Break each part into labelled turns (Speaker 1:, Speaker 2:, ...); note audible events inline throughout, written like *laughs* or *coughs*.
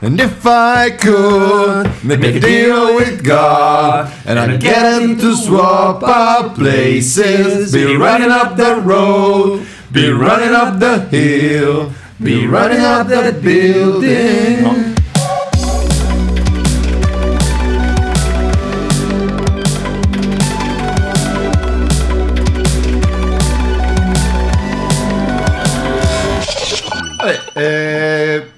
Speaker 1: And if I could make a deal with God, and I'd get him to swap our places, be running up the road, be running up the hill, be running up that building. Vabbè, eh,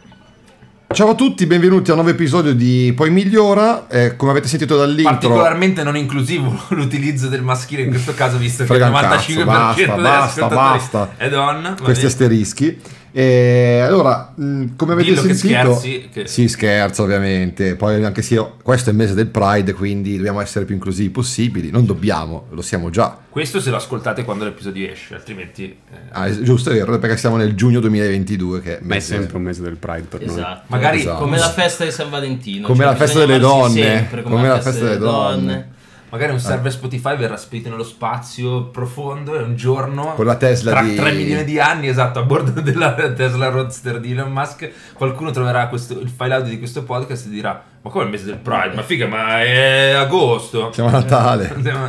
Speaker 1: ciao a tutti, benvenuti a un nuovo episodio di Poi Migliora. Eh, come avete sentito dall'intro,
Speaker 2: Particolarmente non inclusivo *laughs* l'utilizzo del maschile in questo caso, visto che il
Speaker 1: Frega un cazzo,
Speaker 2: 95%
Speaker 1: basta,
Speaker 2: degli
Speaker 1: basta,
Speaker 2: ascoltatori
Speaker 1: basta.
Speaker 2: è donna. va
Speaker 1: questi
Speaker 2: bene.
Speaker 1: asterischi. Eh, allora, mh, come avete
Speaker 2: Dillo che
Speaker 1: sentito,
Speaker 2: scherzi, che-
Speaker 1: si scherza ovviamente. Poi, anche se io- questo è il mese del Pride, quindi dobbiamo essere più inclusivi possibili. Non dobbiamo, lo siamo già.
Speaker 2: Questo se lo ascoltate quando l'episodio esce, altrimenti... eh,
Speaker 1: Ah, è giusto, è vero, perché siamo nel giugno 2022, che è
Speaker 3: Ma è
Speaker 1: mese-
Speaker 3: sempre un mese del Pride per noi.
Speaker 4: Esatto.
Speaker 2: Magari
Speaker 1: Esatto.
Speaker 4: come la festa di San Valentino. cioè,
Speaker 1: Come la
Speaker 4: bisogna
Speaker 1: festa delle
Speaker 4: amarsi
Speaker 1: donne,
Speaker 4: sempre,
Speaker 1: come la festa delle donne.
Speaker 2: Magari un
Speaker 1: Ah.
Speaker 2: server Spotify verrà spedito nello spazio profondo e un giorno...
Speaker 1: Con la Tesla
Speaker 2: tra
Speaker 1: di-
Speaker 2: 3 milioni di anni, esatto, a bordo *laughs* della Tesla Roadster di Elon Musk, qualcuno troverà questo- il file audio di questo podcast e dirà ma come è il mese del Pride? Ma figa, ma è agosto!
Speaker 1: Siamo a
Speaker 2: *laughs*
Speaker 1: Natale.
Speaker 2: Andiamo-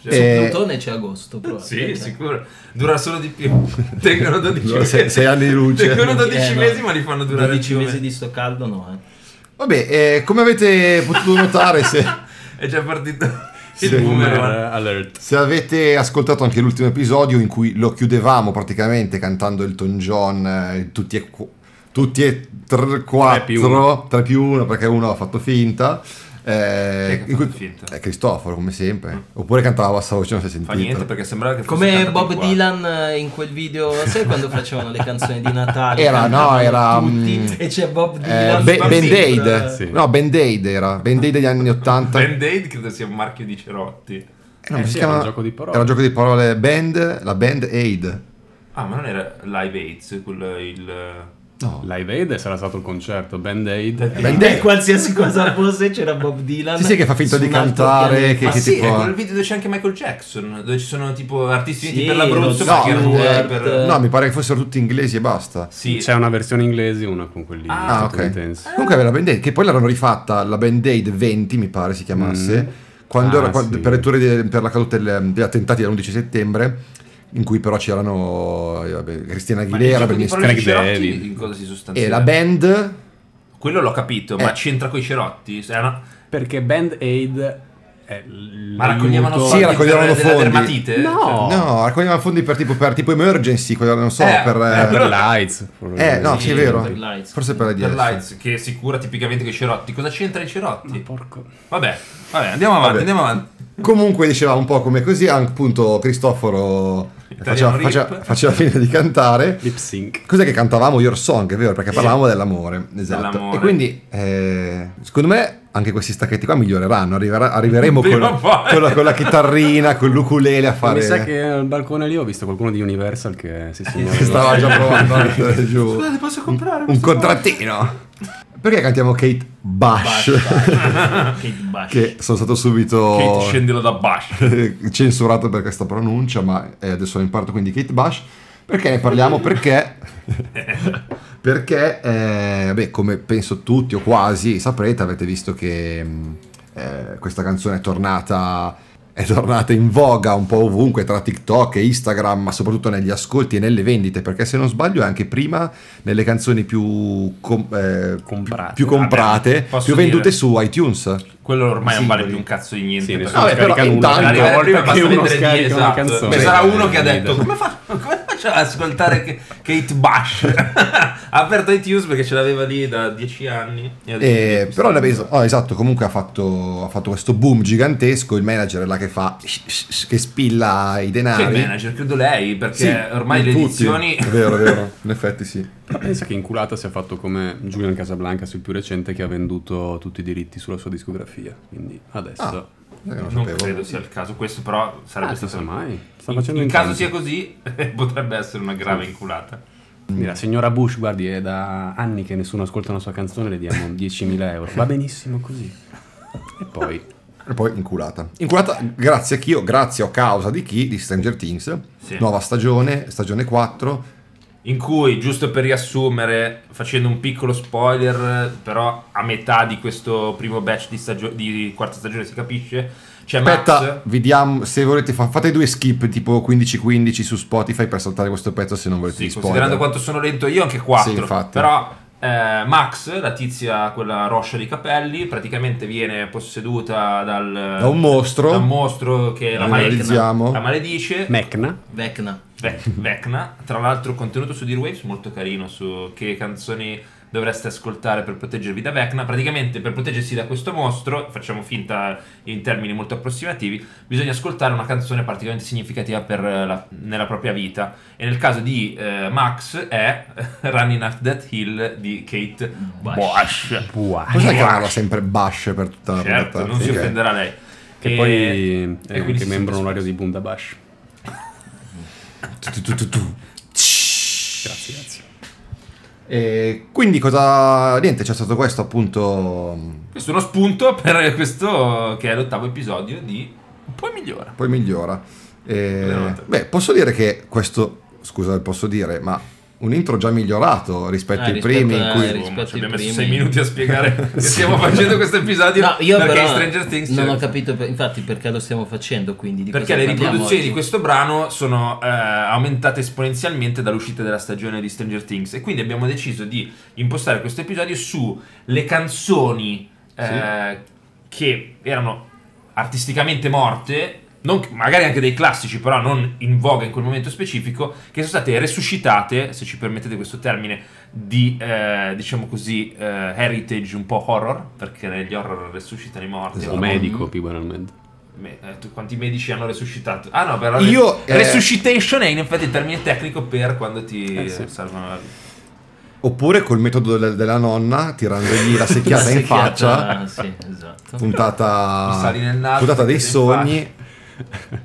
Speaker 4: Su
Speaker 1: Eh,
Speaker 4: Plutone c'è agosto, però.
Speaker 2: Sì,
Speaker 4: Cioè,
Speaker 2: sicuro. Dura solo di più. *laughs* Tengono 12
Speaker 1: Allora,
Speaker 2: mesi.
Speaker 1: sei- sei anni di luce.
Speaker 2: Tengono 12
Speaker 4: Eh, no.
Speaker 2: mesi, ma li fanno durare
Speaker 4: 12
Speaker 2: più o
Speaker 4: mesi
Speaker 2: meno.
Speaker 4: di sto caldo no, eh.
Speaker 1: Vabbè, eh, come avete potuto notare, se,
Speaker 2: È già partito
Speaker 1: Sì,
Speaker 2: il boomerang.
Speaker 3: alert.
Speaker 1: se avete ascoltato anche l'ultimo episodio in cui lo chiudevamo praticamente cantando Elton John, eh, tutti e, qu- tutti e tre,
Speaker 3: più
Speaker 1: 4,
Speaker 3: uno.
Speaker 1: 3 più 1 perché uno ha fatto finta. Eh,
Speaker 2: Chi è che ha
Speaker 1: in cui-
Speaker 2: fatto finta?
Speaker 1: eh, Cristoforo, come sempre. Oppure cantava a bassa voce, non si è
Speaker 2: Fa
Speaker 1: sentito.
Speaker 2: niente perché sembrava che fosse
Speaker 4: Come
Speaker 2: cantato
Speaker 4: Bob
Speaker 2: in qua.
Speaker 4: Dylan eh, in quel video, sai quando facevano le canzoni di Natale?
Speaker 1: Era, no,
Speaker 4: Cantavano
Speaker 1: era,
Speaker 4: tutti,
Speaker 1: mm,
Speaker 4: e c'è Bob
Speaker 1: Eh,
Speaker 4: Dylan.
Speaker 1: Be-
Speaker 4: sembra-
Speaker 1: Band Aid.
Speaker 4: sembra-
Speaker 3: Sì.
Speaker 1: No, Band Aid era. Band Aid degli anni 80.
Speaker 2: Band Aid credo sia un marchio di Cerotti.
Speaker 1: No,
Speaker 3: Eh
Speaker 1: si
Speaker 3: sì,
Speaker 1: chiama-
Speaker 3: era un gioco di parole.
Speaker 1: Era un gioco di parole band, la Band Aid.
Speaker 2: Ah, ma non era Live Aids, quello il.
Speaker 1: No.
Speaker 3: Live Aid sarà stato un concerto, Band Aid.
Speaker 2: Band
Speaker 1: Band
Speaker 4: Beh,
Speaker 1: Aid.
Speaker 4: qualsiasi cosa fosse c'era Bob Dylan.
Speaker 1: Sì, sì, che fa finta
Speaker 4: su
Speaker 1: di
Speaker 4: un altro
Speaker 1: cantare,
Speaker 4: pianeta.
Speaker 1: che,
Speaker 2: ma
Speaker 1: che
Speaker 2: sì,
Speaker 1: tipo...
Speaker 2: è quel video dove c'è anche Michael Jackson, dove ci sono tipo artisti
Speaker 4: Sì,
Speaker 2: uniti per l'Abruzzo,
Speaker 4: lo
Speaker 2: ma che erano
Speaker 4: Stewart.
Speaker 2: eh, per...
Speaker 1: No, mi pare che fossero tutti inglesi e basta.
Speaker 2: Sì,
Speaker 3: C'è una versione inglese e una con quelli
Speaker 1: Ah, ok.
Speaker 3: statunitensi.
Speaker 1: Comunque aveva la Band Aid, che poi l'hanno rifatta, la Band Aid 20 mi pare si chiamasse,
Speaker 3: Mm.
Speaker 1: quando
Speaker 3: Ah,
Speaker 1: era, quando-
Speaker 3: sì.
Speaker 1: per, le torri de- per la caduta del- degli attentati dell'11 settembre, in cui però c'erano eh, vabbè, Cristina
Speaker 2: Ma il
Speaker 1: Aguilera,
Speaker 2: gioco di
Speaker 1: Britney
Speaker 2: parole
Speaker 1: Spears
Speaker 2: di
Speaker 3: Craig
Speaker 2: Cerotti
Speaker 3: David.
Speaker 2: In cosa si
Speaker 1: e
Speaker 2: sostanzia?
Speaker 1: la band...
Speaker 2: Quello l'ho capito,
Speaker 1: Eh.
Speaker 2: ma c'entra coi cerotti? Cioè, è una-
Speaker 3: Perché Band Aid è l-
Speaker 2: Ma raccoglievano
Speaker 3: l'aiuto-
Speaker 1: Sì,
Speaker 2: soldi
Speaker 1: raccoglievano
Speaker 2: per della
Speaker 1: fondi.
Speaker 2: dermatite? Cioè,
Speaker 3: No.
Speaker 1: No, raccoglievano fondi per tipo, per tipo emergency, quella- non so,
Speaker 2: Eh,
Speaker 1: per...
Speaker 3: È
Speaker 1: eh,
Speaker 3: per Lights.
Speaker 1: eh, no, sì, è vero.
Speaker 4: per Lights.
Speaker 1: Forse per la
Speaker 2: Per
Speaker 1: 10.
Speaker 2: l'AIDS, che si cura tipicamente con i cerotti. Cosa c'entra i cerotti?
Speaker 3: Porco.
Speaker 2: Vabbè, vabbè, andiamo avanti,
Speaker 1: Vabbè.
Speaker 2: andiamo avanti.
Speaker 1: Comunque diceva un po' come così, appunto Cristoforo faceva,
Speaker 2: Italiano rip.
Speaker 1: faceva- faceva finta di cantare.
Speaker 3: Lip sync.
Speaker 1: Cos'è che cantavamo Your Song, è vero? Perché parlavamo dell'amore. Esatto.
Speaker 2: Dell'amore.
Speaker 1: E quindi, eh, secondo me, anche questi stacchetti qua miglioreranno. arriverà- arriveremo con,
Speaker 2: Prima o poi.
Speaker 1: con la, con la chitarrina, con l'ukulele a fare...
Speaker 3: Mi sa che al balcone lì ho visto qualcuno di Universal che
Speaker 1: *laughs*
Speaker 3: si signora.
Speaker 1: che stava già provando a mettere giù
Speaker 2: Scusate, posso comprare?
Speaker 1: un contrattino. Perché cantiamo Kate Bush?
Speaker 4: Kate Bush.
Speaker 1: *laughs* che sono stato subito...
Speaker 2: Kate, scendilo da Bash.
Speaker 1: *laughs* censurato per questa pronuncia, ma eh, adesso la imparto quindi Kate Bush. Perché ne parliamo?
Speaker 2: *laughs*
Speaker 1: Perché, perché eh, beh, come penso tutti o quasi saprete, avete visto che mh, eh, questa canzone è tornata, è tornata in voga un po' ovunque tra TikTok e Instagram, ma soprattutto negli ascolti e nelle vendite, perché se non sbaglio è anche prima nelle canzoni più, com- eh,
Speaker 3: Comprate.
Speaker 1: più comprate,
Speaker 2: Vabbè, posso
Speaker 1: più vendute
Speaker 2: dire.
Speaker 1: su iTunes.
Speaker 2: Quello ormai non vale
Speaker 1: Singoli.
Speaker 2: più un cazzo di niente.
Speaker 3: Sì,
Speaker 2: perché-
Speaker 3: nessuno
Speaker 1: Vabbè, però
Speaker 3: scarica nulla.
Speaker 1: intanto- eh,
Speaker 3: Arriva
Speaker 2: Arrivare prima
Speaker 3: la prima
Speaker 2: basta
Speaker 3: che uno
Speaker 2: vendere
Speaker 3: scarica
Speaker 2: 10,
Speaker 3: una
Speaker 2: esatto.
Speaker 3: canzone.
Speaker 2: Ci sarà uno che ha
Speaker 3: Eh,
Speaker 2: detto: Come, fa- come faccio ad ascoltare che- Kate Bush? *laughs* ha aperto iTunes perché ce l'aveva lì da 10 anni. e ha deciso di
Speaker 1: Eh, però
Speaker 2: acquistarlo.
Speaker 1: l'ha preso- oh, esatto, comunque ha fatto, ha fatto questo boom gigantesco. Il manager è là che fa che spilla i
Speaker 2: Che
Speaker 1: denari.
Speaker 2: manager, credo lei, perché ormai le
Speaker 1: tutti.
Speaker 2: edizioni.
Speaker 1: È vero, è vero, in effetti sì. Eh,
Speaker 3: Però pensa che Inculata sia fatto come Julian Casablanca sul più recente che ha venduto tutti i diritti sulla sua discografia. Quindi adesso...
Speaker 1: Ah, Eh, non,
Speaker 2: Non
Speaker 1: sapevo.
Speaker 2: credo sia il caso, questo però sarebbe
Speaker 3: Ah, si
Speaker 2: stato
Speaker 3: sa mai. Sta
Speaker 2: In-
Speaker 3: facendo
Speaker 2: in
Speaker 3: in
Speaker 2: caso
Speaker 3: tanti.
Speaker 2: sia così, *laughs* potrebbe essere una grave inculata.
Speaker 3: Quindi La signora Bush, guardi, è da anni che nessuno ascolta una sua canzone, le diamo 10.000 euro. Va benissimo così. E poi...
Speaker 1: E poi inculata. Inculata grazie a chi, o grazie o a causa di chi, di Stranger Things.
Speaker 2: Sì.
Speaker 1: Nuova stagione, stagione 4.
Speaker 2: in cui, giusto per riassumere, facendo un piccolo spoiler, però a metà di questo primo batch di, stagio- di quarta stagione si capisce, c'è
Speaker 1: Aspetta,
Speaker 2: Max...
Speaker 1: vi diamo, se volete, fa- fate due skip tipo 15-15 su Spotify per saltare questo pezzo se non volete
Speaker 2: Sì,
Speaker 1: gli
Speaker 2: considerando
Speaker 1: spoiler.
Speaker 2: quanto sono lento io anche 4.
Speaker 1: Sì, infatti.
Speaker 2: Però eh, Max, la tizia, quella roscia di capelli, praticamente viene posseduta dal,
Speaker 1: Da un mostro,
Speaker 2: da un mostro che la,
Speaker 1: lo
Speaker 2: male-
Speaker 1: analizziamo.
Speaker 2: la maledice.
Speaker 3: Mecna.
Speaker 4: Vecna.
Speaker 2: Ve- Vecna. Tra l'altro contenuto su D-Waves molto carino su che canzoni dovreste ascoltare per proteggervi da Vecna. Praticamente per proteggersi da questo mostro, facciamo finta in termini molto approssimativi, bisogna ascoltare una canzone particolarmente significativa per eh, la- nella propria vita. E nel caso di eh, Max è *laughs* Running Up That Hill di Kate
Speaker 4: Bush.
Speaker 2: Bosch.
Speaker 3: Buah.
Speaker 1: Cos'è chiamarla sempre Bash per tutta la
Speaker 2: Ah, Certo,
Speaker 1: puntata?
Speaker 2: non si
Speaker 1: Ok.
Speaker 2: offenderà lei.
Speaker 3: Che
Speaker 2: E-
Speaker 3: poi
Speaker 2: e
Speaker 3: è
Speaker 2: quindi
Speaker 3: anche
Speaker 2: si-
Speaker 3: membro onorario di Bundabash.
Speaker 1: Tu, tu, tu, tu, tu.
Speaker 3: Grazie, grazie.
Speaker 1: E quindi cosa... Niente, c'è stato questo appunto... mh,
Speaker 2: Questo è uno spunto per questo che è l'ottavo episodio di Poi migliora.
Speaker 1: Poi migliora. E-
Speaker 2: Veramente.
Speaker 1: Beh, posso dire che questo... Scusa, posso dire, ma un intro già migliorato rispetto
Speaker 4: Eh,
Speaker 1: ai
Speaker 4: rispetto
Speaker 1: primi in
Speaker 4: a-
Speaker 1: cui...
Speaker 4: rispetto
Speaker 2: Insomma, ci
Speaker 4: ai
Speaker 2: Cioè, abbiamo messo
Speaker 4: primi.
Speaker 2: 6 minuti a
Speaker 4: *laughs*
Speaker 2: spiegare che
Speaker 1: Sì.
Speaker 2: stiamo facendo questo episodio
Speaker 4: No, io
Speaker 2: perché
Speaker 4: però
Speaker 2: in Stranger Things
Speaker 4: non
Speaker 2: c'è-
Speaker 4: ho capito per- infatti perché lo stiamo facendo quindi di
Speaker 2: perché
Speaker 4: cosa
Speaker 2: le
Speaker 4: parliamo
Speaker 2: riproduzioni di
Speaker 4: oggi?
Speaker 2: questo brano sono eh, aumentate esponenzialmente dall'uscita della stagione di Stranger Things e quindi abbiamo deciso di impostare questo episodio sulle canzoni eh, che erano artisticamente morte non- magari anche dei classici, però non in voga in quel momento specifico, che sono state resuscitate, se ci permettete questo termine, di, eh, diciamo così, eh, heritage un po' horror, perché negli horror resuscitano i morti.
Speaker 1: Esatto.
Speaker 3: O
Speaker 2: allora-
Speaker 3: medico più banalmente. *laughs*
Speaker 2: Me- eh, tu- quanti medici hanno resuscitato? Ah no, però
Speaker 1: Io, eh,
Speaker 2: resuscitation è in effetti il termine tecnico per quando ti
Speaker 3: Eh, sì.
Speaker 2: salvano la vita.
Speaker 1: Oppure col metodo del- della nonna, tirandogli la
Speaker 4: La
Speaker 1: secchiata in
Speaker 4: secchiata,
Speaker 1: faccia,
Speaker 4: sì, esatto.
Speaker 1: puntata,
Speaker 2: Mi sali nel naso,
Speaker 1: puntata dei
Speaker 2: secchiata in
Speaker 1: sogni.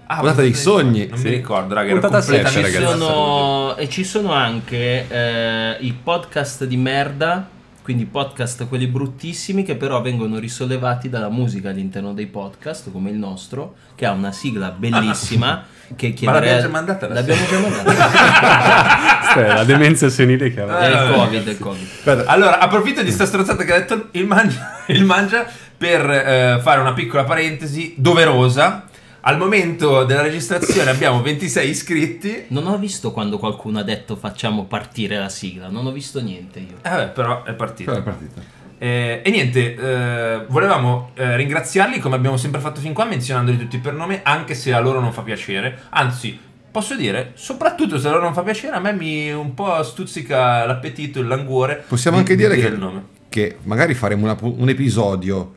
Speaker 2: Ah,
Speaker 1: Puntata dei sogni,
Speaker 2: Non
Speaker 1: sì.
Speaker 2: mi ricordo, raga, ero
Speaker 3: Puntata sette,
Speaker 2: completamente
Speaker 3: ragazzi.
Speaker 4: Ci
Speaker 2: assurdo.
Speaker 4: sono- e ci sono anche eh, i podcast di merda, quindi podcast quelli bruttissimi che però vengono risollevati dalla musica all'interno dei podcast, come il nostro, che ha una sigla
Speaker 2: *laughs*
Speaker 4: bellissima che chiederei...
Speaker 2: l'abbiamo già mandata la
Speaker 4: L'abbiamo già
Speaker 2: sigla. *laughs*
Speaker 4: mandata.
Speaker 3: Questa è la demenza senile che ha.
Speaker 4: È il
Speaker 2: Eh,
Speaker 4: covid, è il covid.
Speaker 1: Aspetta,
Speaker 2: Allora, approfitto di sta strozzata che ha detto il mangia, *laughs* il mangia per eh, fare una piccola parentesi doverosa. Al momento della registrazione abbiamo 26 iscritti. Eh,
Speaker 4: Non ho visto quando qualcuno ha detto facciamo partire la sigla, non ho visto niente io.
Speaker 2: Eh, vabbè, però è partito.
Speaker 1: Però è partita.
Speaker 2: Eh, e niente, eh, volevamo eh, ringraziarli come abbiamo sempre fatto fin qua, menzionandoli tutti per nome, anche se a loro non fa piacere. Anzi, posso dire, soprattutto se a loro non fa piacere, a me mi un po' stuzzica l'appetito, il languore.
Speaker 1: Possiamo
Speaker 2: di-
Speaker 1: anche
Speaker 2: di
Speaker 1: dire
Speaker 2: il nome.
Speaker 1: che, che magari faremo una pu- un episodio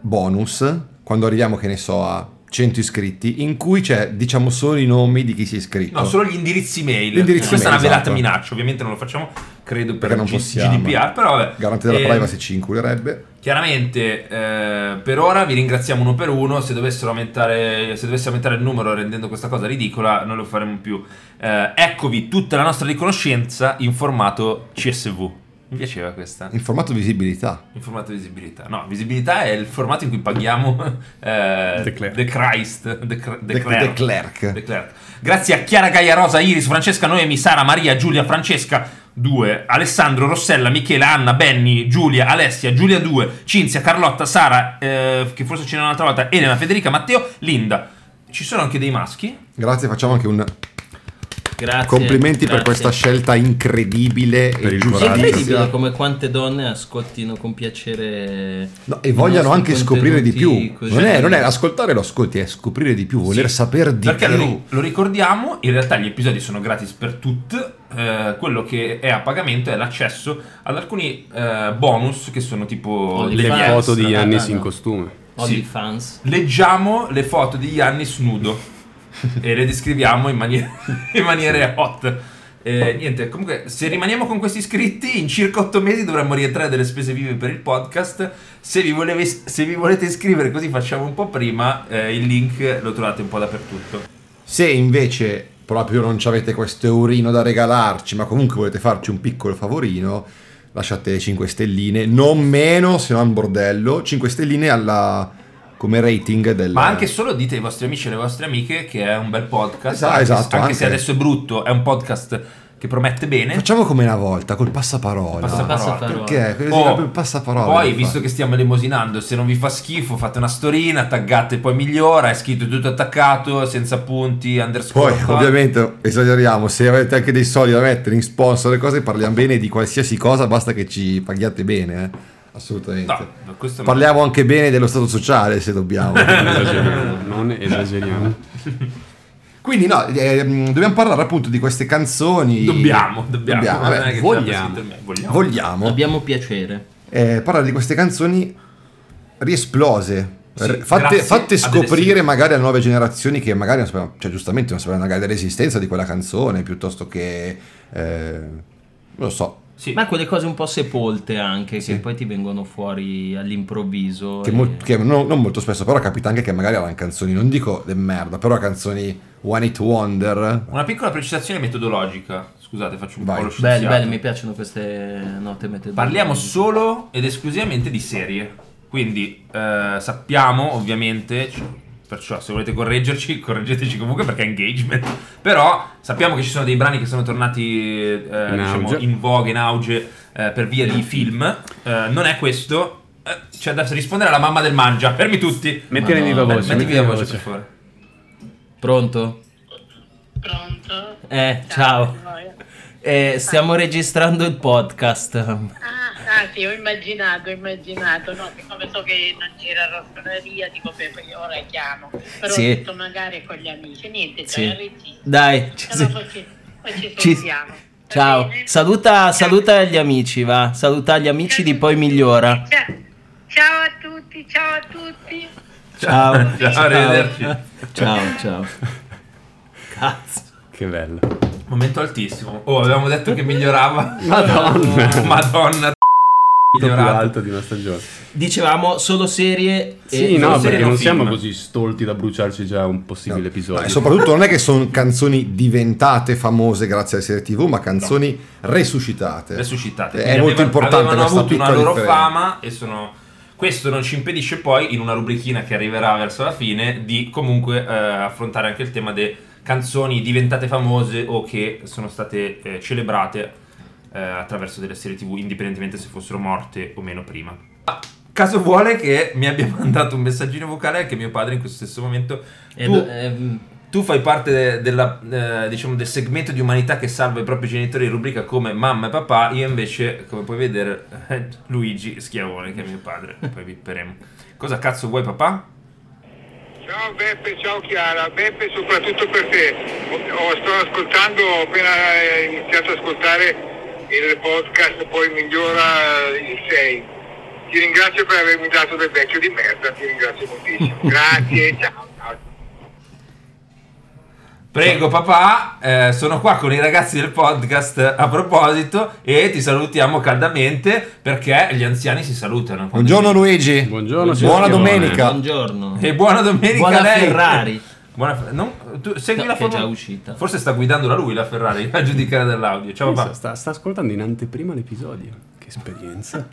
Speaker 1: bonus quando arriviamo, che ne so, a 100 iscritti, in cui c'è, diciamo, solo i nomi di chi si è iscritto.
Speaker 2: No, solo gli indirizzi mail.
Speaker 1: Oh. Gli indirizzi
Speaker 2: Questa è
Speaker 1: mail,
Speaker 2: una velata
Speaker 1: esatto.
Speaker 2: minaccia, ovviamente non lo facciamo, credo, per
Speaker 1: Perché non
Speaker 2: G-
Speaker 1: possiamo.
Speaker 2: GDPR, però vabbè.
Speaker 1: Garante della
Speaker 2: Ehm,
Speaker 1: privacy ci inculerebbe.
Speaker 2: Chiaramente eh, per ora vi ringraziamo uno per uno, se dovessero aumentare, se dovesse aumentare il numero rendendo questa cosa ridicola non lo faremo più. Eh, eccovi tutta la nostra riconoscenza in formato CSV. Mi piaceva questa.
Speaker 1: In formato visibilità.
Speaker 2: In formato visibilità. No, visibilità è il formato in cui paghiamo *laughs* eh,
Speaker 3: The Clerk.
Speaker 2: The Christ. The, Cr- The
Speaker 1: The-
Speaker 2: Clerk.
Speaker 1: The Clerk.
Speaker 2: The Clerk. Grazie a Chiara Gaia Rosa, Iris, Francesca, Noemi, Sara, Maria, Giulia, Francesca. 2, Alessandro, Rossella, Michela, Anna, Benny, Giulia, Alessia, Giulia 2, Cinzia, Carlotta, Sara, eh, che forse c'era un'altra volta, Elena, Federica, Matteo, Linda. Ci sono anche dei maschi?
Speaker 1: Grazie, facciamo anche un
Speaker 4: Grazie.
Speaker 1: complimenti per
Speaker 4: grazie.
Speaker 1: questa scelta incredibile
Speaker 3: Per
Speaker 1: e
Speaker 3: il
Speaker 1: giusta.
Speaker 4: È
Speaker 3: coraggio.
Speaker 4: incredibile come quante donne ascoltino con piacere.
Speaker 1: No, e vogliano
Speaker 4: i nostri
Speaker 1: anche scoprire di
Speaker 4: contenuti
Speaker 1: più.
Speaker 4: così.
Speaker 1: Non è, non è ascoltare lo ascolti, è scoprire di più, voler
Speaker 2: Sì.
Speaker 1: sapere di
Speaker 2: Perché
Speaker 1: più.
Speaker 2: lo, lo ricordiamo, in realtà gli episodi sono gratis per tutti, eh, quello che è a pagamento è l'accesso ad alcuni eh, bonus che sono tipo
Speaker 4: Only
Speaker 3: Oh, Le
Speaker 4: Fans,
Speaker 3: foto di
Speaker 4: no,
Speaker 3: Yannis
Speaker 4: no,
Speaker 3: in
Speaker 4: no.
Speaker 3: costume.
Speaker 4: OnlyFans.
Speaker 2: Leggiamo le foto di Yannis
Speaker 3: *laughs*
Speaker 2: nudo e le descriviamo in, maniera in maniere hot. Eh, niente, comunque, se rimaniamo con questi iscritti, in circa 8 mesi dovremmo rientrare delle spese vive per il podcast. Se vi, volevi- se vi volete iscrivere, così facciamo un po' prima, eh, il link lo trovate un po' dappertutto.
Speaker 1: Se invece proprio non ci avete questo eurino da regalarci, ma comunque volete farci un piccolo favorino, lasciate 5 stelline, non meno se non bordello, 5 stelline alla, come rating del...
Speaker 2: Ma anche solo dite ai vostri amici e alle vostre amiche che è un bel podcast.
Speaker 1: Esatto,
Speaker 2: anche,
Speaker 1: esatto,
Speaker 2: anche se
Speaker 1: anche.
Speaker 2: adesso è brutto, è un podcast che promette bene.
Speaker 1: Facciamo come una volta col passaparola.
Speaker 2: Passaparola.
Speaker 4: Passaparola.
Speaker 1: Ah, Perché? Quello
Speaker 2: Oh,
Speaker 1: si chiama passaparola.
Speaker 2: Poi,
Speaker 1: infatti.
Speaker 2: visto che stiamo elemosinando, se non vi fa schifo, fate una storina, taggate, poi migliora. È scritto tutto attaccato, senza punti, underscore.
Speaker 1: Poi
Speaker 2: qua.
Speaker 1: ovviamente esageriamo, se avete anche dei soldi da mettere in sponsor e cose parliamo bene di qualsiasi cosa, basta che ci paghiate bene, eh. assolutamente.
Speaker 2: No, no, questo no.
Speaker 1: Parliamo anche bene dello stato sociale se dobbiamo.
Speaker 2: *laughs*
Speaker 3: Non esageriamo, non esageriamo.
Speaker 1: Quindi no, ehm, dobbiamo parlare appunto di queste canzoni.
Speaker 2: Dobbiamo, dobbiamo.
Speaker 1: Dobbiamo,
Speaker 2: Non è
Speaker 1: vabbè,
Speaker 2: che
Speaker 3: vogliamo.
Speaker 2: c'è bisogno di- vogliamo.
Speaker 1: Vogliamo
Speaker 4: Abbiamo piacere.
Speaker 1: eh, parlare di queste canzoni riesplose.
Speaker 2: Sì,
Speaker 1: re- fatte,
Speaker 2: grazie
Speaker 1: fatte
Speaker 2: a delle
Speaker 1: scoprire
Speaker 2: sigle.
Speaker 1: magari a nuove generazioni che magari non sapevano, cioè giustamente non sapevano magari dell'esistenza di quella canzone piuttosto che... eh, non lo so,
Speaker 2: Sì.
Speaker 4: Ma quelle cose un po' sepolte anche,
Speaker 1: Sì.
Speaker 4: che poi ti vengono fuori all'improvviso.
Speaker 1: che,
Speaker 4: e-
Speaker 1: mol- che non, non molto spesso, però capita anche che magari erano canzoni, non dico de merda, però canzoni One It Wonder.
Speaker 2: Una piccola precisazione metodologica. Scusate, faccio un
Speaker 1: Vai.
Speaker 2: po' lo
Speaker 4: Belle,
Speaker 2: scienziato.
Speaker 4: belle, mi piacciono queste note metodologiche.
Speaker 2: Parliamo solo ed esclusivamente di serie. Quindi eh, sappiamo, ovviamente, c- perciò se volete correggerci, *laughs* correggeteci comunque perché è engagement. Però sappiamo che ci sono dei brani che sono tornati eh, diciamo,
Speaker 3: auge.
Speaker 2: in voga, in auge eh, per via di film. Eh, non è questo. Eh, c'è da rispondere alla mamma del mangia. Fermi tutti.
Speaker 3: Mettere in
Speaker 4: Madonna,
Speaker 3: viva voce.
Speaker 2: Metti via
Speaker 3: in
Speaker 2: la voce, per favore.
Speaker 4: Pronto?
Speaker 5: Pronto?
Speaker 4: Eh, ciao.
Speaker 5: Maria.
Speaker 4: Eh, stiamo registrando il podcast.
Speaker 5: Ah, ah, sì, ho immaginato, ho immaginato, no, siccome so che non c'era rossoneria, dico beh, poi ora chiamo, però
Speaker 4: Sì.
Speaker 5: ho detto magari con gli amici, niente, cioè
Speaker 4: Sì.
Speaker 5: sì. regista.
Speaker 4: Dai, ci
Speaker 5: Allora,
Speaker 4: si-
Speaker 5: poi ci- poi ci
Speaker 4: ci-
Speaker 5: sentiamo. Va
Speaker 4: Ciao.
Speaker 5: bene?
Speaker 4: Saluta,
Speaker 5: Ciao.
Speaker 4: saluta gli amici, va. Saluta gli amici di Poi Migliora.
Speaker 5: Ciao. Ciao a tutti, ciao a tutti.
Speaker 2: *laughs*
Speaker 4: Ciao.
Speaker 2: Ciao, arrivederci.
Speaker 4: *laughs* Ciao, ciao. Cazzo.
Speaker 3: Che bello.
Speaker 2: Momento altissimo. Oh, avevamo detto che migliorava.
Speaker 3: Madonna.
Speaker 2: *laughs* Madonna.
Speaker 3: Più
Speaker 2: Migliorato.
Speaker 3: alto di una stagione.
Speaker 4: Dicevamo solo serie e
Speaker 3: Sì, no,
Speaker 2: non
Speaker 3: perché
Speaker 2: siamo
Speaker 3: non siamo
Speaker 2: film.
Speaker 3: così stolti da bruciarci già un possibile
Speaker 1: No.
Speaker 3: episodio.
Speaker 1: Ma soprattutto non è che sono canzoni diventate famose grazie alle serie TV, ma canzoni resuscitate.
Speaker 2: resuscitate.
Speaker 1: È
Speaker 2: Quindi
Speaker 1: molto
Speaker 2: avevano-
Speaker 1: importante
Speaker 2: Avevano
Speaker 1: questa
Speaker 2: avuto una
Speaker 1: piccola
Speaker 2: loro
Speaker 1: differenza.
Speaker 2: fama e sono. Questo non ci impedisce poi, in una rubrichina che arriverà verso la fine, di comunque eh, affrontare anche il tema delle canzoni diventate famose o che sono state eh, celebrate eh, attraverso delle serie TV, indipendentemente se fossero morte o meno prima. Ah, Caso vuole che mi abbia *laughs* mandato un messaggino vocale che mio padre in questo stesso momento
Speaker 4: e-
Speaker 2: tu-
Speaker 4: ehm,
Speaker 2: tu fai parte de- della, eh, diciamo, del segmento di umanità che salva i propri genitori in rubrica come mamma e papà. Io invece, come puoi vedere, *laughs* Luigi Schiavone, che è mio padre. Poi vipperemo. Cosa cazzo vuoi, papà?
Speaker 6: Ciao Beppe, ciao Chiara, Beppe soprattutto per te, Ho- sto ascoltando, ho appena eh, iniziato ad ascoltare il podcast, poi migliora eh, il 6. Ti ringrazio per avermi dato del vecchio di merda, ti ringrazio moltissimo. Grazie, ciao, ciao.
Speaker 2: Prego, papà, eh, sono qua con i ragazzi del podcast eh, a proposito e ti salutiamo caldamente perché gli anziani si salutano. quando
Speaker 1: Buongiorno
Speaker 2: si-
Speaker 1: Luigi.
Speaker 3: Buongiorno, signor
Speaker 1: Buona
Speaker 3: Schiavone.
Speaker 1: domenica.
Speaker 4: buongiorno.
Speaker 2: E buona domenica
Speaker 4: Buona
Speaker 2: a lei.
Speaker 4: Ferrari.
Speaker 2: Buona Fer- non- tu segui
Speaker 4: No,
Speaker 2: la
Speaker 4: che è
Speaker 2: foto-
Speaker 4: già uscita.
Speaker 2: Forse sta guidando la lui la Ferrari, *laughs* a giudicare dall'audio. Ciao
Speaker 3: Pensa,
Speaker 2: papà.
Speaker 3: Sta, sta ascoltando in anteprima l'episodio. Che esperienza.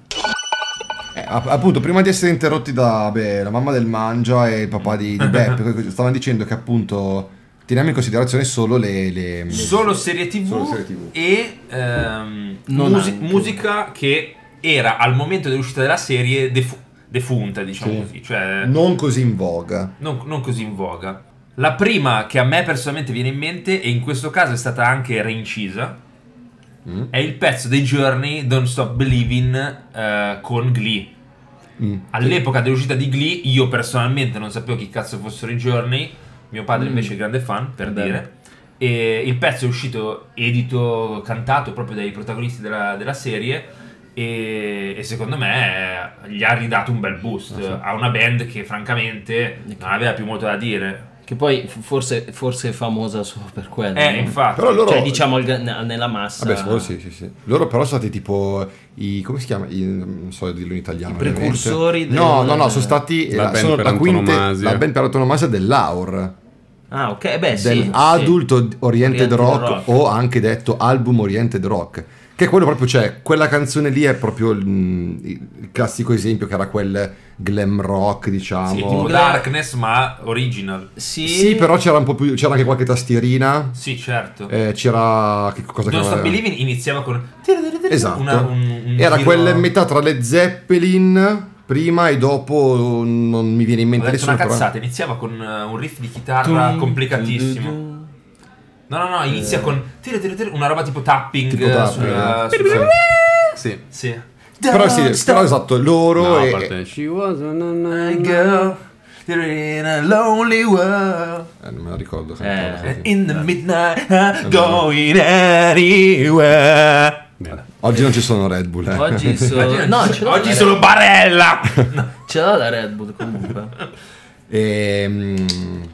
Speaker 1: Eh, app- appunto, prima di essere interrotti da beh, la mamma del mangia e il papà di, di
Speaker 3: *laughs*
Speaker 1: Beppe, stavano dicendo che appunto teniamo in considerazione solo le... le-
Speaker 2: solo serie tv,
Speaker 1: Solo serie TV.
Speaker 2: e ehm,
Speaker 4: Non
Speaker 2: musi-
Speaker 4: anche.
Speaker 2: musica che era al momento dell'uscita della serie defu- defunta diciamo
Speaker 1: Sì.
Speaker 2: così cioè
Speaker 1: non così in voga.
Speaker 2: non, non così in voga la prima che a me personalmente viene in mente e in questo caso è stata anche reincisa
Speaker 1: Mm.
Speaker 2: è il pezzo dei Journey Don't Stop Believing eh, con Glee
Speaker 1: Mm.
Speaker 2: All'epoca dell'uscita di Glee, io personalmente non sapevo chi cazzo fossero i Journey. Mio
Speaker 1: Mm.
Speaker 2: padre invece è grande fan, per
Speaker 4: Bene.
Speaker 2: dire. E il pezzo è uscito edito, cantato proprio dai protagonisti della, della serie. E, e secondo me eh, gli ha ridato un bel boost
Speaker 1: Ah,
Speaker 2: a una band che francamente non aveva più molto da dire.
Speaker 4: Che poi f- forse, forse è famosa solo per quello.
Speaker 2: Eh,
Speaker 4: no?
Speaker 2: infatti.
Speaker 1: Però loro...
Speaker 4: Cioè, diciamo il- ne- nella massa.
Speaker 1: Vabbè, solo- sì, sì, sì. Loro però sono stati tipo i come si chiama? I- non so dirlo in italiano.
Speaker 4: I precursori
Speaker 1: ovviamente. No,
Speaker 4: del-
Speaker 1: no, no, sono stati
Speaker 3: La
Speaker 1: la,
Speaker 3: band
Speaker 1: sono
Speaker 3: per
Speaker 1: la, quinte-
Speaker 3: antonomasia.
Speaker 1: la band per antonomasia dell'Aur.
Speaker 4: Ah, ok, beh, sì. sì.
Speaker 1: dell'Adult Oriented,
Speaker 4: Oriented
Speaker 1: Rock,
Speaker 4: Rock.
Speaker 1: o anche detto Album Oriented Rock. Che è quello proprio, cioè, quella canzone lì è proprio il, il classico esempio che era quel glam rock,
Speaker 2: Sì,
Speaker 1: diciamo.
Speaker 2: tipo
Speaker 4: Glam-
Speaker 2: Darkness, ma original.
Speaker 4: Sì,
Speaker 1: Sì, però c'era un po' più, c'era anche qualche tastierina.
Speaker 2: Sì, certo.
Speaker 1: eh, c'era. Che cosa
Speaker 2: Don't Stop
Speaker 1: che
Speaker 2: Believing iniziava con.
Speaker 1: Esatto.
Speaker 2: una- un- un
Speaker 1: Era
Speaker 2: giro-
Speaker 1: quella metà tra le Zeppelin prima e dopo. Non mi viene in
Speaker 2: Ho
Speaker 1: mente
Speaker 2: detto
Speaker 1: nessuno.
Speaker 2: una
Speaker 1: però-
Speaker 2: cazzata, iniziava con eh, un riff di chitarra
Speaker 4: Tum,
Speaker 2: complicatissimo.
Speaker 4: tum, tum, tum.
Speaker 2: No, no, no, inizia con tira, tira, tira, una roba tipo tapping,
Speaker 1: Eh. Tipo
Speaker 2: eh,
Speaker 1: tapping,
Speaker 2: sulla-
Speaker 1: eh.
Speaker 2: sulla-
Speaker 1: Sì.
Speaker 3: Sì.
Speaker 2: Sì.
Speaker 1: Però sì, però esatto, loro
Speaker 3: No, a
Speaker 1: e-
Speaker 3: parte- She was a na- na-
Speaker 2: My girl, you're in a lonely world.
Speaker 1: Eh, non me la ricordo.
Speaker 4: Eh,
Speaker 1: senti,
Speaker 2: and
Speaker 1: senti.
Speaker 2: In the midnight,
Speaker 1: Esatto.
Speaker 2: I'm going anywhere.
Speaker 3: Bene.
Speaker 1: Oggi non ci sono Red Bull. eh. *laughs*
Speaker 4: Oggi sono... No, ce l'ho
Speaker 2: oggi
Speaker 4: la
Speaker 2: sono
Speaker 4: Red-
Speaker 2: Barella.
Speaker 4: Ce l'ho la Red Bull comunque.
Speaker 1: Ehm,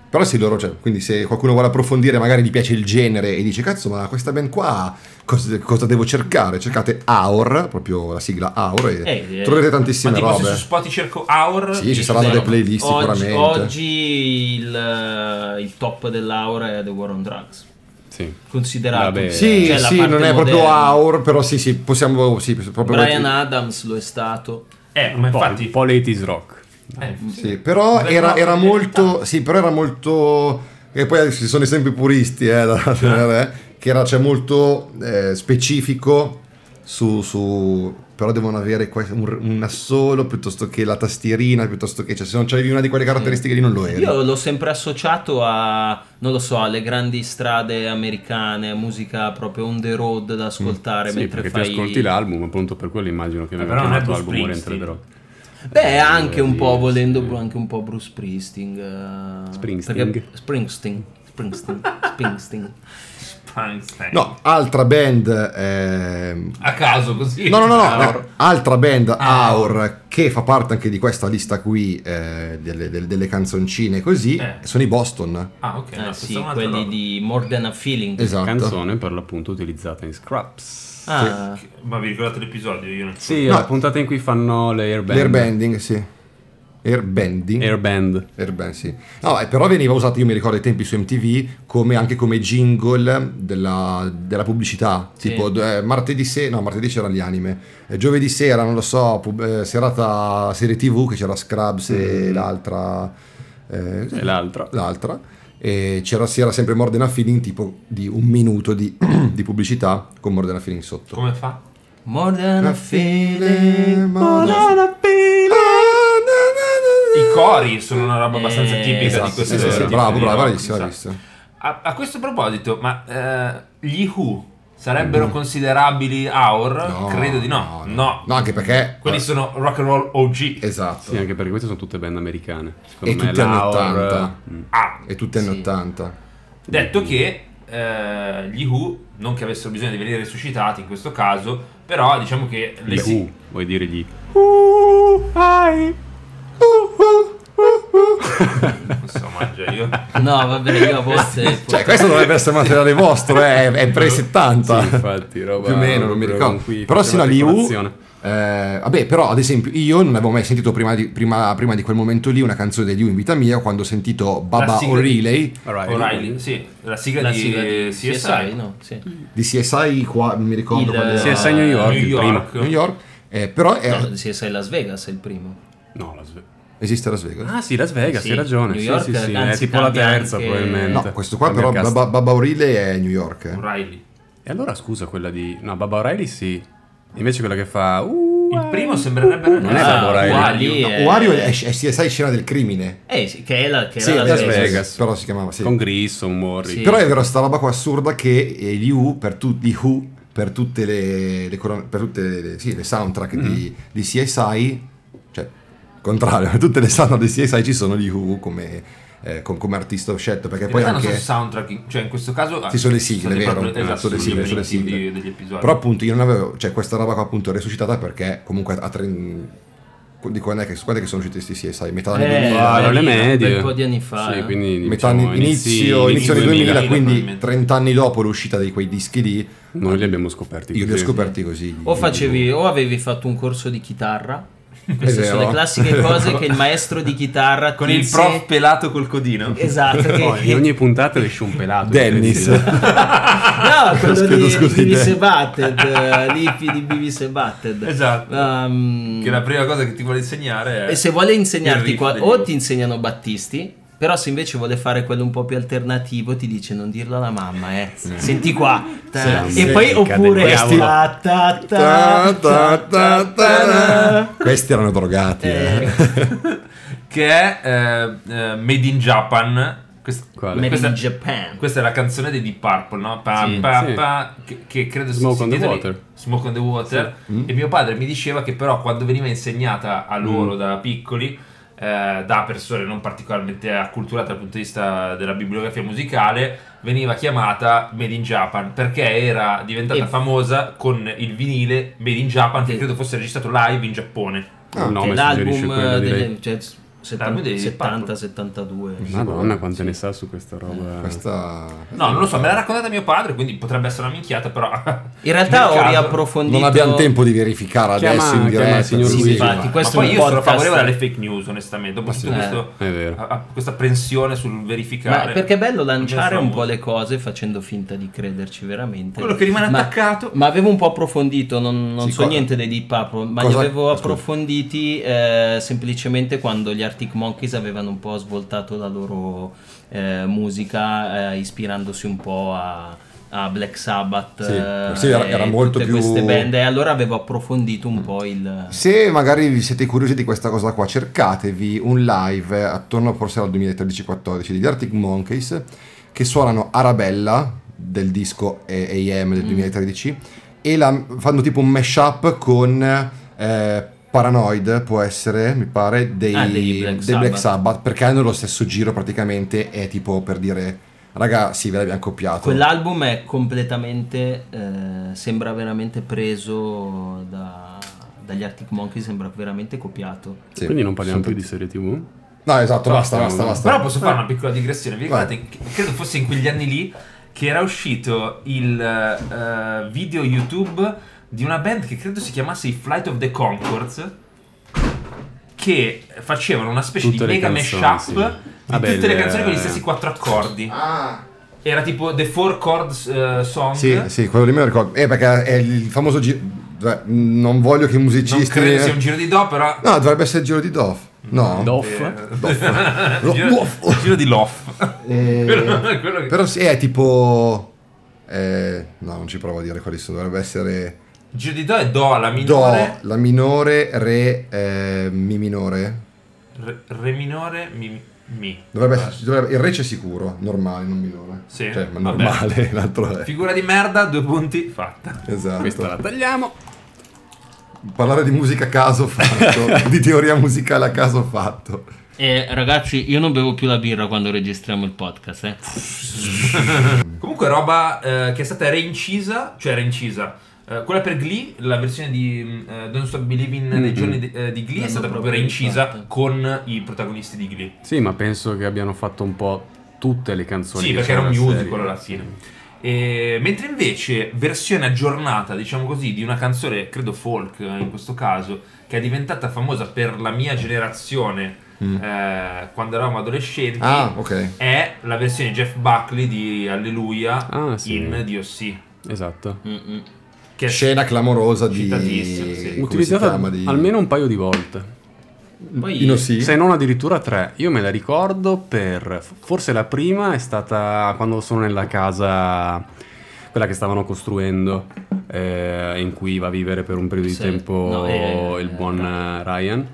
Speaker 1: però sì, loro, cioè, quindi se qualcuno vuole approfondire, magari gli piace il genere e dice cazzo, ma questa band qua cosa, cosa devo cercare? Cercate AUR, proprio la sigla AUR e
Speaker 4: Eh, eh.
Speaker 1: troverete
Speaker 2: Ma
Speaker 1: tantissime
Speaker 2: tipo se
Speaker 1: robe.
Speaker 2: su Spotify cerco Hour,
Speaker 1: Sì, ci saranno delle
Speaker 4: Vero.
Speaker 1: playlist
Speaker 4: Oggi-
Speaker 1: sicuramente.
Speaker 4: Oggi il, il top dell'aura è The War on Drugs.
Speaker 3: Sì.
Speaker 4: Considerato.
Speaker 3: Vabbè.
Speaker 1: Sì,
Speaker 4: Cioè, la
Speaker 1: sì,
Speaker 4: parte
Speaker 1: non è proprio
Speaker 4: moderna.
Speaker 1: AUR, però sì, sì, possiamo sì, proprio
Speaker 4: Brian Adams lo è stato. Mm.
Speaker 2: eh, ma
Speaker 3: Un po',
Speaker 2: infatti,
Speaker 3: un po' l'Eighties rock.
Speaker 2: eh,
Speaker 1: Sì, però
Speaker 2: Beh,
Speaker 1: era,
Speaker 2: no,
Speaker 1: era
Speaker 2: in
Speaker 1: molto.
Speaker 2: realtà-
Speaker 1: Sì, però era molto. E poi ci sono sempre i puristi, eh,
Speaker 4: Ah.
Speaker 1: da- eh, che era cioè, molto eh, specifico su, su- Però devono avere que- un, un assolo piuttosto che la tastierina, piuttosto che. Cioè, se non c'avevi una di quelle caratteristiche lì, non lo eri.
Speaker 4: Io l'ho sempre associato a, non lo so, alle grandi strade americane, musica proprio on the road da ascoltare
Speaker 3: Mm. Sì,
Speaker 4: mentre
Speaker 3: perché
Speaker 4: fai...
Speaker 3: ti ascolti l'album, appunto per quello immagino che aveva
Speaker 2: però non è
Speaker 3: chiamato
Speaker 2: Bruce
Speaker 3: album Oriented
Speaker 2: Springsteen.
Speaker 3: Rock.
Speaker 4: Beh,
Speaker 3: Eh,
Speaker 4: anche un
Speaker 3: di-
Speaker 4: po', volendo,
Speaker 3: sì.
Speaker 4: anche un po' Bruce Springsteen. eh,
Speaker 3: Springsteen.
Speaker 4: perché- Springsteen. Springsteen. Springsteen.
Speaker 2: Frankenstein.
Speaker 1: No, altra band. ehm,
Speaker 2: a caso così. Ah,
Speaker 1: No, no, no, no,
Speaker 2: Hour.
Speaker 1: no, altra band Aur che fa parte anche di questa lista qui eh, delle, delle- delle canzoncine così
Speaker 2: Eh.
Speaker 1: sono i Boston.
Speaker 2: Ah, ok,
Speaker 4: Eh,
Speaker 2: no,
Speaker 4: sì,
Speaker 2: pensavo un'altra
Speaker 4: quelli
Speaker 2: roba.
Speaker 4: di More Than a Feeling.
Speaker 1: Esatto.
Speaker 3: Canzone per l'appunto utilizzata in Scraps.
Speaker 4: Ah,
Speaker 2: Ma vi ricordate l'episodio? Io non so.
Speaker 3: Sì,
Speaker 1: No.
Speaker 3: è la puntata in cui fanno le airband.
Speaker 1: L'airbending, sì. Airbending.
Speaker 3: Airband.
Speaker 1: Airbend, sì. No, eh, però veniva usato, io mi ricordo ai tempi su MTV, come, anche come jingle della, della pubblicità.
Speaker 4: Sì.
Speaker 1: Tipo, eh, martedì sera, no, martedì c'erano gli anime. Eh, giovedì sera, non lo so, pub- eh, serata serie TV che c'era Scrubs e l'altra... eh,
Speaker 3: Mm. E l'altra.
Speaker 1: l'altra. E c'era, c'era sempre Morden a Feeling, tipo di un minuto di, *clears throat* di pubblicità con Morden a Feeling sotto.
Speaker 2: Come fa?
Speaker 4: More Than a
Speaker 1: Una
Speaker 4: Feeling.
Speaker 1: more than a feeling.
Speaker 2: I cori sono una roba
Speaker 4: Eh,
Speaker 2: abbastanza tipica di
Speaker 4: esatto,
Speaker 1: Esatto,
Speaker 2: questo
Speaker 1: sì, sì, sì,
Speaker 2: tipo di
Speaker 1: bravo, bravo,
Speaker 2: rock,
Speaker 1: bravissimo,
Speaker 2: mi sa.
Speaker 1: bravissimo.
Speaker 2: A, a questo proposito, ma eh, gli Who sarebbero considerabili Hour?
Speaker 1: Mm. No,
Speaker 2: Credo di no. No,
Speaker 1: No, anche perché...
Speaker 2: Quelli sono rock and roll OG.
Speaker 1: Esatto.
Speaker 3: Sì, anche perché queste sono tutte band americane. Secondo
Speaker 1: E
Speaker 3: me
Speaker 1: tutte anni
Speaker 3: Laur-
Speaker 1: 80.
Speaker 3: Mm.
Speaker 2: Ah,
Speaker 1: E tutti anni
Speaker 4: Sì.
Speaker 1: 80.
Speaker 2: detto che eh, gli Who, non che avessero bisogno di venire risuscitati in questo caso, però diciamo che le
Speaker 3: Gli
Speaker 2: si-
Speaker 3: U, vuoi dire gli
Speaker 2: *laughs* Insomma, già io.
Speaker 4: No, vabbè, io a volte...
Speaker 1: Cioè, questo dovrebbe essere
Speaker 3: *laughs*
Speaker 1: materiale vostro, eh, è pre-70.
Speaker 3: Sì, infatti, roba
Speaker 1: Più o meno, non mi
Speaker 3: proprio
Speaker 1: ricordo.
Speaker 3: con cui
Speaker 1: Però sino agli U...
Speaker 3: colazione.
Speaker 1: eh, vabbè, però ad esempio io non avevo mai sentito prima di, prima- prima di quel momento lì una canzone degli U in vita mia quando ho sentito
Speaker 2: La
Speaker 1: Baba
Speaker 2: sigla di-
Speaker 1: O'Reilly
Speaker 3: Alright.
Speaker 2: O'Reilly, sì, la sigla
Speaker 4: La
Speaker 2: di
Speaker 4: sigla di
Speaker 2: CSI.
Speaker 4: CSI, no? Sì.
Speaker 1: di CSI qua, mi ricordo
Speaker 4: Il-
Speaker 1: qual era.
Speaker 3: CSI New York,
Speaker 2: Eh, New
Speaker 3: il
Speaker 2: York.
Speaker 1: New York, eh, però è-
Speaker 4: No, CSI Las Vegas è il primo.
Speaker 3: *laughs* No, Las Vegas.
Speaker 1: esiste Las Vegas.
Speaker 3: Ah sì, Las Vegas,
Speaker 4: Sì,
Speaker 3: hai ragione.
Speaker 4: New
Speaker 3: sì,
Speaker 4: York,
Speaker 3: sì, sì,
Speaker 4: anzi,
Speaker 3: è tipo la
Speaker 4: cambia
Speaker 3: terza
Speaker 4: anche-
Speaker 3: probabilmente.
Speaker 1: Eh, No, questo qua
Speaker 3: Cambia
Speaker 1: però
Speaker 3: cast.
Speaker 1: Baba, Baba O'Reilly è New York. eh.
Speaker 2: O'Reilly.
Speaker 3: E allora scusa quella di... No, Baba O'Reilly sì. Invece quella che fa... uh,
Speaker 2: Il primo
Speaker 3: uh,
Speaker 2: sembrerebbe-
Speaker 3: uh, Non è
Speaker 2: Ah,
Speaker 3: Baba O'Reilly.
Speaker 2: uguali.
Speaker 4: lì
Speaker 1: No,
Speaker 4: è-
Speaker 1: Wario è, è CSI scena del crimine.
Speaker 4: Eh, sì, che è la che
Speaker 1: Sì,
Speaker 4: era
Speaker 1: Las
Speaker 4: Las Vegas.
Speaker 1: Vegas. però si chiamava, sì.
Speaker 3: Con Grissom, Morri.
Speaker 4: Sì.
Speaker 1: Però è vero sta roba qua assurda che eh, gli U per tutti gli Who per tutte le, le coron- per tutte le- le- sì, le soundtrack di, di CSI, cioè contrario, *laughs* per tutte le soundtrack di CSI ci sono gli Who come, eh, com- come artista scelto, perché
Speaker 2: In
Speaker 1: poi
Speaker 2: realtà non
Speaker 1: anche
Speaker 2: sono soundtrack, cioè in questo caso ah,
Speaker 1: Sì, sono le sigle,
Speaker 2: dei
Speaker 1: vero?
Speaker 2: propri-
Speaker 1: Esatto,
Speaker 2: esatto,
Speaker 1: le sigle, sono le
Speaker 2: elementi
Speaker 1: sigle.
Speaker 2: di- degli episodi.
Speaker 1: Però appunto io non avevo, cioè questa roba qua appunto è resuscitata perché comunque a tre, di quando è che, quando è che sono usciti questi CSI? Metà anni
Speaker 4: Eh,
Speaker 1: 2000?
Speaker 3: Ah, erano le
Speaker 4: Un
Speaker 3: medie.
Speaker 4: bel po' di anni fa,
Speaker 3: Sì,
Speaker 4: eh.
Speaker 3: quindi
Speaker 1: metà
Speaker 3: diciamo,
Speaker 1: anni, inizio, inizio anni 2000,
Speaker 2: 2000,
Speaker 1: quindi
Speaker 2: probabilmente.
Speaker 1: 30 anni dopo l'uscita di quei dischi lì,
Speaker 3: Noi li abbiamo scoperti.
Speaker 1: io li ho
Speaker 3: così.
Speaker 1: scoperti così.
Speaker 4: O facevi o avevi fatto un corso di chitarra Queste
Speaker 1: È
Speaker 4: sono
Speaker 1: vero. *laughs*
Speaker 4: le classiche cose che il maestro di chitarra
Speaker 2: Con
Speaker 4: ti
Speaker 2: il
Speaker 4: insegna-
Speaker 2: prof pelato col codino.
Speaker 4: Esatto, che-
Speaker 1: *laughs*
Speaker 3: Poi in ogni puntata esce un pelato. cioè,
Speaker 1: Dennis. *laughs*
Speaker 4: No, quello
Speaker 1: Chiedo
Speaker 4: di,
Speaker 1: scusa,
Speaker 4: di Beavis
Speaker 1: idea. *laughs*
Speaker 4: e Butted, eh, l'IP di Beavis e Butted.
Speaker 2: Esatto.
Speaker 4: Ehm,
Speaker 2: Che la prima cosa che ti vuole insegnare è...
Speaker 4: E se vuole insegnarti
Speaker 2: Eh, il
Speaker 4: qua,
Speaker 2: riff
Speaker 4: o
Speaker 2: degli-
Speaker 4: ti insegnano Battisti, però se invece vuole fare quello un po' più alternativo ti dice non dirlo alla mamma, eh. Senti qua. Ta-
Speaker 3: Sì,
Speaker 4: e
Speaker 3: sì,
Speaker 4: poi
Speaker 3: cadere
Speaker 4: oppure...
Speaker 3: in
Speaker 4: Ta,
Speaker 1: cavolo.
Speaker 4: ta, ta,
Speaker 1: Ta, ta, ta,
Speaker 4: ta, ta.
Speaker 1: ta. Questi erano drogati. eh.
Speaker 4: Eh,
Speaker 2: Che è eh, eh, Made in Japan. Quest-
Speaker 3: Quale?
Speaker 4: Made in
Speaker 2: questa,
Speaker 4: Japan.
Speaker 2: questa è la canzone dei Deep Purple, no? Pa,
Speaker 4: Sì.
Speaker 2: pa,
Speaker 3: Sì.
Speaker 2: pa, che, che credo si-
Speaker 3: Smoke
Speaker 2: si
Speaker 3: on the
Speaker 2: titoli
Speaker 3: Water. Mm.
Speaker 2: Smoke on the Water. E mio padre mi diceva che però quando veniva insegnata a loro da piccoli, eh, da persone non particolarmente acculturate dal punto di vista della bibliografia musicale, veniva chiamata Made in Japan perché era diventata
Speaker 4: E-
Speaker 2: famosa con il vinile Made in Japan che
Speaker 4: Sì.
Speaker 2: credo fosse registrato live in Giappone.
Speaker 3: Il
Speaker 4: che
Speaker 3: nome suggerisce
Speaker 4: l'album
Speaker 3: quello
Speaker 4: eh,
Speaker 3: direi.
Speaker 4: degli- cioè,
Speaker 2: L'album Ah, dei
Speaker 4: 70, 72.
Speaker 3: Madonna, quanto ne sa su questa roba.
Speaker 1: Eh, Questa...
Speaker 2: No, non lo so, me l'ha raccontata mio padre, quindi potrebbe essere una minchiata, *laughs* però...
Speaker 4: In realtà
Speaker 2: Nel
Speaker 4: ho
Speaker 2: caso-
Speaker 4: riapprofondito...
Speaker 1: Non abbiamo tempo di verificare
Speaker 3: Chiama-
Speaker 1: adesso in
Speaker 3: chiama il
Speaker 2: eh,
Speaker 1: diretta.
Speaker 3: signor
Speaker 1: quindi-
Speaker 4: Sì,
Speaker 3: Luigi.
Speaker 4: infatti,
Speaker 1: ma-
Speaker 4: questo
Speaker 2: ma poi
Speaker 4: è un
Speaker 2: io sono
Speaker 4: podcast-
Speaker 2: favorevole alle fake news, onestamente. Dopo tutto
Speaker 4: sì.
Speaker 2: questo,
Speaker 3: Eh, è vero.
Speaker 2: a- a- questa apprensione sul verificare.
Speaker 4: Ma perché è bello lanciare un po'
Speaker 2: Famoso.
Speaker 4: le cose facendo finta di crederci veramente.
Speaker 2: Quello che rimane
Speaker 4: Ma-
Speaker 2: attaccato.
Speaker 4: Esatto. Ma avevo un po' approfondito, non, non
Speaker 1: Sì,
Speaker 4: so
Speaker 1: cosa-
Speaker 4: niente dei Deep Purple, ma li
Speaker 1: cosa-
Speaker 4: avevo
Speaker 1: ah, scusa.
Speaker 4: approfonditi eh, semplicemente quando gli Arctic Monkeys avevano un po' svoltato la loro eh, musica, eh, ispirandosi un po' a, a Black Sabbath.
Speaker 1: Sì,
Speaker 4: eh,
Speaker 1: sì, era-
Speaker 4: e
Speaker 1: era molto
Speaker 4: tutte
Speaker 1: più- Mm. Esatto.
Speaker 4: queste band, e allora avevo approfondito un po' il...
Speaker 1: Se magari vi siete curiosi di questa cosa qua, cercatevi un live attorno forse al 2013-14 degli Arctic Monkeys che suonano Arabella del disco eh, AM del 2013 e la- fanno tipo un mashup con eh, Paranoid, può essere, mi pare, dei,
Speaker 4: Ah,
Speaker 1: dei
Speaker 4: dei Black
Speaker 1: Black,
Speaker 4: Sabbath.
Speaker 1: Sabbath perché hanno lo stesso giro praticamente è tipo per dire raga sì ve l'abbiamo copiato.
Speaker 4: Quell'album è completamente, eh, sembra veramente preso da- dagli Arctic Monkeys, sembra veramente copiato.
Speaker 1: Sì,
Speaker 3: Quindi non parliamo
Speaker 1: sono
Speaker 3: più di serie TV?
Speaker 1: tutti- No esatto, basta, basta,
Speaker 3: no.
Speaker 1: basta.
Speaker 2: Però
Speaker 4: Eh.
Speaker 2: posso fare una piccola digressione. Vi
Speaker 1: Vai.
Speaker 2: ricordate, che- credo fosse in quegli anni lì che era uscito il eh, video YouTube di una band che credo si chiamasse i Flight of the Concords che facevano una specie
Speaker 3: Tutte
Speaker 2: di
Speaker 3: le
Speaker 2: mega
Speaker 3: canzoni,
Speaker 2: mashup
Speaker 3: sì.
Speaker 2: di
Speaker 3: Vabbè,
Speaker 2: tutte le
Speaker 3: il- eh,
Speaker 2: canzoni con gli stessi quattro accordi.
Speaker 1: Ah.
Speaker 2: Era tipo The Four Chords eh, Song.
Speaker 1: Sì, sì, quello di me lo ricordo. Eh, perché è il famoso giro. Non voglio che i
Speaker 2: Non
Speaker 1: musicisti.
Speaker 2: credo sia un Mm, giro di do, però.
Speaker 1: No, dovrebbe essere il giro di Doff. No.
Speaker 3: Doff?
Speaker 2: Eh, *laughs* Doff. giro,
Speaker 1: Loff.
Speaker 2: giro di Loff.
Speaker 1: Eh,
Speaker 2: Quello- *laughs* quello che-
Speaker 1: Però sì, è tipo. eh, no, non ci provo a dire quali sono. Dovrebbe essere.
Speaker 2: Giro di do è do alla
Speaker 1: Do,
Speaker 2: minore,
Speaker 1: la minore, re, eh, mi minore.
Speaker 2: re, re minore, mi. mi.
Speaker 1: Dovrebbe essere- dovrebbe- il re c'è sicuro, normale, non minore.
Speaker 2: Ah. Sì,
Speaker 1: Cioè, ma
Speaker 2: vabbè.
Speaker 1: normale, *laughs* l'altro è.
Speaker 2: Figura di merda, due punti, fatta.
Speaker 1: Esatto.
Speaker 3: Questa la tagliamo.
Speaker 1: Parlare di musica a caso fatto,
Speaker 2: *laughs*
Speaker 1: di teoria musicale a caso fatto.
Speaker 4: Eh, ragazzi, io non bevo più la birra quando registriamo il podcast, eh.
Speaker 2: Comunque, roba eh, che è stata reincisa, cioè reincisa. Eh, quella per Glee, la versione di mm, eh, Don't Stop Believing dei
Speaker 3: Mm.
Speaker 2: giorni di, eh, di Glee, è
Speaker 4: L'hanno
Speaker 2: stata proprio
Speaker 4: proprio
Speaker 2: reincisa
Speaker 4: rifatta.
Speaker 2: con i protagonisti di Glee.
Speaker 3: Sì, ma penso che abbiano fatto un po' tutte le canzoni.
Speaker 2: Sì,
Speaker 3: che
Speaker 2: perché era un
Speaker 3: c'era nella
Speaker 2: musical alla
Speaker 3: serie.
Speaker 2: fine. E- mentre invece versione aggiornata, diciamo così, di una canzone, credo folk eh, in questo caso, che è diventata famosa per la mia generazione
Speaker 1: Mm.
Speaker 2: eh, quando eravamo adolescenti,
Speaker 1: Ah, ok.
Speaker 2: è la versione Jeff Buckley di Alleluia
Speaker 3: Ah, sì.
Speaker 2: in DOC.
Speaker 3: Esatto.
Speaker 4: Mm-mm.
Speaker 2: Che è-
Speaker 1: scena clamorosa di
Speaker 2: Citatissimo, sì.
Speaker 1: come si
Speaker 3: Utilizzata
Speaker 1: chiama, di-
Speaker 3: almeno un paio di volte.
Speaker 4: Poi-
Speaker 1: in Ossi?
Speaker 3: Se non addirittura tre. Io me la ricordo per. Forse la prima è stata quando sono nella casa. Quella che stavano costruendo. eh, in cui va a vivere per un periodo di
Speaker 4: Sì.
Speaker 3: tempo
Speaker 4: No, eh,
Speaker 3: il buon eh, Ryan.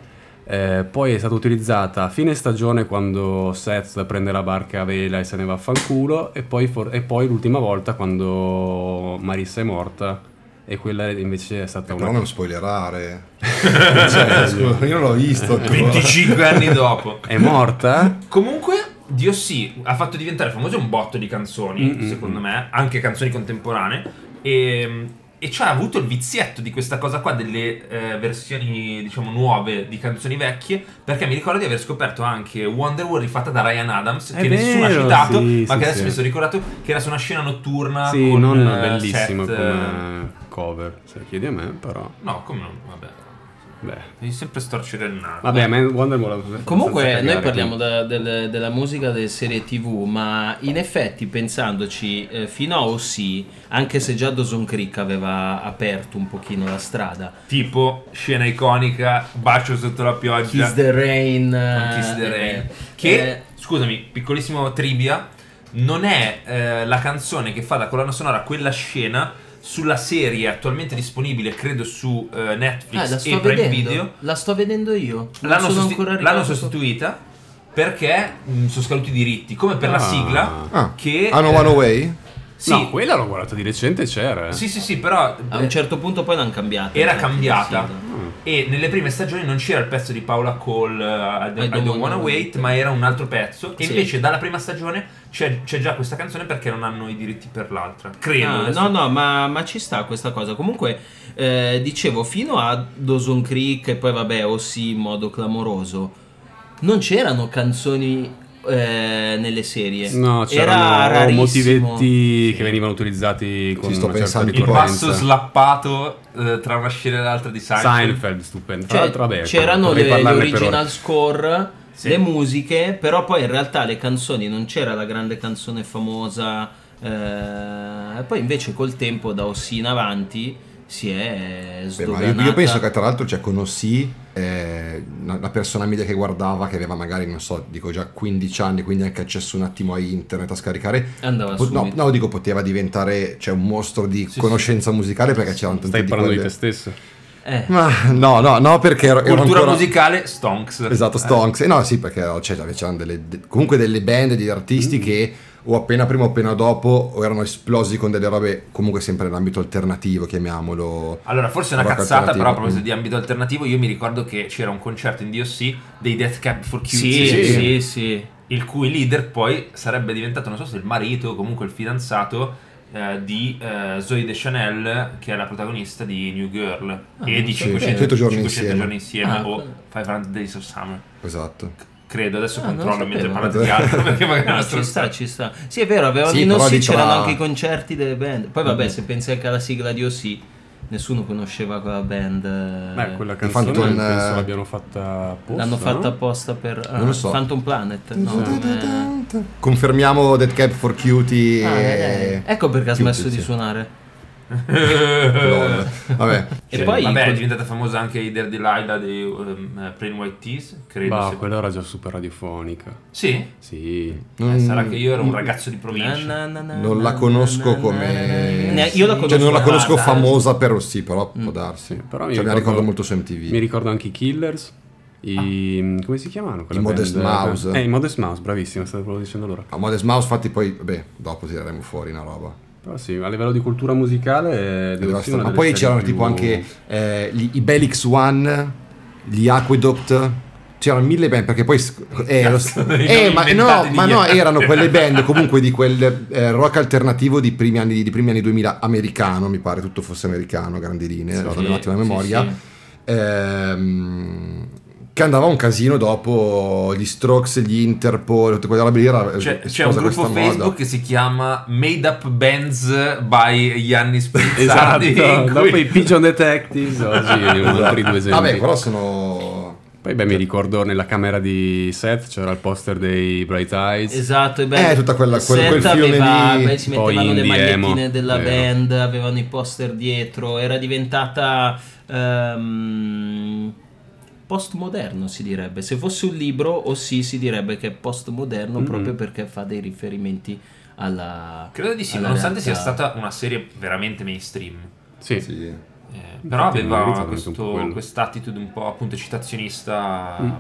Speaker 3: Eh, poi è stata utilizzata a fine stagione quando Seth prende la barca a vela e se ne va a fanculo. E poi, for- e poi l'ultima volta quando Marissa è morta. E quella invece è stata
Speaker 1: però
Speaker 3: una.
Speaker 1: Ecco, non spoilerare Cioè, scusa, io non l'ho visto ancora.
Speaker 2: 25 anni dopo.
Speaker 3: È morta?
Speaker 2: Comunque, DOC ha fatto diventare famoso un botto di canzoni,
Speaker 3: Mm-mm.
Speaker 2: secondo me, anche canzoni contemporanee. E, e c'ha avuto il vizietto di questa cosa qua delle eh, versioni, diciamo, nuove di canzoni vecchie. Perché mi ricordo di aver scoperto anche Wonderwall rifatta da Ryan Adams,
Speaker 3: È
Speaker 2: che nessuno ha
Speaker 3: vero,
Speaker 2: citato,
Speaker 3: sì,
Speaker 2: ma
Speaker 3: sì,
Speaker 2: che adesso
Speaker 3: sì.
Speaker 2: mi sono ricordato che era su una scena notturna.
Speaker 3: Sì,
Speaker 2: con,
Speaker 3: non
Speaker 2: eh,
Speaker 3: bellissimo
Speaker 2: Seth, eh,
Speaker 3: come cover, se chiedi a me, però
Speaker 2: No, come no, vabbè.
Speaker 3: Beh.
Speaker 2: Devi sempre storcere il naso.
Speaker 3: Vabbè, Man Wonder Woman
Speaker 4: Comunque noi parliamo da- del- della musica delle serie TV, ma in effetti pensandoci eh, fino a OC, anche se già Dawson Creek aveva aperto un pochino la strada,
Speaker 2: Tipo scena iconica, bacio sotto la pioggia.
Speaker 4: Kiss the Rain,
Speaker 2: Con
Speaker 4: eh,
Speaker 2: Kiss the Rain.
Speaker 4: eh,
Speaker 2: che,
Speaker 4: eh,
Speaker 2: scusami, piccolissimo trivia, non è eh, la canzone che fa da colonna sonora quella scena sulla serie attualmente disponibile, credo, su eh,
Speaker 4: ah, la
Speaker 2: Netflix e
Speaker 4: sto
Speaker 2: Prime
Speaker 4: vedendo,
Speaker 2: Video.
Speaker 4: la sto vedendo io, non
Speaker 2: L'hanno,
Speaker 4: sono
Speaker 2: sosti-
Speaker 4: ancora
Speaker 2: l'hanno
Speaker 4: arrivato.
Speaker 2: sostituita perché mh, sono scaduti i diritti, come per la
Speaker 3: Ah.
Speaker 2: sigla.
Speaker 1: *laughs* Ah,
Speaker 2: Che,
Speaker 1: hanno
Speaker 2: eh,
Speaker 1: One Away?
Speaker 2: Sì,
Speaker 3: No, quella l'ho guardata di recente, c'era. eh.
Speaker 2: sì, sì, sì, però... eh,
Speaker 4: A un certo punto poi l'hanno cambiata. Cioè,
Speaker 2: Era
Speaker 4: infatti,
Speaker 2: cambiata.
Speaker 4: la sigla.
Speaker 3: Mm.
Speaker 2: E nelle prime stagioni non c'era il pezzo di Paola Cole eh, I Don't, I Don't Wanna Wait, ma era un altro pezzo. E
Speaker 4: Sì.
Speaker 2: invece dalla prima stagione c'è, c'è già questa canzone perché non hanno i diritti per l'altra. Credo.
Speaker 4: Ah,
Speaker 2: adesso-
Speaker 4: no, no, ma, ma ci sta questa cosa. Comunque, eh, dicevo, fino a Dawson Creek e poi vabbè, o sì, in modo clamoroso, non c'erano canzoni eh, nelle serie.
Speaker 3: No,
Speaker 4: Era
Speaker 3: c'erano
Speaker 4: rarissimo.
Speaker 3: motivetti che venivano utilizzati con
Speaker 1: Ci sto
Speaker 3: una certa
Speaker 1: pensando.
Speaker 2: Il
Speaker 3: ricorrenza.
Speaker 2: basso slappato eh, tra una scena e l'altra di Seinfeld.
Speaker 3: Seinfeld, stupendo. Tra
Speaker 4: Cioè,
Speaker 3: l'altro, vabbè,
Speaker 4: c'erano
Speaker 3: potrei
Speaker 4: le, le
Speaker 3: parlarne per
Speaker 4: original
Speaker 3: ore.
Speaker 4: score,
Speaker 2: Sì.
Speaker 4: le musiche, però poi in realtà le canzoni non c'era la grande canzone famosa. eh, e poi invece col tempo da Ossi in avanti si è
Speaker 1: Beh, ma
Speaker 4: sdoganata.
Speaker 1: io, io penso che tra l'altro cioè, conosci eh, una, una persona media che guardava, che aveva magari, non so, dico già 15 anni, quindi anche accesso un attimo a internet a scaricare.
Speaker 4: andava
Speaker 1: Po-
Speaker 4: subito.
Speaker 1: no, no, dico poteva diventare cioè, un mostro di
Speaker 2: Sì,
Speaker 1: conoscenza musicale perché c'erano tante
Speaker 3: Stai
Speaker 1: di
Speaker 3: parlando di te
Speaker 1: quelle-
Speaker 3: stesso.
Speaker 4: Eh.
Speaker 1: Ma no, no, no, perché ero, ero
Speaker 2: Cultura
Speaker 1: ancora-
Speaker 2: musicale, Stonks.
Speaker 4: Certo.
Speaker 1: Esatto,
Speaker 2: Eh,
Speaker 1: Stonks. Eh, no, sì, perché cioè, c'erano delle- de- comunque delle band di
Speaker 4: Mm.
Speaker 1: artisti che o appena prima o appena dopo o erano esplosi con delle robe comunque sempre nell'ambito alternativo, chiamiamolo.
Speaker 2: Allora, forse è una
Speaker 1: Rock
Speaker 2: cazzata,
Speaker 1: alternativo.
Speaker 2: però a proposito
Speaker 1: Mm.
Speaker 2: di ambito alternativo, io mi ricordo che c'era un concerto in DOC dei Death Cab for Cutie.
Speaker 4: Sì,
Speaker 1: Sì.
Speaker 4: sì, sì, sì.
Speaker 2: il cui leader poi sarebbe diventato, non so se il marito o comunque il fidanzato eh, di eh, Zoe de Chanel, che è la protagonista di New Girl e di
Speaker 1: sì.
Speaker 2: 500,
Speaker 1: 500 giorni
Speaker 2: 500
Speaker 1: insieme.
Speaker 2: giorni insieme
Speaker 4: Ah,
Speaker 2: o
Speaker 4: quello.
Speaker 2: 500 Days of Summer.
Speaker 1: Esatto.
Speaker 2: Credo, adesso
Speaker 4: Ah, non lo
Speaker 2: controllo mentre
Speaker 4: sapevo.
Speaker 2: parlate di
Speaker 4: *laughs*
Speaker 2: altro *laughs* perché magari
Speaker 4: No,
Speaker 2: non
Speaker 4: ci
Speaker 2: sono
Speaker 4: sta,
Speaker 2: stato.
Speaker 4: ci sta. Sì, è vero, avevano
Speaker 1: Sì,
Speaker 4: in
Speaker 1: però
Speaker 4: OC
Speaker 1: di
Speaker 4: c'erano
Speaker 1: tra-
Speaker 4: anche i concerti delle band. Poi vabbè,
Speaker 1: Mm.
Speaker 4: se pensi anche alla sigla di OC, nessuno conosceva quella band. eh.
Speaker 3: Beh, quella
Speaker 1: Di
Speaker 3: canzone
Speaker 1: Phantom,
Speaker 3: penso
Speaker 1: eh,
Speaker 3: l'abbiano fatta apposta.
Speaker 4: L'hanno fatta
Speaker 3: no?
Speaker 4: apposta per ah,
Speaker 1: Non lo so. Mm.
Speaker 4: Phantom Planet. No, non
Speaker 1: Confermiamo Dead Cap for
Speaker 4: è-
Speaker 1: Cutie.
Speaker 4: Ah,
Speaker 1: e...
Speaker 4: eh, Ecco perché ha
Speaker 1: Cutie,
Speaker 4: smesso
Speaker 1: sì.
Speaker 4: di suonare.
Speaker 1: Lol. *laughs* Vabbè.
Speaker 4: E poi
Speaker 2: vabbè, è
Speaker 4: col-
Speaker 2: diventata famosa anche i Dirty Lila di um, eh, Plain White Tees, credo.
Speaker 3: Bah,
Speaker 2: se-
Speaker 3: quella era già super radiofonica.
Speaker 2: Sì?
Speaker 3: Sì.
Speaker 2: Eh, sarà che io ero un
Speaker 1: Mm.
Speaker 2: ragazzo di provincia.
Speaker 4: Na, na, na, na,
Speaker 1: Non la
Speaker 4: na,
Speaker 1: conosco
Speaker 4: na,
Speaker 1: come.
Speaker 4: na, na. Io la conosco.
Speaker 1: Cioè, non la conosco
Speaker 2: guarda.
Speaker 1: famosa, però sì, però può
Speaker 4: Mm.
Speaker 1: darsi.
Speaker 3: Sì, però mi
Speaker 1: Cioè, me la
Speaker 3: ricordo-
Speaker 1: ricordo molto su MTV.
Speaker 3: Mi ricordo anche i Killers. I, Come si chiamavano? quella
Speaker 1: Ah. I
Speaker 3: band?
Speaker 1: Modest Mouse.
Speaker 3: Eh, i Modest Mouse, bravissimo, stavo proprio dicendo loro.
Speaker 1: A Modest Mouse, infatti, poi, vabbè, dopo tireremo fuori una roba.
Speaker 3: Però sì, a livello di cultura musicale... eh, devo dire,
Speaker 1: Devastante.
Speaker 3: una
Speaker 1: Ma
Speaker 3: delle
Speaker 1: poi
Speaker 3: serie
Speaker 1: c'erano
Speaker 3: più-
Speaker 1: tipo anche eh, gli- i Belix One, gli Aqueduct. C'erano mille band perché poi. sc- Eh, lo s-
Speaker 2: Cazzo,
Speaker 1: eh,
Speaker 2: non
Speaker 1: ma,
Speaker 2: inventate
Speaker 1: no,
Speaker 2: di
Speaker 1: ma no,
Speaker 2: niente.
Speaker 1: erano quelle band comunque di quel eh, rock alternativo di primi, anni, di primi anni 2000 americano, mi pare tutto fosse americano, a grandi linee, vado un attimo a memoria.
Speaker 4: Sì,
Speaker 1: Ehm, che andava un casino dopo gli Strokes, gli Interpol, tutte quelle robe lì. Era
Speaker 2: C'è, Cioè, c'è un
Speaker 1: esplosa
Speaker 2: gruppo
Speaker 1: questa moda.
Speaker 2: Facebook che si chiama Made Up Bands by
Speaker 3: *laughs*
Speaker 2: Yannis
Speaker 3: Esatto,
Speaker 2: Pizzardi. in cui-
Speaker 3: dopo i Pigeon Detectives,
Speaker 1: *laughs*
Speaker 3: oggi veniamo altri due esempi.
Speaker 1: Vabbè, però sono.
Speaker 3: Poi beh, mi ricordo nella camera di Seth c'era il poster dei Bright Eyes.
Speaker 4: Esatto, e
Speaker 1: Eh, tutta quella- quel-
Speaker 4: Seth
Speaker 1: quel filone
Speaker 4: aveva-
Speaker 1: lì,
Speaker 4: beh, si
Speaker 3: un po'
Speaker 4: mettevano le
Speaker 3: indie,
Speaker 4: magliettine
Speaker 3: emo,
Speaker 4: della
Speaker 3: vero.
Speaker 4: band, avevano i poster dietro, era diventata ehm, postmoderno si direbbe. Se fosse un libro, o sì, si direbbe che è postmoderno
Speaker 3: Mhm.
Speaker 4: proprio perché fa dei riferimenti alla...
Speaker 2: Credo di sì,
Speaker 4: alla
Speaker 2: nonostante
Speaker 4: realtà.
Speaker 2: sia stata una serie veramente mainstream.
Speaker 3: Sì.
Speaker 1: Sì.
Speaker 2: Eh, però
Speaker 3: Infatti, mi ricordo
Speaker 2: aveva
Speaker 3: anche un po'
Speaker 2: questo,
Speaker 3: quello.
Speaker 2: quest'attitude un po' appunto citazionista,
Speaker 3: Mm.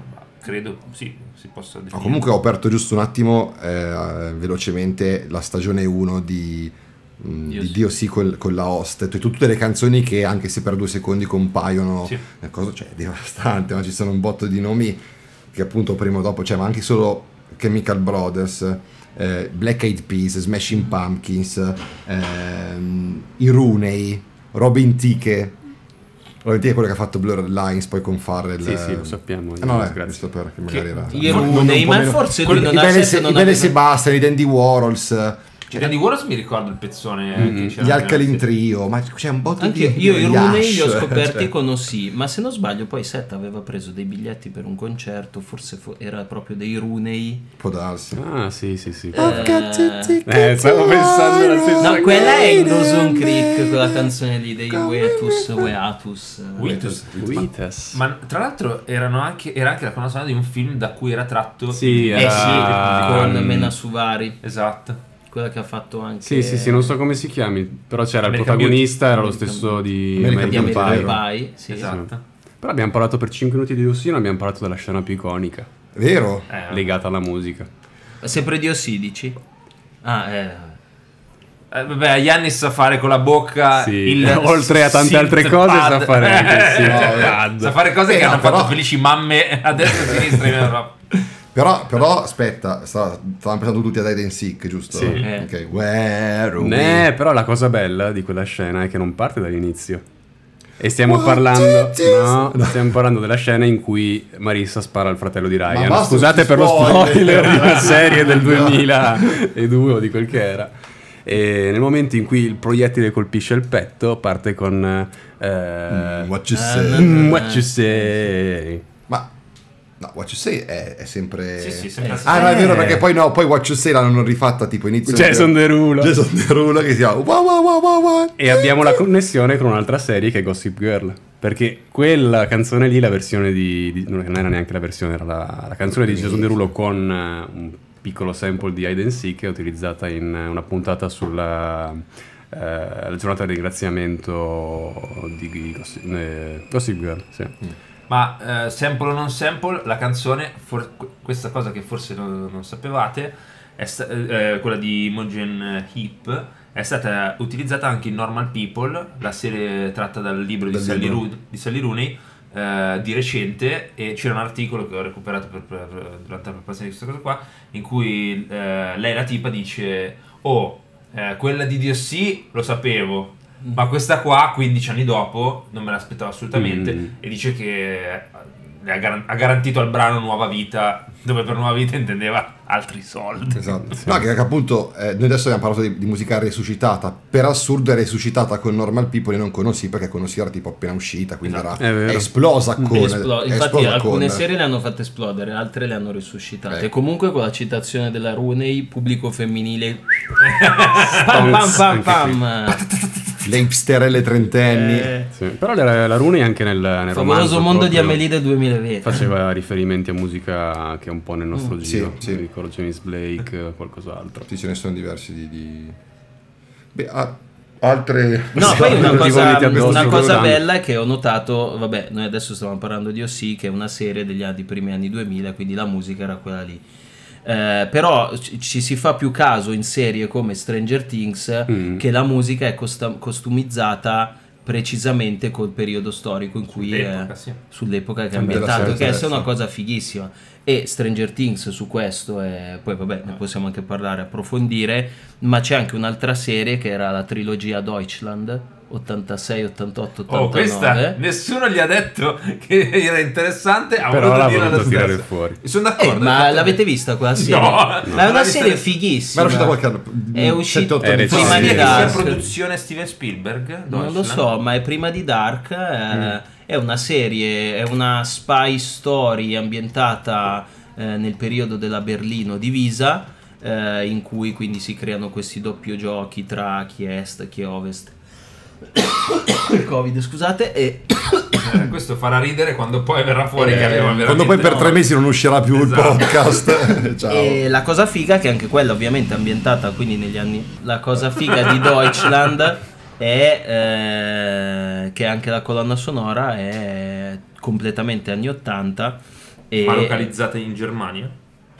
Speaker 2: credo, sì, si possa
Speaker 1: No,
Speaker 2: definire.
Speaker 1: comunque ho aperto giusto un attimo eh, velocemente la stagione 1 di, mh,
Speaker 4: Dio
Speaker 1: di
Speaker 4: sì.
Speaker 1: Dio sì col- con la host, Tu- tutte le canzoni che anche se per due secondi compaiono,
Speaker 2: Sì.
Speaker 1: eh, cosa, cioè, è devastante, ma ci sono un botto di nomi che appunto prima o dopo, cioè, ma anche solo Chemical Brothers, eh, Black Eyed Peas, Smashing Pumpkins, ehm, i Rooney, Robin Tiche, Robin Tiche è quello che ha fatto Blurred Lines poi con Farrell.
Speaker 3: Sì, sì, lo
Speaker 1: eh,
Speaker 3: sappiamo.
Speaker 1: Ah, no, eh,
Speaker 3: grazie.
Speaker 1: questo perché magari era.
Speaker 4: Io ero
Speaker 1: Non- non
Speaker 4: nei-
Speaker 1: un po'
Speaker 4: ma
Speaker 1: meno-
Speaker 4: forse lui
Speaker 1: quelli-
Speaker 4: non
Speaker 1: i
Speaker 4: ha
Speaker 1: Bene
Speaker 4: senso,
Speaker 1: Se-
Speaker 4: non
Speaker 1: i Bene
Speaker 4: aveva-
Speaker 1: Sebastian, i Dandy Warhols,
Speaker 2: Cioè, Randy Warhol mi ricordo il pezzone
Speaker 3: Mm,
Speaker 2: che
Speaker 3: gli
Speaker 1: Gli
Speaker 2: c'era.
Speaker 1: Alkaline Trio, ma c'è un botto
Speaker 4: Anche
Speaker 1: di
Speaker 4: io i Rooney li ho
Speaker 1: Ash, *laughs*
Speaker 4: scoperti
Speaker 1: cioè.
Speaker 4: con Ossi, ma se non sbaglio poi Seth aveva preso dei biglietti per un concerto, forse fu- era proprio dei Rooney.
Speaker 1: Può darsi.
Speaker 3: Ah, sì, sì, sì.
Speaker 4: Eh,
Speaker 3: Eh, stavo pensando alla stessa
Speaker 4: No, quella è Dawson Creek, quella canzone lì dei Weatus, Weatus.
Speaker 2: Wheatus.
Speaker 3: Wites.
Speaker 2: Ma tra l'altro erano anche, era anche la colonna sonora di un film da cui era tratto.
Speaker 3: Sì,
Speaker 2: eh,
Speaker 4: Eh
Speaker 3: era-
Speaker 4: sì,
Speaker 3: Ah,
Speaker 4: con
Speaker 3: mm.
Speaker 4: Mena Suvari,
Speaker 2: Esatto.
Speaker 4: quella che ha fatto anche...
Speaker 3: Sì, sì, sì, non so come si chiami, però c'era il
Speaker 2: American
Speaker 3: protagonista, era lo
Speaker 4: Beauty.
Speaker 3: stesso di
Speaker 1: American
Speaker 4: Di
Speaker 3: American
Speaker 1: Beauty,
Speaker 3: Pie.
Speaker 1: vero.
Speaker 4: American Pie, sì.
Speaker 2: Esatto.
Speaker 3: Però abbiamo parlato per 5 minuti di Lucy, non abbiamo parlato della scena più iconica,
Speaker 1: Vero?
Speaker 2: Eh,
Speaker 3: legata alla musica.
Speaker 4: Sempre di Ossi, dici? Ah, eh...
Speaker 2: eh, vabbè, Yannis sa fare con la bocca
Speaker 3: Sì,
Speaker 2: Ah, il
Speaker 3: *laughs* oltre a tante altre
Speaker 2: synth
Speaker 3: cose,
Speaker 2: pad.
Speaker 3: sa
Speaker 2: *laughs*
Speaker 3: fare anche il synth
Speaker 2: Eh,
Speaker 3: pad.
Speaker 2: Sa fare cose
Speaker 1: Eh,
Speaker 2: che
Speaker 1: no,
Speaker 2: hanno
Speaker 1: però-
Speaker 2: fatto felici mamme *laughs* a destra e a sinistra in Europa.
Speaker 1: Però, però aspetta, sta- stavamo pensando tutti ad Hide and Seek, giusto?
Speaker 3: Sì.
Speaker 1: Ok,
Speaker 4: Eh.
Speaker 1: where are we?
Speaker 3: Eh, però la cosa bella di quella scena è che non parte dall'inizio. E stiamo
Speaker 1: What
Speaker 3: parlando,
Speaker 1: it is-
Speaker 3: no,
Speaker 1: No.
Speaker 3: stiamo parlando della scena in cui Marissa spara al fratello di Ryan.
Speaker 1: basta
Speaker 3: Scusate
Speaker 1: questi
Speaker 3: per lo
Speaker 1: spoiler.
Speaker 3: spoiler
Speaker 1: *laughs*
Speaker 3: di una serie del
Speaker 1: No.
Speaker 3: 2002 o di quel che era. E nel momento in cui il proiettile colpisce il petto, parte con. eh,
Speaker 1: Mm, What you
Speaker 4: Eh,
Speaker 1: say?
Speaker 4: no.
Speaker 3: "Mm, what you say?
Speaker 1: Ma no, What you say è, è sempre
Speaker 2: Sì, sì, sempre
Speaker 4: Eh,
Speaker 2: la
Speaker 1: Ah, no, è
Speaker 3: Eh.
Speaker 1: vero perché poi no, poi What you say l'hanno rifatta tipo inizio
Speaker 3: Jason Derulo.
Speaker 1: Jason Derulo che si chiama Wow wow wow wow wow.
Speaker 3: E abbiamo la connessione con un'altra serie che è Gossip Girl. Perché quella canzone lì, la versione di. di- non era neanche la versione, era la, la canzone di Jason Derulo con eh, un piccolo sample di Hide and Seek è utilizzata in eh, una puntata sulla. eh, la giornata di ringraziamento di, di Gossip, eh, Gossip Girl. Sì.
Speaker 2: Ma eh, sample o non sample, la canzone, for- qu- questa cosa che forse non, non sapevate, è sta- eh, eh, quella di Imogen Heap, è stata utilizzata anche in Normal People, la serie tratta dal libro di,
Speaker 1: Dal
Speaker 2: Sally,
Speaker 1: libro.
Speaker 2: Ru- di Sally Rooney, eh, di recente, e c'era un articolo che ho recuperato per- per- durante la preparazione di questa cosa qua, in cui eh, lei, la tipa, dice, oh, eh, quella di DOC lo sapevo,
Speaker 1: Mm.
Speaker 2: ma questa qua, 15 anni dopo, non me l'aspettavo assolutamente.
Speaker 3: Mm.
Speaker 2: E dice che le ha, gar- ha garantito al brano Nuova Vita, dove per Nuova Vita intendeva altri soldi.
Speaker 1: Esatto. No, che, che appunto eh, noi adesso abbiamo parlato di, di musica resuscitata. Per assurdo è resuscitata con Normal People e non con Ossi perché con Ossi era tipo appena uscita, quindi
Speaker 2: Esatto.
Speaker 1: era
Speaker 3: È vero.
Speaker 1: è esplosa con
Speaker 4: Esplo-
Speaker 1: è
Speaker 4: infatti
Speaker 1: esplosa
Speaker 4: alcune
Speaker 1: con.
Speaker 4: serie le hanno fatte esplodere, altre le hanno resuscitate.
Speaker 1: Ecco.
Speaker 4: Comunque con la citazione della Rooney, pubblico femminile.
Speaker 3: *laughs*
Speaker 4: pam pam pam
Speaker 3: Anche
Speaker 4: pam.
Speaker 1: le hipsterelle trentenni.
Speaker 4: Eh,
Speaker 3: Sì. Però la, la Rooney anche nel, nel romanzo
Speaker 4: Favoloso mondo di
Speaker 3: proprio
Speaker 4: Amelie del 2020.
Speaker 3: Faceva riferimenti a musica che è un po' nel nostro
Speaker 1: Mm, sì,
Speaker 3: giro.
Speaker 1: sì.
Speaker 3: Mi ricordo James Blake, qualcos'altro.
Speaker 1: Sì, ce ne sono diversi di. di- Beh, a- altre.
Speaker 4: No,
Speaker 3: Sì,
Speaker 4: poi una
Speaker 3: ti
Speaker 4: cosa,
Speaker 3: vomiti addosso
Speaker 4: una
Speaker 3: tutto
Speaker 4: cosa
Speaker 3: l'anno.
Speaker 4: bella che ho notato, vabbè, noi adesso stiamo parlando di OC, che è una serie degli anni, primi anni 2000, quindi la musica era quella lì. Eh, però ci, ci si fa più caso in serie come Stranger Things
Speaker 3: Mm.
Speaker 4: che la musica è costa- costumizzata precisamente col periodo storico in cui
Speaker 2: L'epoca,
Speaker 4: è,
Speaker 2: sì.
Speaker 4: sull'epoca che
Speaker 1: È bella
Speaker 4: è ambientato,
Speaker 1: serie
Speaker 4: che è
Speaker 1: stessa.
Speaker 4: una cosa fighissima. E Stranger Things su questo, è, poi vabbè, ne possiamo anche parlare, approfondire, ma c'è anche un'altra serie che era la trilogia Deutschland 86, 88, 89.
Speaker 2: Oh,
Speaker 1: eh?
Speaker 4: Eh,
Speaker 2: questa nessuno gli ha detto che era interessante, ha
Speaker 3: Però l'ha
Speaker 2: voluto dirla
Speaker 3: voluto
Speaker 2: lo
Speaker 3: tirare
Speaker 2: stesso.
Speaker 3: fuori.
Speaker 2: Sono *laughs*
Speaker 4: Eh,
Speaker 2: d'accordo.
Speaker 4: ma
Speaker 2: infatti-
Speaker 4: l'avete vista quella serie?
Speaker 2: No,
Speaker 4: Ma è
Speaker 2: non l'ho
Speaker 4: una
Speaker 2: vista.
Speaker 4: serie
Speaker 1: Ma
Speaker 4: fighissima.
Speaker 1: era uscita qualche anno.
Speaker 4: È uscita
Speaker 1: 7-8 anni fa.
Speaker 3: prima
Speaker 2: Prima
Speaker 3: di
Speaker 2: di
Speaker 4: Sì,
Speaker 2: la
Speaker 4: Dark.
Speaker 2: produzione Steven Spielberg?
Speaker 4: Non lo
Speaker 2: Deutschland.
Speaker 4: so, ma è prima di Dark. eh, È una serie, è una spy story ambientata eh, nel periodo della Berlino divisa, eh, in cui quindi si creano questi doppio giochi tra chi è est e chi è ovest. *coughs* Il Covid, scusate, e
Speaker 2: Eh, questo farà ridere quando poi verrà fuori
Speaker 4: Eh,
Speaker 2: che aveva veramente...
Speaker 1: Quando poi per
Speaker 4: no.
Speaker 1: tre mesi non uscirà più
Speaker 2: Esatto.
Speaker 1: il
Speaker 2: *laughs*
Speaker 1: podcast. Ciao.
Speaker 4: E la cosa figa, che anche quella ovviamente è ambientata quindi negli anni... La cosa figa
Speaker 2: *laughs*
Speaker 4: di Deutschland è eh, che anche la colonna sonora è completamente anni 80. E
Speaker 2: Ma localizzata in Germania?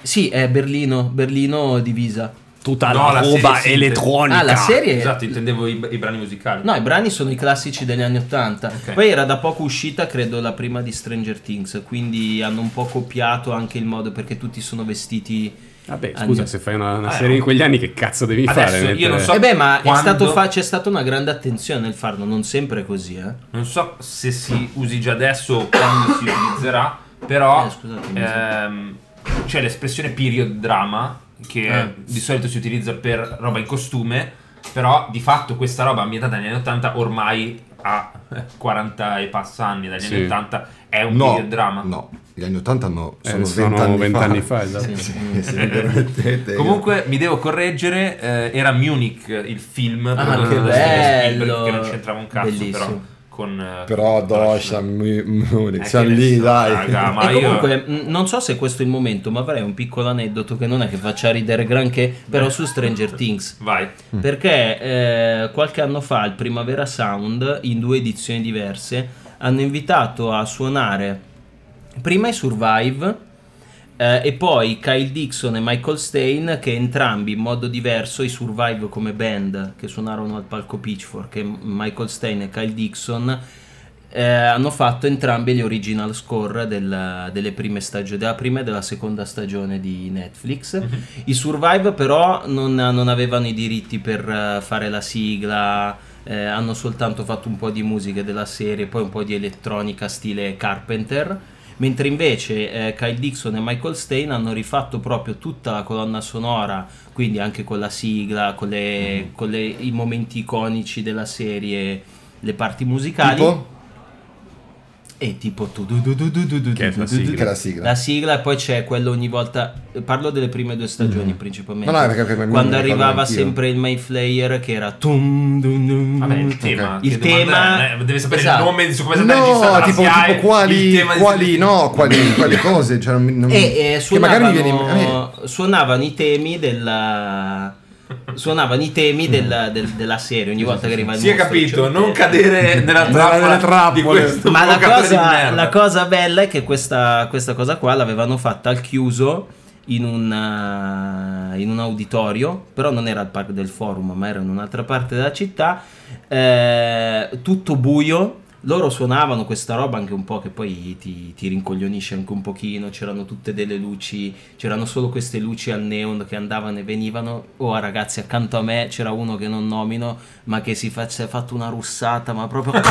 Speaker 4: Sì, è Berlino, Berlino divisa.
Speaker 3: tutta
Speaker 2: No, la serie sì,
Speaker 4: Ah, la serie...
Speaker 2: Esatto, intendevo i, i brani musicali.
Speaker 4: No, i brani sono i classici degli anni 80.
Speaker 2: Ok.
Speaker 4: Poi era da poco uscita, credo, la prima di Stranger Things, quindi hanno un po' copiato anche il modo perché tutti sono vestiti...
Speaker 3: Vabbè,
Speaker 4: anni-
Speaker 3: scusa, se fai una, una
Speaker 2: Ah,
Speaker 3: serie
Speaker 2: no.
Speaker 3: in quegli anni, che cazzo devi
Speaker 2: Adesso
Speaker 3: fare?
Speaker 2: io
Speaker 3: Mettere-
Speaker 2: non so-
Speaker 4: E Eh beh, ma è
Speaker 2: Quando-
Speaker 4: stato fa- c'è stata una grande attenzione nel farlo, non sempre è così, eh.
Speaker 2: Non so se si usi già adesso o quando si utilizzerà, però
Speaker 4: Eh, scusatemi, sì.
Speaker 2: ehm, c'è l'espressione period drama che
Speaker 4: Eh.
Speaker 2: di solito si utilizza per roba in costume, però di fatto questa roba ambientata negli anni 80 ormai ha *laughs* 40 e passa anni dagli
Speaker 3: Sì.
Speaker 2: anni 80 è un
Speaker 1: No,
Speaker 2: period drama.
Speaker 1: no, *laughs* gli anni 80 no,
Speaker 3: Eh,
Speaker 1: sono
Speaker 3: sono
Speaker 1: 20 anni,
Speaker 3: 20
Speaker 1: fa.
Speaker 3: anni fa, esatto.
Speaker 1: Sì, se mi permettete, io-
Speaker 2: Mm. Comunque mi devo correggere, eh, era Munich il film
Speaker 4: Ah,
Speaker 2: prodotto
Speaker 4: che
Speaker 2: da Steven Spielberg,
Speaker 4: bello.
Speaker 2: che non c'entrava un cazzo
Speaker 4: Bellissimo.
Speaker 2: però con eh,
Speaker 1: però Dosha,
Speaker 2: Dosh. Eh,
Speaker 1: Munich,
Speaker 2: che
Speaker 1: siamo
Speaker 2: ne
Speaker 1: lì,
Speaker 2: so,
Speaker 1: dai.
Speaker 2: raga, ma
Speaker 4: e
Speaker 2: io-
Speaker 4: comunque, mh, non so se questo è il momento, ma avrei un piccolo aneddoto che non è che faccia ridere granché, però su Stranger Things.
Speaker 2: Vai.
Speaker 4: Perché eh, qualche anno fa il Primavera Sound, in due edizioni diverse, hanno invitato a suonare prima i Survive eh, e poi Kyle Dixon e Michael Stein, che entrambi in modo diverso, i Survive come band che suonarono al palco Pitchfork, e Michael Stein e Kyle Dixon. eh, hanno fatto entrambi gli original score del- delle prime stagioni, della prima e della seconda stagione di Netflix. I Survive però non, non avevano i diritti per eh, fare la sigla, eh, hanno soltanto fatto un po' di musiche della serie, poi un po' di elettronica stile Carpenter, mentre invece eh, Kyle Dixon e Michael Stein hanno rifatto proprio tutta la colonna sonora, quindi anche con la sigla, con, le-
Speaker 3: Mm-hmm.
Speaker 4: con le- i momenti iconici della serie, le parti musicali.
Speaker 1: Tipo?
Speaker 4: E tipo tu, du, du, du, du, du, du,
Speaker 3: Che è
Speaker 4: du,
Speaker 3: la
Speaker 4: du, du, du.
Speaker 1: Che è la sigla.
Speaker 4: La sigla e poi c'è quello ogni volta. Parlo delle prime due stagioni principalmente.
Speaker 1: Mm. No, no, perché- perché mi-
Speaker 4: quando
Speaker 1: mi ricordo
Speaker 4: arrivava
Speaker 1: anch'io.
Speaker 4: sempre il Mayflayer che era. tum, dum, dum.
Speaker 2: Vabbè, il tema.
Speaker 4: Il
Speaker 2: che domanda
Speaker 4: tema-
Speaker 2: è? Eh, Deve sapere
Speaker 4: esatto.
Speaker 2: il nome su come sapere il regista
Speaker 1: No,
Speaker 2: della
Speaker 1: tipo,
Speaker 2: SIAE,
Speaker 1: tipo quali,
Speaker 2: il tema di-
Speaker 1: quali, no, quali, quali cose, cioè, non, non-
Speaker 4: E, eh,
Speaker 1: che magari mi
Speaker 4: suonavano,
Speaker 1: viene in- a me-
Speaker 4: suonavano i temi della. Suonavano i
Speaker 1: Mm.
Speaker 4: temi della, del- della serie ogni volta che arriva il
Speaker 2: Si è
Speaker 4: mostro, cioè, eh,
Speaker 2: capito,
Speaker 4: c'è un
Speaker 2: non
Speaker 4: tema. *laughs*
Speaker 2: cadere nella
Speaker 1: Nella-
Speaker 2: trappola,
Speaker 1: nella trappola.
Speaker 2: di questo
Speaker 4: Ma la
Speaker 2: provocatore di
Speaker 4: cosa,
Speaker 2: merda. *laughs*
Speaker 4: la cosa bella è che questa, questa cosa qua l'avevano fatta al chiuso in un, eh, in un auditorio, però non era al parco del forum, ma era in un'altra parte della città, eh, tutto buio. Loro suonavano questa roba anche un po' che poi ti, ti rincoglionisce anche un pochino, c'erano tutte delle luci, c'erano solo queste luci al neon che andavano e venivano. Oh ragazzi, accanto a me c'era uno che non nomino, ma che si fa- si è fatto una russata, ma proprio...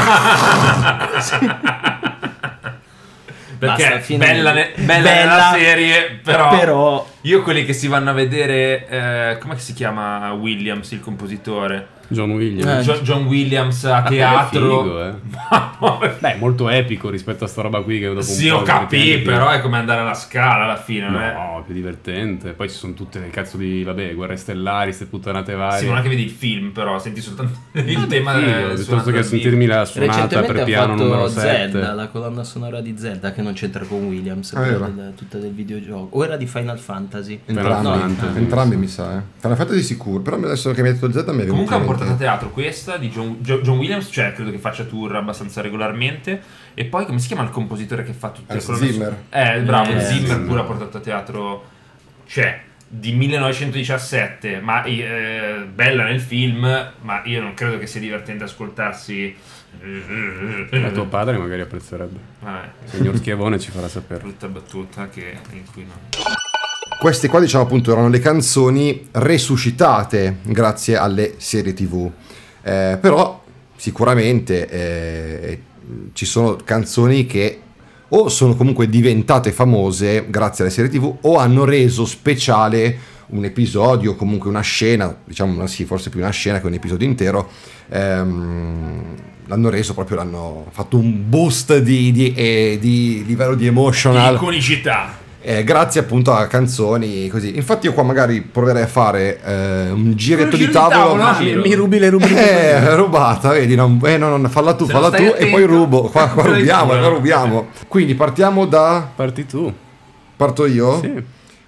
Speaker 2: Perché
Speaker 4: Basta, fine.
Speaker 2: bella, ne- bella nella serie, però,
Speaker 4: però-
Speaker 2: io quelli che si vanno a vedere, eh, come si chiama Williams, il compositore?
Speaker 3: John
Speaker 1: Eh,
Speaker 3: Williams.
Speaker 2: John, John Williams a
Speaker 3: Ah, quello è
Speaker 2: teatro.
Speaker 3: figo,
Speaker 2: *laughs*
Speaker 3: eh.
Speaker 2: Mamma
Speaker 3: Beh, molto epico rispetto a sta roba qui che dopo
Speaker 2: mia.
Speaker 3: un
Speaker 2: Sì,
Speaker 3: po'
Speaker 2: ho capito,
Speaker 3: effettivamente-
Speaker 2: però eh. è come andare alla scala alla fine, non è?
Speaker 3: No, è più divertente. Poi ci sono tutte le cazzo di, vabbè, guerre stellari, ste puttanate varie.
Speaker 2: Sì, non è che vedi il film, però senti soltanto il tema
Speaker 3: Sì,
Speaker 2: eh, suonato
Speaker 3: piuttosto
Speaker 2: dal
Speaker 3: che
Speaker 2: vivo.
Speaker 3: sentirmi la suonata
Speaker 4: Recentemente
Speaker 3: per
Speaker 4: ha
Speaker 3: piano
Speaker 4: fatto
Speaker 3: numero
Speaker 4: Zelda,
Speaker 3: 7.
Speaker 4: la colonna sonora di Zelda che non c'entra con Williams,
Speaker 1: Ah, vero.
Speaker 4: quella del- tutta del videogioco. O era di Final Fantasy.
Speaker 1: Entrambi,
Speaker 4: No,
Speaker 3: Fantasy.
Speaker 1: entrambi mi sa, eh. Final Fantasy sicuro, però adesso che mi hai detto Z mi è venuto in
Speaker 2: Comunque hanno
Speaker 1: mente.
Speaker 2: portato a teatro questa di John, Jo- John Williams, cioè credo che faccia tour abbastanza regolarmente. E poi come si chiama il compositore che fa tutte
Speaker 1: Hans
Speaker 2: colonne-
Speaker 1: Zimmer.
Speaker 2: Eh, bravo,
Speaker 4: Eh,
Speaker 2: Zimmer
Speaker 3: Zimmer.
Speaker 2: pure ha portato a teatro, cioè di 1917, ma eh, bella nel film, ma io non credo che sia divertente ascoltarsi.
Speaker 3: La Eh, tuo padre magari apprezzerebbe.
Speaker 2: Vabbè,
Speaker 3: Il signor Schiavone ci farà sapere.
Speaker 2: brutta battuta che in cui non.
Speaker 1: Queste qua, diciamo appunto, erano le canzoni resuscitate grazie alle serie TV. Eh, però sicuramente eh, ci sono canzoni che o sono comunque diventate famose grazie alle serie TV o hanno reso speciale un episodio, comunque una scena, diciamo una- sì, forse più una scena che un episodio intero, ehm, l'hanno reso proprio, l'hanno fatto un boost di, di- eh, di livello di emotional.
Speaker 2: Iconicità.
Speaker 1: Eh, grazie appunto a canzoni così. Infatti, io qua magari proverei a fare eh, un giretto
Speaker 2: giro
Speaker 1: di
Speaker 2: di
Speaker 1: tavolo.
Speaker 2: tavola,
Speaker 1: Eh,
Speaker 2: sì. *laughs*
Speaker 7: Mi rubi le rubriche.
Speaker 1: Eh, rubata, vedi, non, eh, no, no, falla tu,
Speaker 2: Se
Speaker 1: falla
Speaker 2: non
Speaker 1: tu
Speaker 2: stai
Speaker 1: e
Speaker 2: attento,
Speaker 1: poi rubo. Qua, qua
Speaker 2: te la
Speaker 1: rubiamo,
Speaker 2: chiudo.
Speaker 1: qua rubiamo. Quindi partiamo da.
Speaker 3: Parti tu.
Speaker 1: Parto io?
Speaker 3: Sì.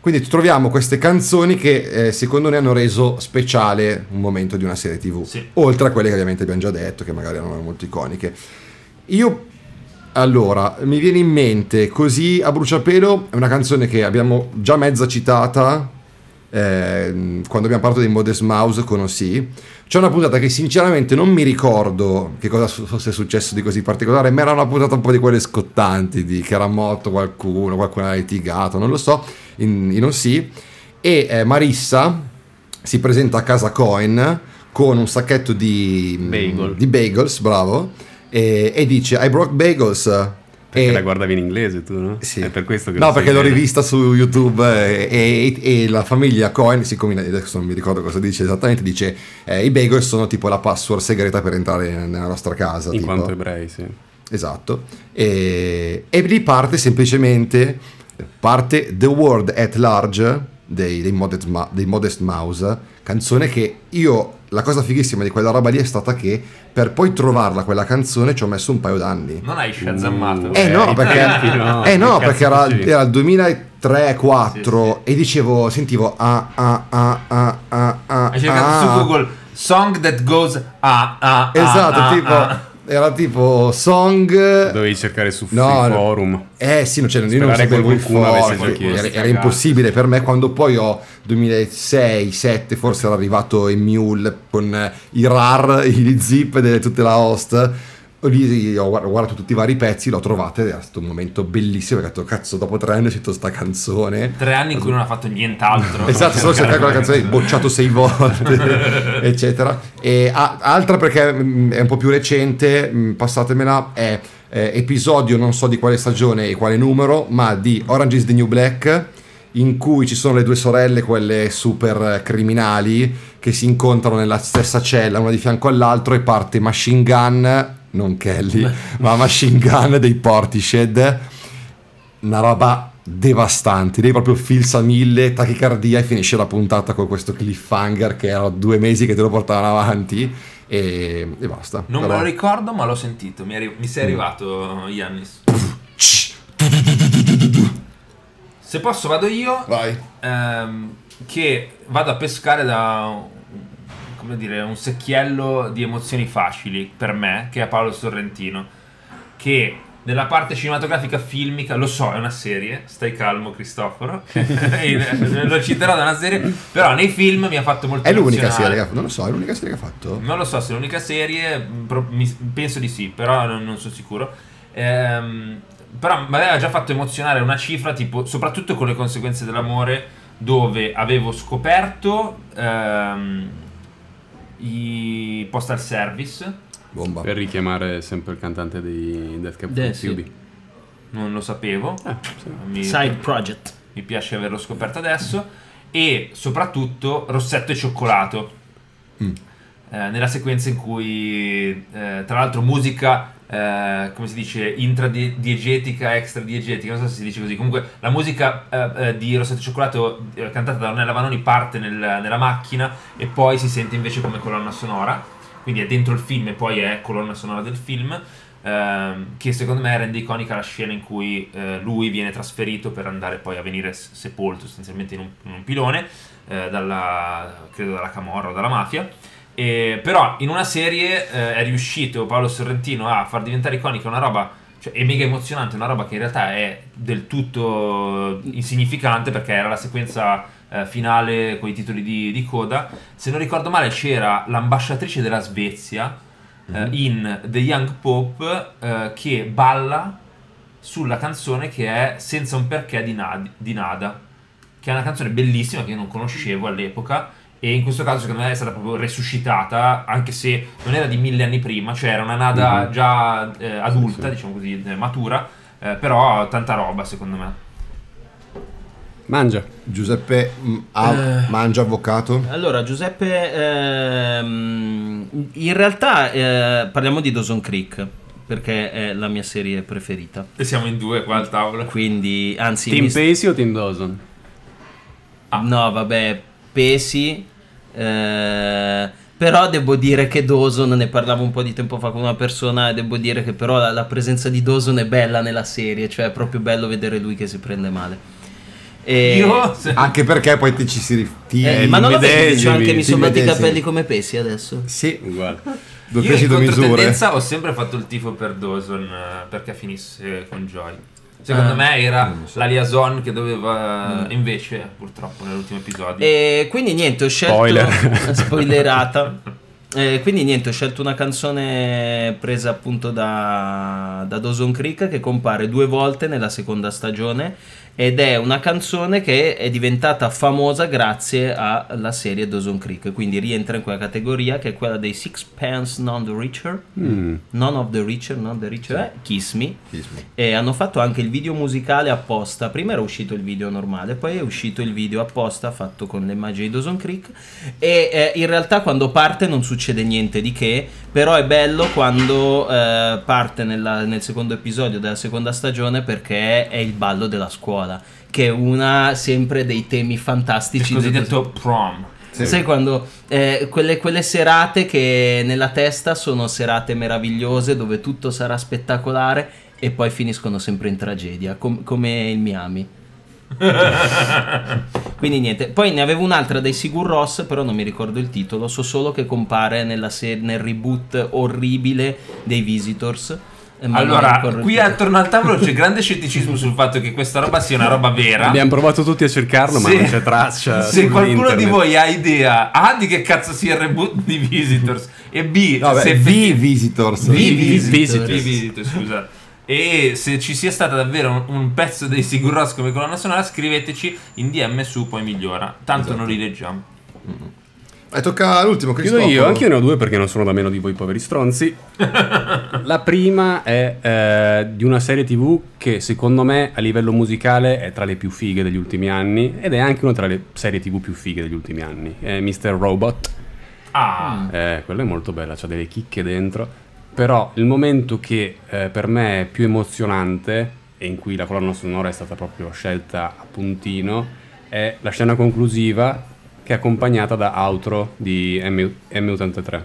Speaker 1: Quindi troviamo queste canzoni che eh, secondo noi hanno reso speciale un momento di una serie TV,
Speaker 2: Sì.
Speaker 1: oltre a quelle che ovviamente abbiamo già detto, che magari erano molto iconiche. Io, allora, mi viene in mente così a bruciapelo, è una canzone che abbiamo già mezza citata ehm, quando abbiamo parlato dei Modest Mouse con Osì. C'è una puntata che sinceramente non mi ricordo che cosa su- fosse successo di così particolare, ma era una puntata un po' di quelle scottanti, di che era morto qualcuno, qualcuno ha litigato, non lo so, in, in Osì. E eh, Marissa si presenta a casa Coin con un sacchetto di
Speaker 3: Bagel.
Speaker 1: di bagels, bravo, e, e dice I brought bagels.
Speaker 3: Perché
Speaker 1: E-
Speaker 3: la guardavi in inglese tu, no?
Speaker 1: Eh. Sì.
Speaker 3: È per questo che
Speaker 1: no,
Speaker 3: lo sai
Speaker 1: perché l'ho
Speaker 3: bene.
Speaker 1: rivista su YouTube eh, e, e- e la famiglia Cohen, siccome in- adesso non mi ricordo cosa dice esattamente, dice eh, i bagel sono tipo la password segreta per entrare nella nostra casa.
Speaker 3: In
Speaker 1: tipo.
Speaker 3: quanto ebrei, sì.
Speaker 1: Esatto. E, e lì parte semplicemente, parte The World at Large dei, dei Modest Ma- dei Modest Mouse, canzone che io, la cosa fighissima di quella roba lì è stata che per poi trovarla quella canzone ci ho messo un paio d'anni.
Speaker 2: Non hai sciazzammato.
Speaker 3: Uh,
Speaker 1: Eh no, perché,
Speaker 3: tanti no,
Speaker 1: eh no,
Speaker 3: che
Speaker 1: perché
Speaker 3: cazzo
Speaker 1: era,
Speaker 3: dici?
Speaker 1: era il 2003-2004
Speaker 2: Sì,
Speaker 1: e dicevo, sentivo ah ah ah ah ah ah
Speaker 2: Hai cercato
Speaker 1: ah.
Speaker 2: su Google Ah, Song that goes a a a,
Speaker 1: Esatto,
Speaker 2: a,
Speaker 1: tipo,
Speaker 2: a.
Speaker 1: era tipo song...
Speaker 3: Dovevi cercare su sui
Speaker 1: No, no.
Speaker 3: forum.
Speaker 1: Eh sì, no, cioè, io non
Speaker 3: Sperare
Speaker 1: sapevo
Speaker 3: che
Speaker 1: il
Speaker 3: qualcuno avesse
Speaker 1: forum,
Speaker 3: già chiesto.
Speaker 1: era, era impossibile per me quando poi ho 2006-2007 forse era arrivato il Mule con eh, i *laughs* RAR, i zip di tutta la host, lì io ho guard- ho guardato tutti i vari pezzi, l'ho trovata ed era stato un momento bellissimo perché ho detto cazzo dopo tre anni ho sentito sta canzone.
Speaker 2: Tre anni in cui non ha fatto nient'altro.
Speaker 1: *laughs*
Speaker 2: Cioè,
Speaker 1: Esatto, solo cercare quella canzone bocciato sei
Speaker 2: *laughs*
Speaker 1: volte, eccetera. E a- altra perché mm, è un po' più recente, mm, passatemela, è eh, episodio non so di quale stagione e quale numero, ma di Orange is the New Black, in cui ci sono le due sorelle, quelle super eh, criminali, che si incontrano nella stessa cella, una di fianco all'altro, e parte Machine Gun, non Kelly, ma Machine Gun dei Portishead una roba devastante. Lei proprio filza mille, tachicardia e finisce la puntata con questo cliffhanger che erano due mesi che te lo portavano avanti e, e basta.
Speaker 2: Non me
Speaker 1: Però-
Speaker 2: lo ricordo, ma l'ho sentito. Mi, è arri- mi sei arrivato, Yannis. Se posso, vado io.
Speaker 1: Vai.
Speaker 2: ehm, che vado a pescare da un- come dire, un secchiello di emozioni facili per me, che è Paolo Sorrentino, che nella parte cinematografica filmica, lo so, è una serie, stai calmo *laughs* Cristofano, lo citerò da una serie, però nei film mi ha fatto molto
Speaker 1: È l'unica
Speaker 2: emozionare.
Speaker 1: serie che ha fatto. Non lo so, è l'unica serie che ha fatto.
Speaker 2: Non lo so se è l'unica serie, mh, pro- mi- penso di sì, però non, non sono sicuro. Ehm, però mi aveva già fatto emozionare una cifra, tipo, soprattutto con le conseguenze dell'amore, dove avevo scoperto ehm, i postal service,
Speaker 1: Bomba.
Speaker 3: Per richiamare sempre il cantante dei Death Cab
Speaker 4: Eh,
Speaker 3: for
Speaker 4: sì.
Speaker 3: Cutie.
Speaker 2: non lo sapevo,
Speaker 3: Ah, sì.
Speaker 2: mi,
Speaker 4: Side project.
Speaker 2: mi piace averlo scoperto adesso, e soprattutto rossetto e cioccolato.
Speaker 1: Mm.
Speaker 2: Eh, nella sequenza in cui, eh, tra l'altro, musica, eh, come si dice, intradiegetica, extradiegetica, non so se si dice così. Comunque, la musica eh, eh, di Rossetto e Cioccolato, eh, cantata da Ornella Vanoni, parte nel- nella macchina e poi si sente invece come colonna sonora. Quindi è dentro il film e poi è colonna sonora del film. ehm, che secondo me rende iconica la scena in cui eh, lui viene trasferito per andare poi a venire s- sepolto sostanzialmente in un- in un pilone eh, dalla, credo dalla Camorra o dalla mafia. E, però in una serie eh, è riuscito Paolo Sorrentino a far diventare iconica una roba, cioè è mega emozionante, una roba che in realtà è del tutto insignificante perché era la sequenza eh, finale con i titoli di, di coda. Se non ricordo male c'era l'ambasciatrice della Svezia eh,
Speaker 3: Mhm.
Speaker 2: in The Young Pope eh, che balla sulla canzone che è Senza un perché di, Nad- di Nada, che è una canzone bellissima che io non conoscevo all'epoca e in questo caso secondo me è stata proprio resuscitata, anche se non era di mille anni prima, cioè era una Nada
Speaker 3: Mhm.
Speaker 2: già eh, adulta,
Speaker 3: Sì, sì.
Speaker 2: diciamo così, eh, matura, eh, però tanta roba secondo me.
Speaker 3: Mangia.
Speaker 1: Giuseppe mm, ha-
Speaker 4: Eh.
Speaker 1: mangia avvocato.
Speaker 4: Allora, Giuseppe, ehm, in realtà eh, parliamo di Dawson Creek perché è la mia serie preferita.
Speaker 2: E siamo in due qua al tavolo.
Speaker 4: Quindi, anzi,
Speaker 3: Team
Speaker 4: mi-
Speaker 3: Pacey o Team Dawson?
Speaker 4: Ah, no, vabbè, pesi. eh, però devo dire che Dawson, ne parlavo un po' di tempo fa con una persona, e devo dire che però la, la presenza di Dawson è bella nella serie, cioè è proprio bello vedere lui che si prende male. E-
Speaker 2: Io,
Speaker 3: Eh.
Speaker 2: se-
Speaker 1: Anche perché poi ti ci si
Speaker 4: Eh,
Speaker 1: rifà.
Speaker 4: ma non lo vedi,
Speaker 3: medesimi,
Speaker 4: dice anche
Speaker 1: ti
Speaker 4: mi sono fatti i
Speaker 1: medesimi.
Speaker 4: capelli come pesi adesso.
Speaker 1: Sì,
Speaker 3: Uguale.
Speaker 1: due
Speaker 2: io
Speaker 1: pesi
Speaker 2: in
Speaker 1: due misure.
Speaker 2: controtendenza ho sempre fatto il tifo per Dawson eh, perché finisse con Joy. Secondo
Speaker 4: Ah.
Speaker 2: me era
Speaker 1: Eh, Non lo so. Mm.
Speaker 2: la liaison che doveva invece, purtroppo, nell'ultimo episodio.
Speaker 1: Eh,
Speaker 4: E quindi niente, ho scelto
Speaker 3: Spoiler.
Speaker 4: *laughs* spoilerata. Eh, quindi niente, ho scelto una canzone presa appunto da, da Dawson Creek che compare due volte nella seconda stagione ed è una canzone che è diventata famosa grazie alla serie Dawson Creek, quindi rientra in quella categoria che è quella dei Sixpence None the Richer,
Speaker 3: Mm.
Speaker 4: None of the Richer, None the Richer, eh, Kiss Me,
Speaker 1: Kiss Me.
Speaker 4: e hanno fatto anche il video musicale apposta. Prima era uscito il video normale, poi è uscito il video apposta fatto con le immagini di Dawson Creek. E eh, in realtà quando parte non succede niente di che, però è bello quando eh, parte nella- nel secondo episodio della seconda stagione perché è il ballo della scuola, che è una sempre dei temi fantastici.
Speaker 2: Il
Speaker 4: di Dawson-
Speaker 2: cosiddetto prom.
Speaker 1: Sì.
Speaker 4: Sai quando eh, quelle, quelle serate che nella testa sono serate meravigliose dove tutto sarà spettacolare e poi finiscono sempre in tragedia, com- come il Miami.
Speaker 1: *laughs*
Speaker 4: Quindi niente, poi ne avevo un'altra dei Sigur Ross, però non mi ricordo il titolo, so solo che compare nella se- nel reboot orribile dei Visitors. eh, ma non mi
Speaker 2: Allora,
Speaker 4: ricordo il
Speaker 2: qui
Speaker 4: titolo.
Speaker 2: attorno al tavolo c'è grande scetticismo sul fatto che questa roba sia una roba vera.
Speaker 3: Abbiamo provato tutti a cercarlo, ma
Speaker 2: Se-
Speaker 3: non c'è
Speaker 2: *laughs*
Speaker 3: traccia.
Speaker 2: Se qualcuno di
Speaker 3: sull'internet.
Speaker 2: voi ha idea A di che cazzo sia il reboot di Visitors e B
Speaker 1: No,
Speaker 2: se
Speaker 1: beh,
Speaker 2: effetti-
Speaker 1: vi visitors.
Speaker 2: Vi-
Speaker 3: Visitors.
Speaker 2: Visitors.
Speaker 3: Visitors.
Speaker 2: Vi Visitors, scusa. E se ci sia stata davvero un, un pezzo dei Sigur Rós come colonna sonora, scriveteci in DM su poi migliora. Tanto non li leggiamo.
Speaker 1: E Eh, tocca l'ultimo,
Speaker 3: Chiudo
Speaker 1: Cristoforo.
Speaker 3: io, anche io ne ho due perché non sono da meno di voi
Speaker 2: *laughs*
Speaker 3: poveri stronzi. La prima è eh, di una serie tv che secondo me a livello musicale è tra le più fighe degli ultimi anni ed è anche una tra le serie tv più fighe degli ultimi anni. È Mr. Robot.
Speaker 2: Ah,
Speaker 3: Eh, quella è molto bella, c'ha delle chicche dentro. Però il momento che eh, per me è più emozionante e in cui la colonna sonora è stata proprio scelta a puntino è la scena conclusiva che è accompagnata da outro di M- M83.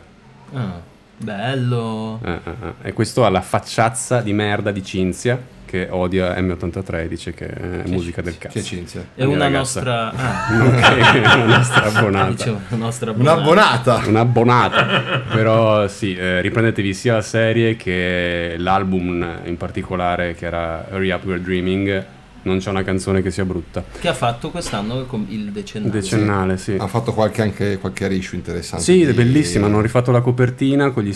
Speaker 4: Ah, bello.
Speaker 3: Eh, eh, eh. E questo ha la facciazza di merda di Cinzia che odia M83 e dice che è musica del cazzo.
Speaker 1: C'è Cinzia.
Speaker 4: È una
Speaker 3: Eh, ragazza.
Speaker 4: nostra... Ah,
Speaker 3: *laughs* Ok, una nostra abbonata.
Speaker 4: *laughs* dicevo, una nostra
Speaker 1: Un'abbonata.
Speaker 3: un'abbonata. Però sì, eh, riprendetevi sia la serie che l'album in particolare che era Hurry Up We're Dreaming. Non c'è una canzone che sia brutta.
Speaker 4: Che ha fatto quest'anno com- il decennale.
Speaker 3: Decennale, sì.
Speaker 1: Ha fatto qualche, anche qualche reissue interessante.
Speaker 3: Sì, è
Speaker 1: di-
Speaker 3: bellissima, hanno rifatto la copertina con gli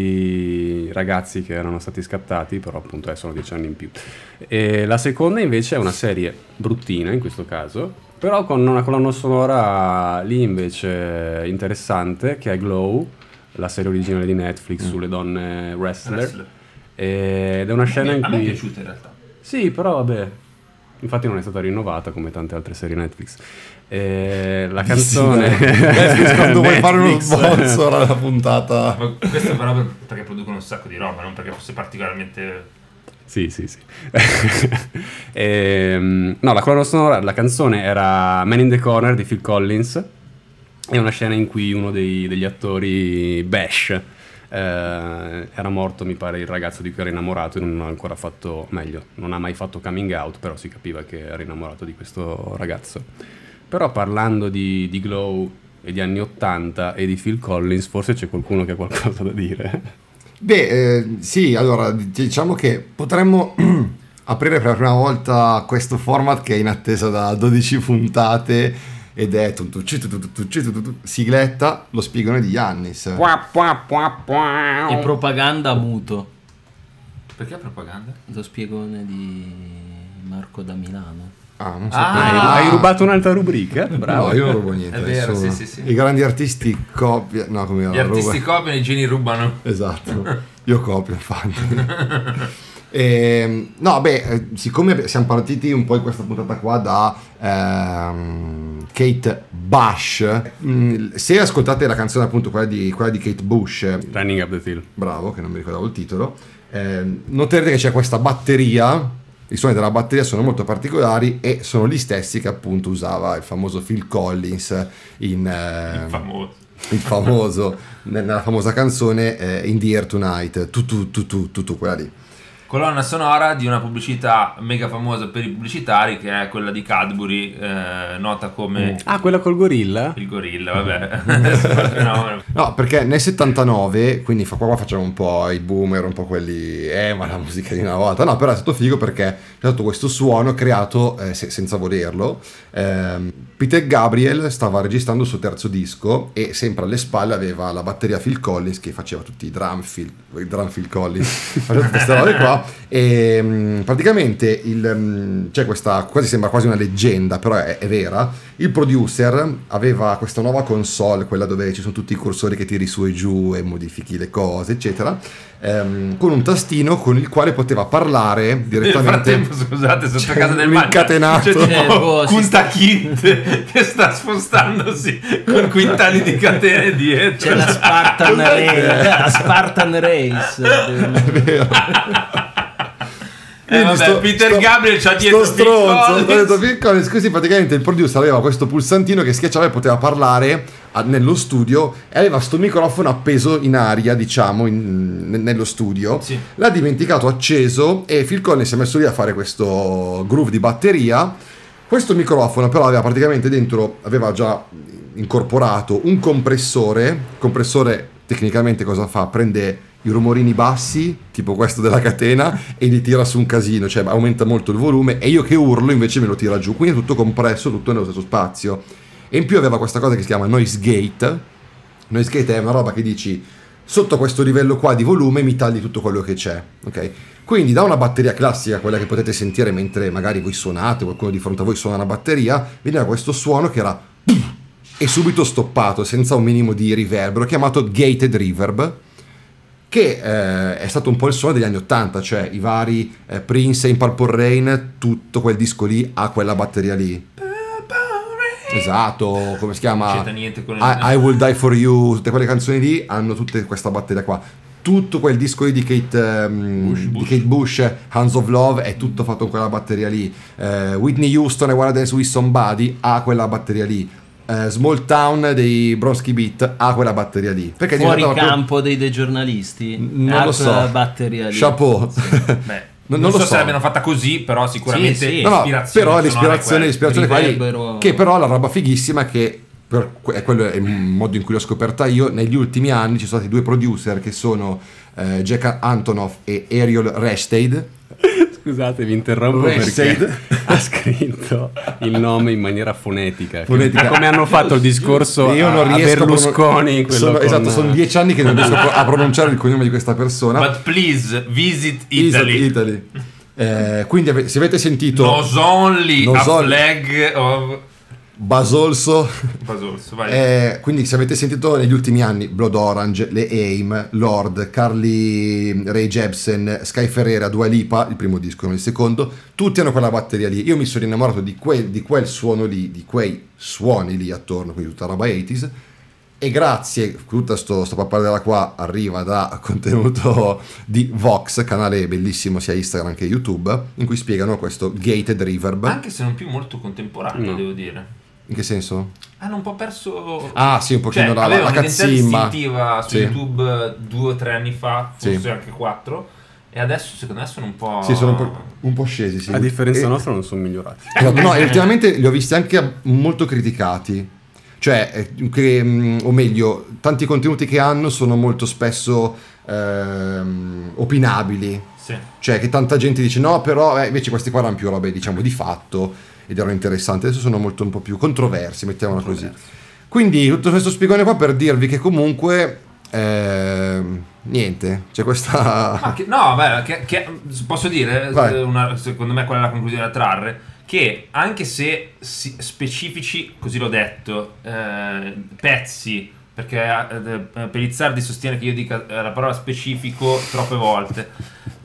Speaker 3: stessi ragazzi che erano stati scattati, però appunto eh, sono dieci anni in più. E la seconda invece è una serie bruttina in questo caso, però con una colonna sonora lì invece interessante che è Glow, la serie originale di
Speaker 1: Mm.
Speaker 3: Netflix sulle donne wrestler.
Speaker 2: Wrestler.
Speaker 3: Ed è una scena in
Speaker 2: a me è
Speaker 3: cui...
Speaker 2: piaciuta in realtà.
Speaker 3: Sì, però vabbè. Infatti non è stata rinnovata come tante altre serie Netflix. Eh, la canzone... *laughs*
Speaker 1: Netflix, quando vuoi fare uno
Speaker 3: Netflix.
Speaker 1: sponsor alla puntata.
Speaker 2: Ma questo però per- perché producono un sacco di roba, non perché fosse particolarmente.
Speaker 3: Sì, sì, *laughs* sì. Ehm, no, la colonna sonora, la canzone era Man in the Corner di Phil Collins. È una scena in cui uno dei- degli attori, Bash, eh, era morto, mi pare, il ragazzo di cui era innamorato e non ha ancora fatto, meglio, non ha mai fatto coming out, però si capiva che era innamorato di questo ragazzo. Però parlando di, di Glow e di anni 80 e di Phil Collins, forse c'è qualcuno che ha qualcosa da dire.
Speaker 1: Beh, eh, sì, allora diciamo che potremmo *clears throat* aprire per la prima volta questo format che è in attesa da 12 puntate ed è tun tun ci tu tu tu tu ci tu tu tu, sigletta lo spiegone di Yannis.
Speaker 4: E propaganda a muto.
Speaker 2: Perché propaganda?
Speaker 4: Lo spiegone di Marco da Milano.
Speaker 1: Ah, non
Speaker 2: Ah,
Speaker 1: sapevo.
Speaker 3: Hai rubato un'altra rubrica? Bravo.
Speaker 1: No, io non rubo niente.
Speaker 2: È vero,
Speaker 1: nessuno.
Speaker 2: sì, sì, sì.
Speaker 1: I grandi artisti copia... No, come
Speaker 2: Gli
Speaker 1: la ruba-
Speaker 2: artisti copiano, i geni rubano.
Speaker 1: Esatto, io copio infatti. *laughs* Ehm, no, beh, eh, siccome siamo partiti un po' in questa puntata qua da ehm, Kate Bush, mm, se ascoltate la canzone appunto quella di, quella di Kate Bush, eh,
Speaker 3: Running Up the Hill.
Speaker 1: bravo che non mi ricordavo il titolo, ehm, noterete che c'è questa batteria, i suoni della batteria sono molto particolari e sono gli stessi che appunto usava il famoso Phil Collins in...
Speaker 2: Eh,
Speaker 1: ehm,
Speaker 2: Famoso.
Speaker 1: il famoso, nella famosa canzone eh, In the Air Tonight, tu tu tu tu tu tu, quella lì.
Speaker 2: Colonna sonora di una pubblicità mega famosa per i pubblicitari che è quella di Cadbury, eh, nota come
Speaker 3: Ah, quella col gorilla?
Speaker 2: il gorilla, *laughs* vabbè. Adesso fa il fenomeno.
Speaker 1: No, perché nel 79, quindi fa- qua, qua facciamo un po' i boomer, un po' quelli, eh, ma la musica di una volta. No, però è stato figo perché c'è stato questo suono creato eh, se- senza volerlo. Ehm, Peter Gabriel stava registrando il suo terzo disco e sempre alle spalle
Speaker 2: *laughs*
Speaker 1: aveva la batteria Phil Collins che faceva tutti i drum Phil, i drum Phil Collins, faceva tutte queste robe qua. no? E, mh, praticamente il, mh, c'è questa, quasi sembra quasi una leggenda, però è, è vera. Il producer aveva questa nuova console, quella dove ci sono tutti i cursori che tiri su e giù e modifichi le cose, eccetera, ehm, con un tastino con il quale poteva parlare
Speaker 2: Nel
Speaker 1: direttamente.
Speaker 2: frattempo, scusate, sotto
Speaker 1: C'è
Speaker 2: casa del
Speaker 1: un
Speaker 2: Magna
Speaker 1: incatenato.
Speaker 2: c'è tipo
Speaker 4: Eh, boh, si
Speaker 2: Kunta
Speaker 4: sta-
Speaker 2: Kinte che sta spostandosi con quintali di catene dietro.
Speaker 4: C'è la
Speaker 1: *laughs*
Speaker 4: Spartan
Speaker 1: Eh.
Speaker 4: Race, la Spartan
Speaker 1: *laughs*
Speaker 4: Race.
Speaker 1: È vero.
Speaker 2: Eh, vabbè,
Speaker 1: Quindi
Speaker 2: Peter Gabriel c'ha dietro
Speaker 1: sto
Speaker 2: Phil
Speaker 1: stronzo,
Speaker 2: Collins.
Speaker 1: c'ha dietro Phil Collins. Così praticamente il producer aveva questo pulsantino che schiacciava e poteva parlare a- nello studio e aveva sto microfono appeso in aria, diciamo, in- ne- nello studio.
Speaker 2: Sì.
Speaker 1: L'ha dimenticato acceso e Phil Collins si è messo lì a fare questo groove di batteria. Questo microfono però aveva praticamente dentro, aveva già incorporato un compressore. Il compressore tecnicamente cosa fa? Prende i rumorini bassi, tipo questo della catena, e li tira su un casino, cioè aumenta molto il volume e io che urlo invece me lo tira giù. Quindi è tutto compresso, tutto nello stesso spazio. E in più aveva questa cosa che si chiama noise gate. Noise gate è una roba che dici sotto questo livello qua di volume mi tagli tutto quello che c'è, ok? Quindi da una batteria classica, quella che potete sentire mentre magari voi suonate, qualcuno di fronte a voi suona una batteria, veniva questo suono che era e subito stoppato senza un minimo di riverbero, chiamato gated reverb, che eh, è stato un po' il suono degli anni 80, cioè i vari eh, Prince e in Purple Rain, tutto quel disco lì ha quella batteria lì. Esatto, come si
Speaker 2: Non
Speaker 1: chiama?
Speaker 2: c'entra niente con il...
Speaker 1: I, I Will Die For You, tutte quelle canzoni lì hanno tutte questa batteria qua. Tutto quel disco lì di Kate, ehm,
Speaker 2: Bush,
Speaker 1: di
Speaker 2: Bush.
Speaker 1: Kate Bush, Hands of Love, è tutto fatto con quella batteria lì. Eh, Whitney Houston e Wanna Dance With Somebody ha quella batteria lì. Eh, Small Town dei Bronski Beat ha quella batteria lì. Perché
Speaker 4: Fuori
Speaker 1: diventava più-
Speaker 4: campo dei, dei giornalisti.
Speaker 1: Non lo
Speaker 4: Art
Speaker 1: so.
Speaker 4: Batteria lì.
Speaker 1: Chapeau.
Speaker 2: Beh,
Speaker 1: Non- non
Speaker 2: non,
Speaker 1: lo
Speaker 2: so,
Speaker 1: so.
Speaker 2: se l'abbiano fatta così, però sicuramente
Speaker 4: Sì, sì.
Speaker 1: No, no,
Speaker 2: l'ispirazione
Speaker 1: però
Speaker 2: sonora è
Speaker 1: l'ispirazione,
Speaker 2: quella.
Speaker 1: l'ispirazione qua lì,
Speaker 4: Riverbero.
Speaker 1: che però la roba fighissima è che per, que- è quello è il modo in cui l'ho scoperta io negli ultimi anni ci sono stati due producer che sono eh, Jack Antonoff e Ariel Restade
Speaker 3: *laughs* Scusate, vi interrompo
Speaker 1: Rashid.
Speaker 3: perché *laughs* ha scritto il nome in maniera fonetica. che-
Speaker 1: Fonetica.
Speaker 3: Come hanno fatto il discorso
Speaker 1: io
Speaker 3: a-
Speaker 1: non riesco
Speaker 3: a
Speaker 1: a pronun-
Speaker 3: Berlusconi. quello
Speaker 1: sono,
Speaker 3: con-
Speaker 1: esatto sono dieci anni che non riesco a pronunciare il cognome di questa persona
Speaker 2: But please visit
Speaker 1: Is-
Speaker 2: Italy.
Speaker 1: Italy. Eh, quindi ave- se avete sentito
Speaker 2: Nos only
Speaker 1: Nos
Speaker 2: a
Speaker 1: only.
Speaker 2: flag of
Speaker 1: Basolso
Speaker 2: Basorso, vai.
Speaker 1: Eh, quindi se avete sentito negli ultimi anni Blood Orange, le AIM, Lord, Carly Ray Jepsen, Sky Ferreira, Dua Lipa, il primo disco, non il secondo, tutti hanno quella batteria lì. Io mi sono innamorato di quel, di quel suono lì, di quei suoni lì attorno, quindi tutta roba 80s. E grazie, tutta sto, sto papparella qua arriva da contenuto di Vox, canale bellissimo sia Instagram che YouTube, in cui spiegano questo gated reverb.
Speaker 2: Anche se non più molto contemporaneo,
Speaker 3: No.
Speaker 2: devo dire.
Speaker 1: In che senso?
Speaker 2: Hanno un po' perso...
Speaker 1: Ah sì, un pochino
Speaker 2: cioè,
Speaker 1: la, la,
Speaker 2: aveva
Speaker 1: la
Speaker 2: un'identità
Speaker 1: cazzimma.
Speaker 2: distintiva su
Speaker 1: Sì.
Speaker 2: YouTube eh, due o tre anni fa, forse
Speaker 1: Sì.
Speaker 2: anche quattro, e adesso secondo me sono un po'...
Speaker 1: Sì, sono un po', un po' scesi. Sì.
Speaker 3: A differenza
Speaker 1: E-
Speaker 3: nostra non sono migliorati.
Speaker 1: Esatto, no, e ultimamente li ho visti anche molto criticati. Cioè, eh, che, mm, o meglio, tanti contenuti che hanno sono molto spesso ehm, opinabili.
Speaker 2: Sì.
Speaker 1: Cioè, che tanta gente dice no, però eh, invece questi qua erano più robe, diciamo, di fatto ed erano interessanti. Adesso sono molto un po' più controversi, mettiamola così. Quindi, tutto questo spiegone qua per dirvi che comunque. ehm, niente, c'è questa. *laughs*
Speaker 2: Ma che- no, beh, che- che- posso dire,
Speaker 1: Vai.
Speaker 2: eh, una- secondo me qual è la conclusione da trarre? Che anche se si- specifici, così l'ho detto, eh, pezzi, perché eh, eh, Pelizzardi sostiene che io dica eh, la parola specifico troppe volte,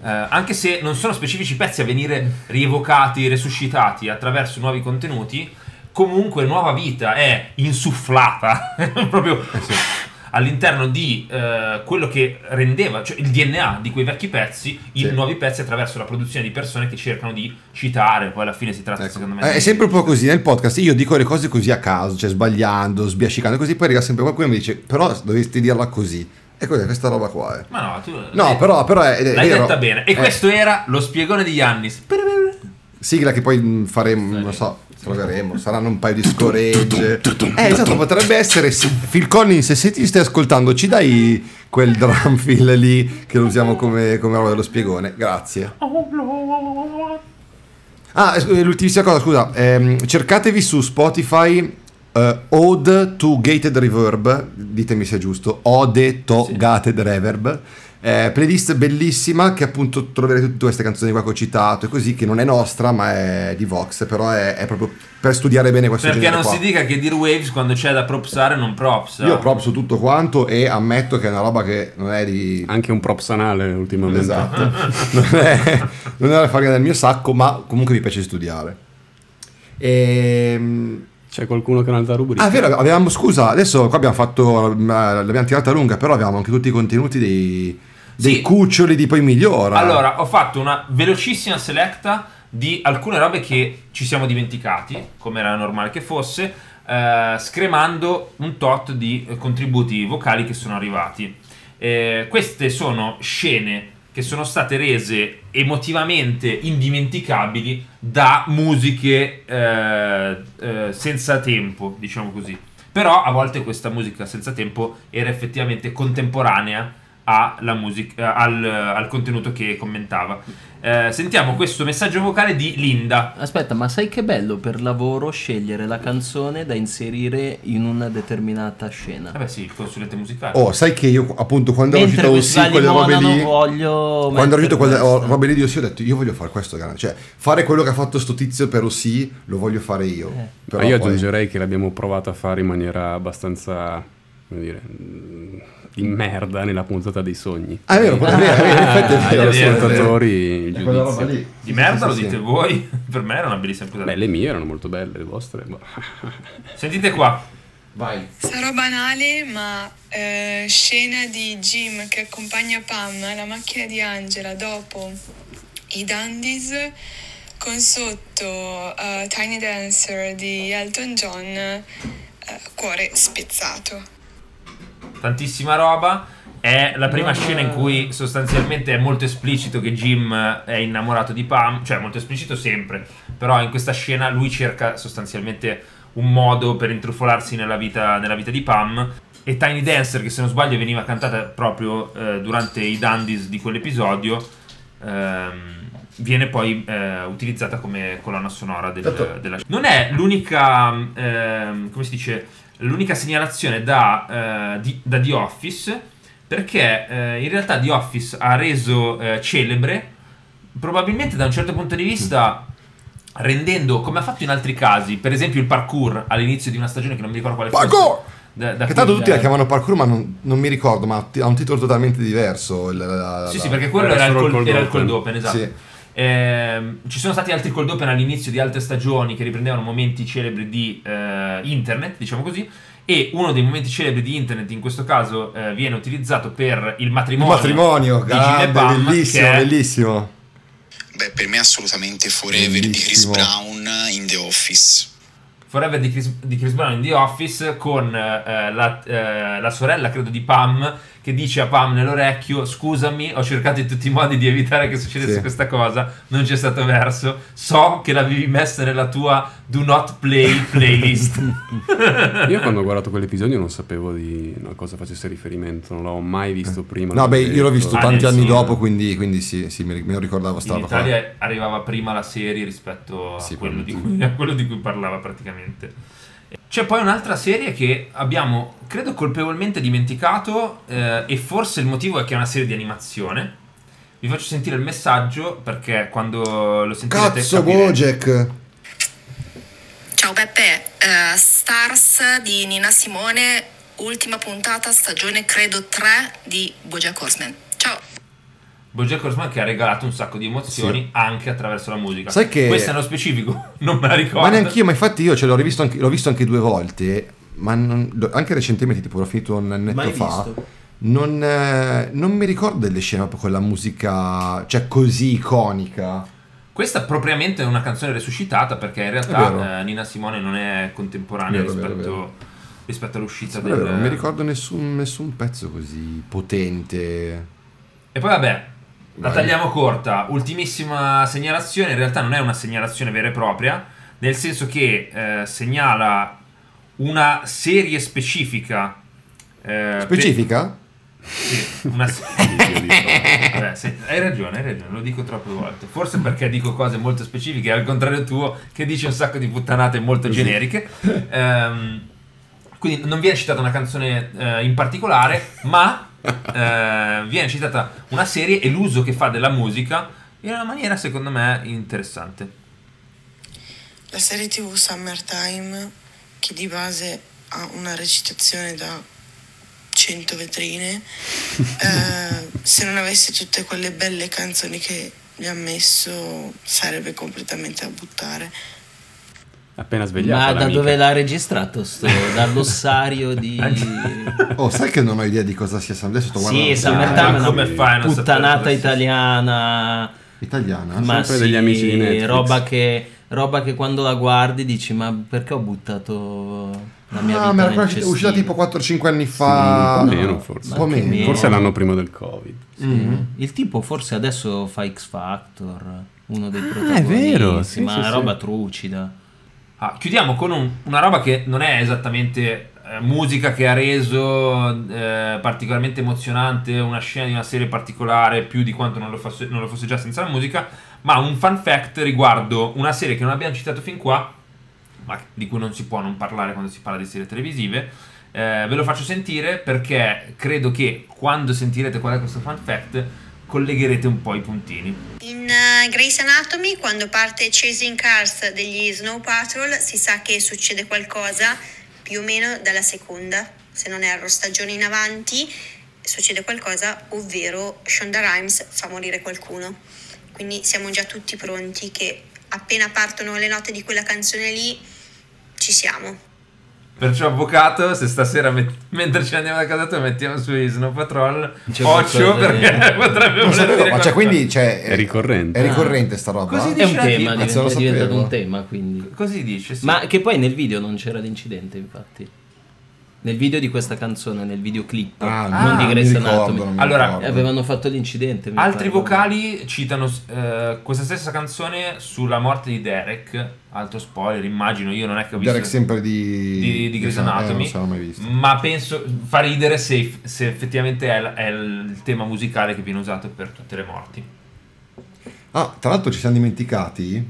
Speaker 2: eh, anche se non sono specifici pezzi a venire rievocati, resuscitati attraverso nuovi contenuti, comunque nuova vita è insufflata *laughs* proprio
Speaker 1: Eh
Speaker 2: all'interno di eh, quello che rendeva, cioè il DNA di quei vecchi pezzi,
Speaker 1: Sì.
Speaker 2: i nuovi pezzi attraverso la produzione di persone che cercano di citare, poi alla fine si tratta
Speaker 1: Ecco.
Speaker 2: secondo me
Speaker 1: Eh,
Speaker 2: di-
Speaker 1: È sempre un po' così nel podcast. Io dico le cose così a caso, cioè sbagliando, sbiascicando, così poi arriva sempre qualcuno e mi dice: Però dovresti dirla così. E cos'è questa roba qua? eh.
Speaker 2: Ma no, tu
Speaker 1: No, però, però è, è
Speaker 2: l'hai
Speaker 1: vero.
Speaker 2: detta bene. E
Speaker 1: Eh,
Speaker 2: questo era lo spiegone di Yannis.
Speaker 1: Sigla che poi mh, faremo, non so, troveremo. Saranno un paio di scoregge. Eh, esatto, potrebbe essere. se- Phil Collins, se ti stai ascoltando, ci dai quel drum fill lì che lo usiamo come, come roba dello spiegone. Grazie. Ah, eh, l'ultimissima cosa, scusa, ehm, cercatevi su Spotify eh, Ode to Gated Reverb, ditemi se è giusto, Ode to
Speaker 2: Sì.
Speaker 1: Gated Reverb, Eh, playlist bellissima che appunto troverete tutte queste canzoni qua che ho citato e così che non è nostra ma è di Vox però è, è proprio per studiare bene questo
Speaker 2: Perché
Speaker 1: genere
Speaker 2: non
Speaker 1: qua.
Speaker 2: si dica che Dear Waves quando c'è da propsare non propsa.
Speaker 1: io proprio su tutto quanto e ammetto che è una roba che non è di
Speaker 3: Anche un props anale
Speaker 2: Ah.
Speaker 3: ultimamente.
Speaker 1: esatto non è, non è la farina del mio sacco ma comunque mi piace studiare Ehm,
Speaker 3: C'è qualcuno che ha un'altra rubrica?
Speaker 1: Ah, è vero, avevamo scusa, adesso qua abbiamo fatto eh, l'abbiamo tirata lunga, però avevamo anche tutti i contenuti dei, dei
Speaker 2: Sì.
Speaker 1: cuccioli di poi migliora.
Speaker 2: Allora, ho fatto una velocissima selecta di alcune robe che ci siamo dimenticati, come era normale che fosse, eh, scremando un tot di eh, contributi vocali che sono arrivati. Eh, queste sono scene che sono state rese emotivamente indimenticabili da musiche eh, eh, senza tempo, diciamo così. Però a volte questa musica senza tempo era effettivamente contemporanea alla musica, al, al contenuto che commentava. Eh, sentiamo questo messaggio vocale di Linda.
Speaker 4: Aspetta, ma sai che bello per lavoro scegliere la canzone da inserire in una determinata scena?
Speaker 2: Vabbè Eh sì, il consulente musicale.
Speaker 1: Oh, sai che io appunto quando
Speaker 4: Mentre
Speaker 1: ho uscito
Speaker 4: questi
Speaker 1: sì, quelle robe
Speaker 4: limonano,
Speaker 1: lì
Speaker 4: voglio
Speaker 1: quando ho uscito
Speaker 4: mettere
Speaker 1: quelle oh,
Speaker 4: questa.
Speaker 1: robe lì di Ossi ho detto io voglio fare questo cara. cioè fare quello che ha fatto sto tizio per Ossi lo voglio fare io.
Speaker 4: Eh.
Speaker 1: Però
Speaker 3: Ma io
Speaker 1: poi-
Speaker 3: aggiungerei che l'abbiamo provato a fare in maniera abbastanza, come dire, mh, in merda nella puntata dei sogni.
Speaker 1: Ah, è
Speaker 3: *laughs*
Speaker 1: vero, è vero, è vero, in effetti è
Speaker 3: Agli
Speaker 1: vero, sì, è vero.
Speaker 3: ascoltatori il
Speaker 1: È quella roba
Speaker 3: giudizio.
Speaker 1: lì.
Speaker 2: Di merda
Speaker 1: sì,
Speaker 2: lo
Speaker 1: sì,
Speaker 2: dite
Speaker 1: sì.
Speaker 2: voi? *laughs* per me era una bellissima cosa.
Speaker 3: Beh, le mie erano molto belle, le vostre. *laughs* boh.
Speaker 2: Sentite qua.
Speaker 1: Vai.
Speaker 7: Sarò banale, ma eh, scena di Jim che accompagna Pam alla macchina di Angela dopo i Dundies con sotto eh, Tiny Dancer di Elton John, eh, cuore spezzato.
Speaker 2: tantissima roba. È la prima scena in cui sostanzialmente è molto esplicito che Jim è innamorato di Pam, cioè molto esplicito sempre, però in questa scena lui cerca sostanzialmente un modo per intrufolarsi nella vita, nella vita di Pam e Tiny Dancer che se non sbaglio veniva cantata proprio eh, durante i dandies di quell'episodio ehm, viene poi eh, utilizzata come colonna sonora del-
Speaker 1: Tanto-
Speaker 2: della scena. Non è l'unica, ehm, come si dice, l'unica segnalazione da, eh, di- da The Office perché eh, in realtà The Office ha reso eh, celebre probabilmente da un certo punto di vista rendendo come ha fatto in altri casi per esempio il parkour all'inizio di una stagione che non mi ricordo quale
Speaker 1: Parkour!
Speaker 2: fosse da, da eh,
Speaker 1: Che tanto
Speaker 2: cui-
Speaker 1: tutti la chiamano parkour, ma non, non mi ricordo, ma ti- ha un titolo totalmente diverso. il- la- la-
Speaker 2: sì sì
Speaker 1: la-
Speaker 2: perché quello
Speaker 3: Era
Speaker 2: era il
Speaker 3: solo
Speaker 2: col-
Speaker 3: il cold
Speaker 2: era il
Speaker 3: open.
Speaker 2: cold open esatto
Speaker 1: Sì.
Speaker 2: Ehm, ci sono stati altri cold open all'inizio di altre stagioni che riprendevano momenti celebri di eh, internet, diciamo così. E uno dei momenti celebri di internet, in questo caso, eh, viene utilizzato per il
Speaker 1: Il
Speaker 2: matrimonio.
Speaker 1: matrimonio,
Speaker 2: di Gina
Speaker 1: grande,
Speaker 2: e Pam,
Speaker 1: bellissimo,
Speaker 2: che è-
Speaker 1: bellissimo.
Speaker 8: Beh, per me assolutamente Forever di Chris
Speaker 1: Bellissimo.
Speaker 8: Brown in The Office.
Speaker 2: Forever di Chris, di Chris Brown in The Office con eh, la, eh, la sorella, credo, di Pam, che dice a Pam nell'orecchio: Scusami, ho cercato in tutti i modi di evitare che succedesse
Speaker 1: Sì.
Speaker 2: questa cosa, non c'è stato verso. So che l'avevi messa nella tua Do Not Play playlist.
Speaker 3: Io quando ho guardato quell'episodio non sapevo di a cosa facesse riferimento, non l'ho mai visto prima.
Speaker 1: Eh. No,
Speaker 3: l'ho
Speaker 1: beh, io l'ho visto
Speaker 2: Ah,
Speaker 1: tanti
Speaker 2: nel
Speaker 1: anni
Speaker 2: sud.
Speaker 1: dopo, quindi, quindi sì, sì, mi, mi ricordavo sta
Speaker 2: In
Speaker 1: roba qua.
Speaker 2: Italia arrivava prima la serie rispetto a,
Speaker 1: Sì,
Speaker 2: quello, di
Speaker 1: probabilmente.
Speaker 2: cui, a quello di cui parlava praticamente. C'è poi un'altra serie che abbiamo, credo, colpevolmente dimenticato eh, e forse il motivo è che è una serie di animazione. Vi faccio sentire il messaggio perché quando lo sentirete
Speaker 1: Cazzo,
Speaker 2: capirete.
Speaker 1: Bojack!
Speaker 9: Ciao Beppe, eh, Stars di Nina Simone, ultima puntata, stagione credo 3 di Bojack Horseman. Ciao!
Speaker 2: Bojack Horseman che ha regalato un sacco di emozioni anche attraverso la musica.
Speaker 1: Sai che-
Speaker 2: Questa nello specifico *laughs* non me la ricordo.
Speaker 1: Ma neanche io, ma infatti io ce l'ho, rivisto anche, l'ho visto anche due volte, ma non- lo- anche recentemente, tipo l'ho finito un annetto
Speaker 4: Mai
Speaker 1: fa.
Speaker 4: visto.
Speaker 1: Non, eh, non mi ricordo delle scene proprio con la musica, cioè così iconica.
Speaker 2: Questa propriamente è una canzone resuscitata perché in
Speaker 1: È
Speaker 2: realtà
Speaker 1: vero.
Speaker 2: eh, Nina Simone non è contemporanea
Speaker 1: Vero, vero,
Speaker 2: rispetto,
Speaker 1: vero.
Speaker 2: rispetto all'uscita del...
Speaker 1: Davvero, non mi ricordo nessun, nessun pezzo così potente.
Speaker 2: E poi vabbè, la
Speaker 1: Vai.
Speaker 2: tagliamo corta. Ultimissima segnalazione, in realtà non è una segnalazione vera e propria, nel senso che eh, segnala una serie specifica. eh,
Speaker 1: Specifica?
Speaker 2: per- sì, una serie. Vabbè, Eh, sì, hai ragione, hai ragione, lo dico troppe volte. Forse perché dico cose molto specifiche, al contrario tuo, che dice un sacco di puttanate molto generiche. Ehm, quindi non viene citata una canzone eh, in particolare, ma eh, viene citata una serie e l'uso che fa della musica in una maniera secondo me interessante.
Speaker 10: La serie TV Summertime, che di base ha una recitazione da 100 vetrine, eh, se non avesse tutte quelle belle canzoni che gli ha messo, sarebbe completamente da buttare.
Speaker 3: Appena
Speaker 4: Ma
Speaker 3: svegliata.
Speaker 4: da
Speaker 3: l'amica.
Speaker 4: dove l'ha registrato sto? Dall'ossario *laughs* di...
Speaker 1: Oh, sai che non ho idea di cosa sia Sam? Adesso sto guardando.
Speaker 4: sì, eh,
Speaker 1: la
Speaker 4: Summertime
Speaker 2: ma
Speaker 4: è
Speaker 1: serie
Speaker 2: come
Speaker 4: una
Speaker 2: fai a non
Speaker 4: puttanata
Speaker 2: sapere cosa sia?
Speaker 4: italiana.
Speaker 1: Italiana.
Speaker 4: Ma
Speaker 3: sempre
Speaker 4: sì,
Speaker 3: degli amici di Netflix.
Speaker 4: Roba che, roba che quando la guardi dici ma perché ho buttato la mia
Speaker 1: Ah,
Speaker 4: vita
Speaker 1: ma era
Speaker 4: nel
Speaker 1: quella uscita- uscita
Speaker 4: cestino?
Speaker 1: tipo 4-5 anni fa.
Speaker 3: un po' meno, Mm, forse.
Speaker 1: Un po'
Speaker 4: Anche
Speaker 1: meno.
Speaker 4: meno.
Speaker 3: Forse è l'anno prima del Covid.
Speaker 4: Sì. Mm. Il tipo forse adesso fa X Factor, uno dei
Speaker 3: è
Speaker 4: protagonisti,
Speaker 3: vero, sì,
Speaker 4: ma
Speaker 3: sì,
Speaker 4: una
Speaker 3: sì.
Speaker 4: roba trucida.
Speaker 2: Ah, chiudiamo con un- una roba che non è esattamente eh, musica che ha reso eh, particolarmente emozionante una scena di una serie particolare più di quanto non lo, fosse, non lo fosse già senza la musica, ma un fun fact riguardo una serie che non abbiamo citato fin qua, ma di cui non si può non parlare quando si parla di serie televisive. Eh, ve lo faccio sentire perché credo che quando sentirete qual è questo fun fact collegherete un po' i puntini.
Speaker 9: In eh, Grey's Anatomy, quando parte Chasing Cars degli Snow Patrol, si sa che succede qualcosa più o meno dalla seconda, se non erro, stagione in avanti, succede qualcosa, ovvero Shonda Rhimes fa morire qualcuno. Quindi siamo già tutti pronti che appena partono le note di quella canzone lì, ci siamo.
Speaker 2: Perciò, avvocato, se stasera met- mentre ci andiamo da casa tua mettiamo su Snow Patrol,
Speaker 4: C'è
Speaker 2: occhio
Speaker 4: qualcosa di-
Speaker 2: perché *laughs* potrebbe
Speaker 1: Non sapevo,
Speaker 2: voler
Speaker 1: ma
Speaker 2: dire
Speaker 1: cioè,
Speaker 2: qualcosa.
Speaker 1: quindi cioè,
Speaker 3: È ricorrente.
Speaker 1: È ricorrente sta roba.
Speaker 2: Così
Speaker 4: È un
Speaker 2: Dice la
Speaker 4: tema,
Speaker 1: se
Speaker 2: tipa,
Speaker 4: diventa-
Speaker 1: lo
Speaker 4: è diventato
Speaker 1: sapevo.
Speaker 4: un tema, quindi.
Speaker 2: Così dice, sì.
Speaker 4: Ma che poi nel video non c'era l'incidente, infatti. Nel video di questa canzone, nel videoclip,
Speaker 1: Ah,
Speaker 4: non
Speaker 2: ah,
Speaker 4: di
Speaker 1: mi
Speaker 4: Grey's
Speaker 1: ricordo,
Speaker 4: Anatomy.
Speaker 1: non mi
Speaker 2: Allora,
Speaker 1: ricordo.
Speaker 4: Avevano fatto l'incidente. mi
Speaker 2: Altri
Speaker 4: pare.
Speaker 2: vocali citano eh, questa stessa canzone sulla morte di Derek. Altro spoiler, immagino. Io non è che ho visto.
Speaker 1: Derek sempre di,
Speaker 2: di, di Grey's
Speaker 1: eh,
Speaker 2: Anatomy,
Speaker 1: non se l'ho mai visto.
Speaker 2: ma penso fa ridere se, se effettivamente è, l- è il tema musicale che viene usato per tutte le morti.
Speaker 1: Ah, tra l'altro ci siamo dimenticati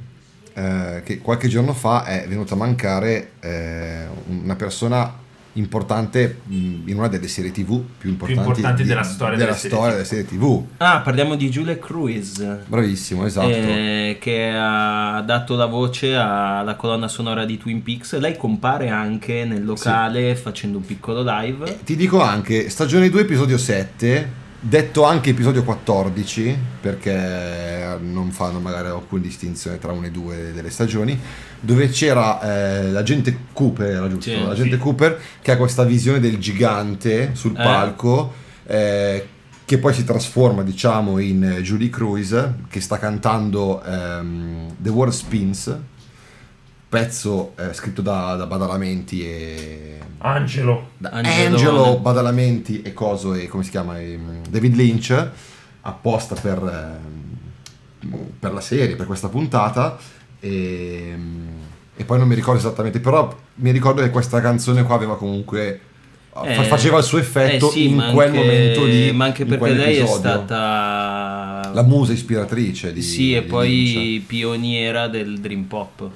Speaker 1: eh, che qualche giorno fa è venuta a mancare eh, una persona importante mh, in una delle serie TV più importanti,
Speaker 2: importanti della storia
Speaker 1: della
Speaker 2: delle serie
Speaker 1: storia
Speaker 2: TV.
Speaker 1: delle serie TV.
Speaker 4: Ah, parliamo di Julia Cruise.
Speaker 1: Bravissimo, esatto.
Speaker 4: eh, che ha dato la voce alla colonna sonora di Twin Peaks. Lei compare anche nel locale facendo un piccolo live.
Speaker 1: Ti dico anche stagione 2 episodio 7, detto anche episodio 14 perché non fanno magari alcuna distinzione tra una e due delle stagioni, dove c'era eh, l'agente Cooper, era giusto?
Speaker 4: Sì,
Speaker 1: l'agente
Speaker 2: sì.
Speaker 1: Cooper che ha questa visione del gigante sul
Speaker 4: Eh.
Speaker 1: palco eh, che poi si trasforma diciamo in Julie Cruise che sta cantando ehm, The World Spins pezzo eh, scritto da, da Badalamenti e
Speaker 2: Angelo,
Speaker 1: da
Speaker 4: Angelone.
Speaker 1: Angelo Badalamenti e Coso e come si chiama ehm, David Lynch apposta per, ehm, per la serie, per questa puntata e, ehm, e poi non mi ricordo esattamente, però mi ricordo che questa canzone qua aveva comunque fa-
Speaker 4: Eh,
Speaker 1: faceva il suo effetto
Speaker 4: eh sì,
Speaker 1: in
Speaker 4: ma
Speaker 1: quel
Speaker 4: anche-
Speaker 1: momento lì,
Speaker 4: Ma anche
Speaker 1: in
Speaker 4: perché lei è
Speaker 1: quell'episodio.
Speaker 4: stata.
Speaker 1: la musa ispiratrice di
Speaker 4: sì, e
Speaker 1: di Lynch.
Speaker 4: poi pioniera del Dream Pop.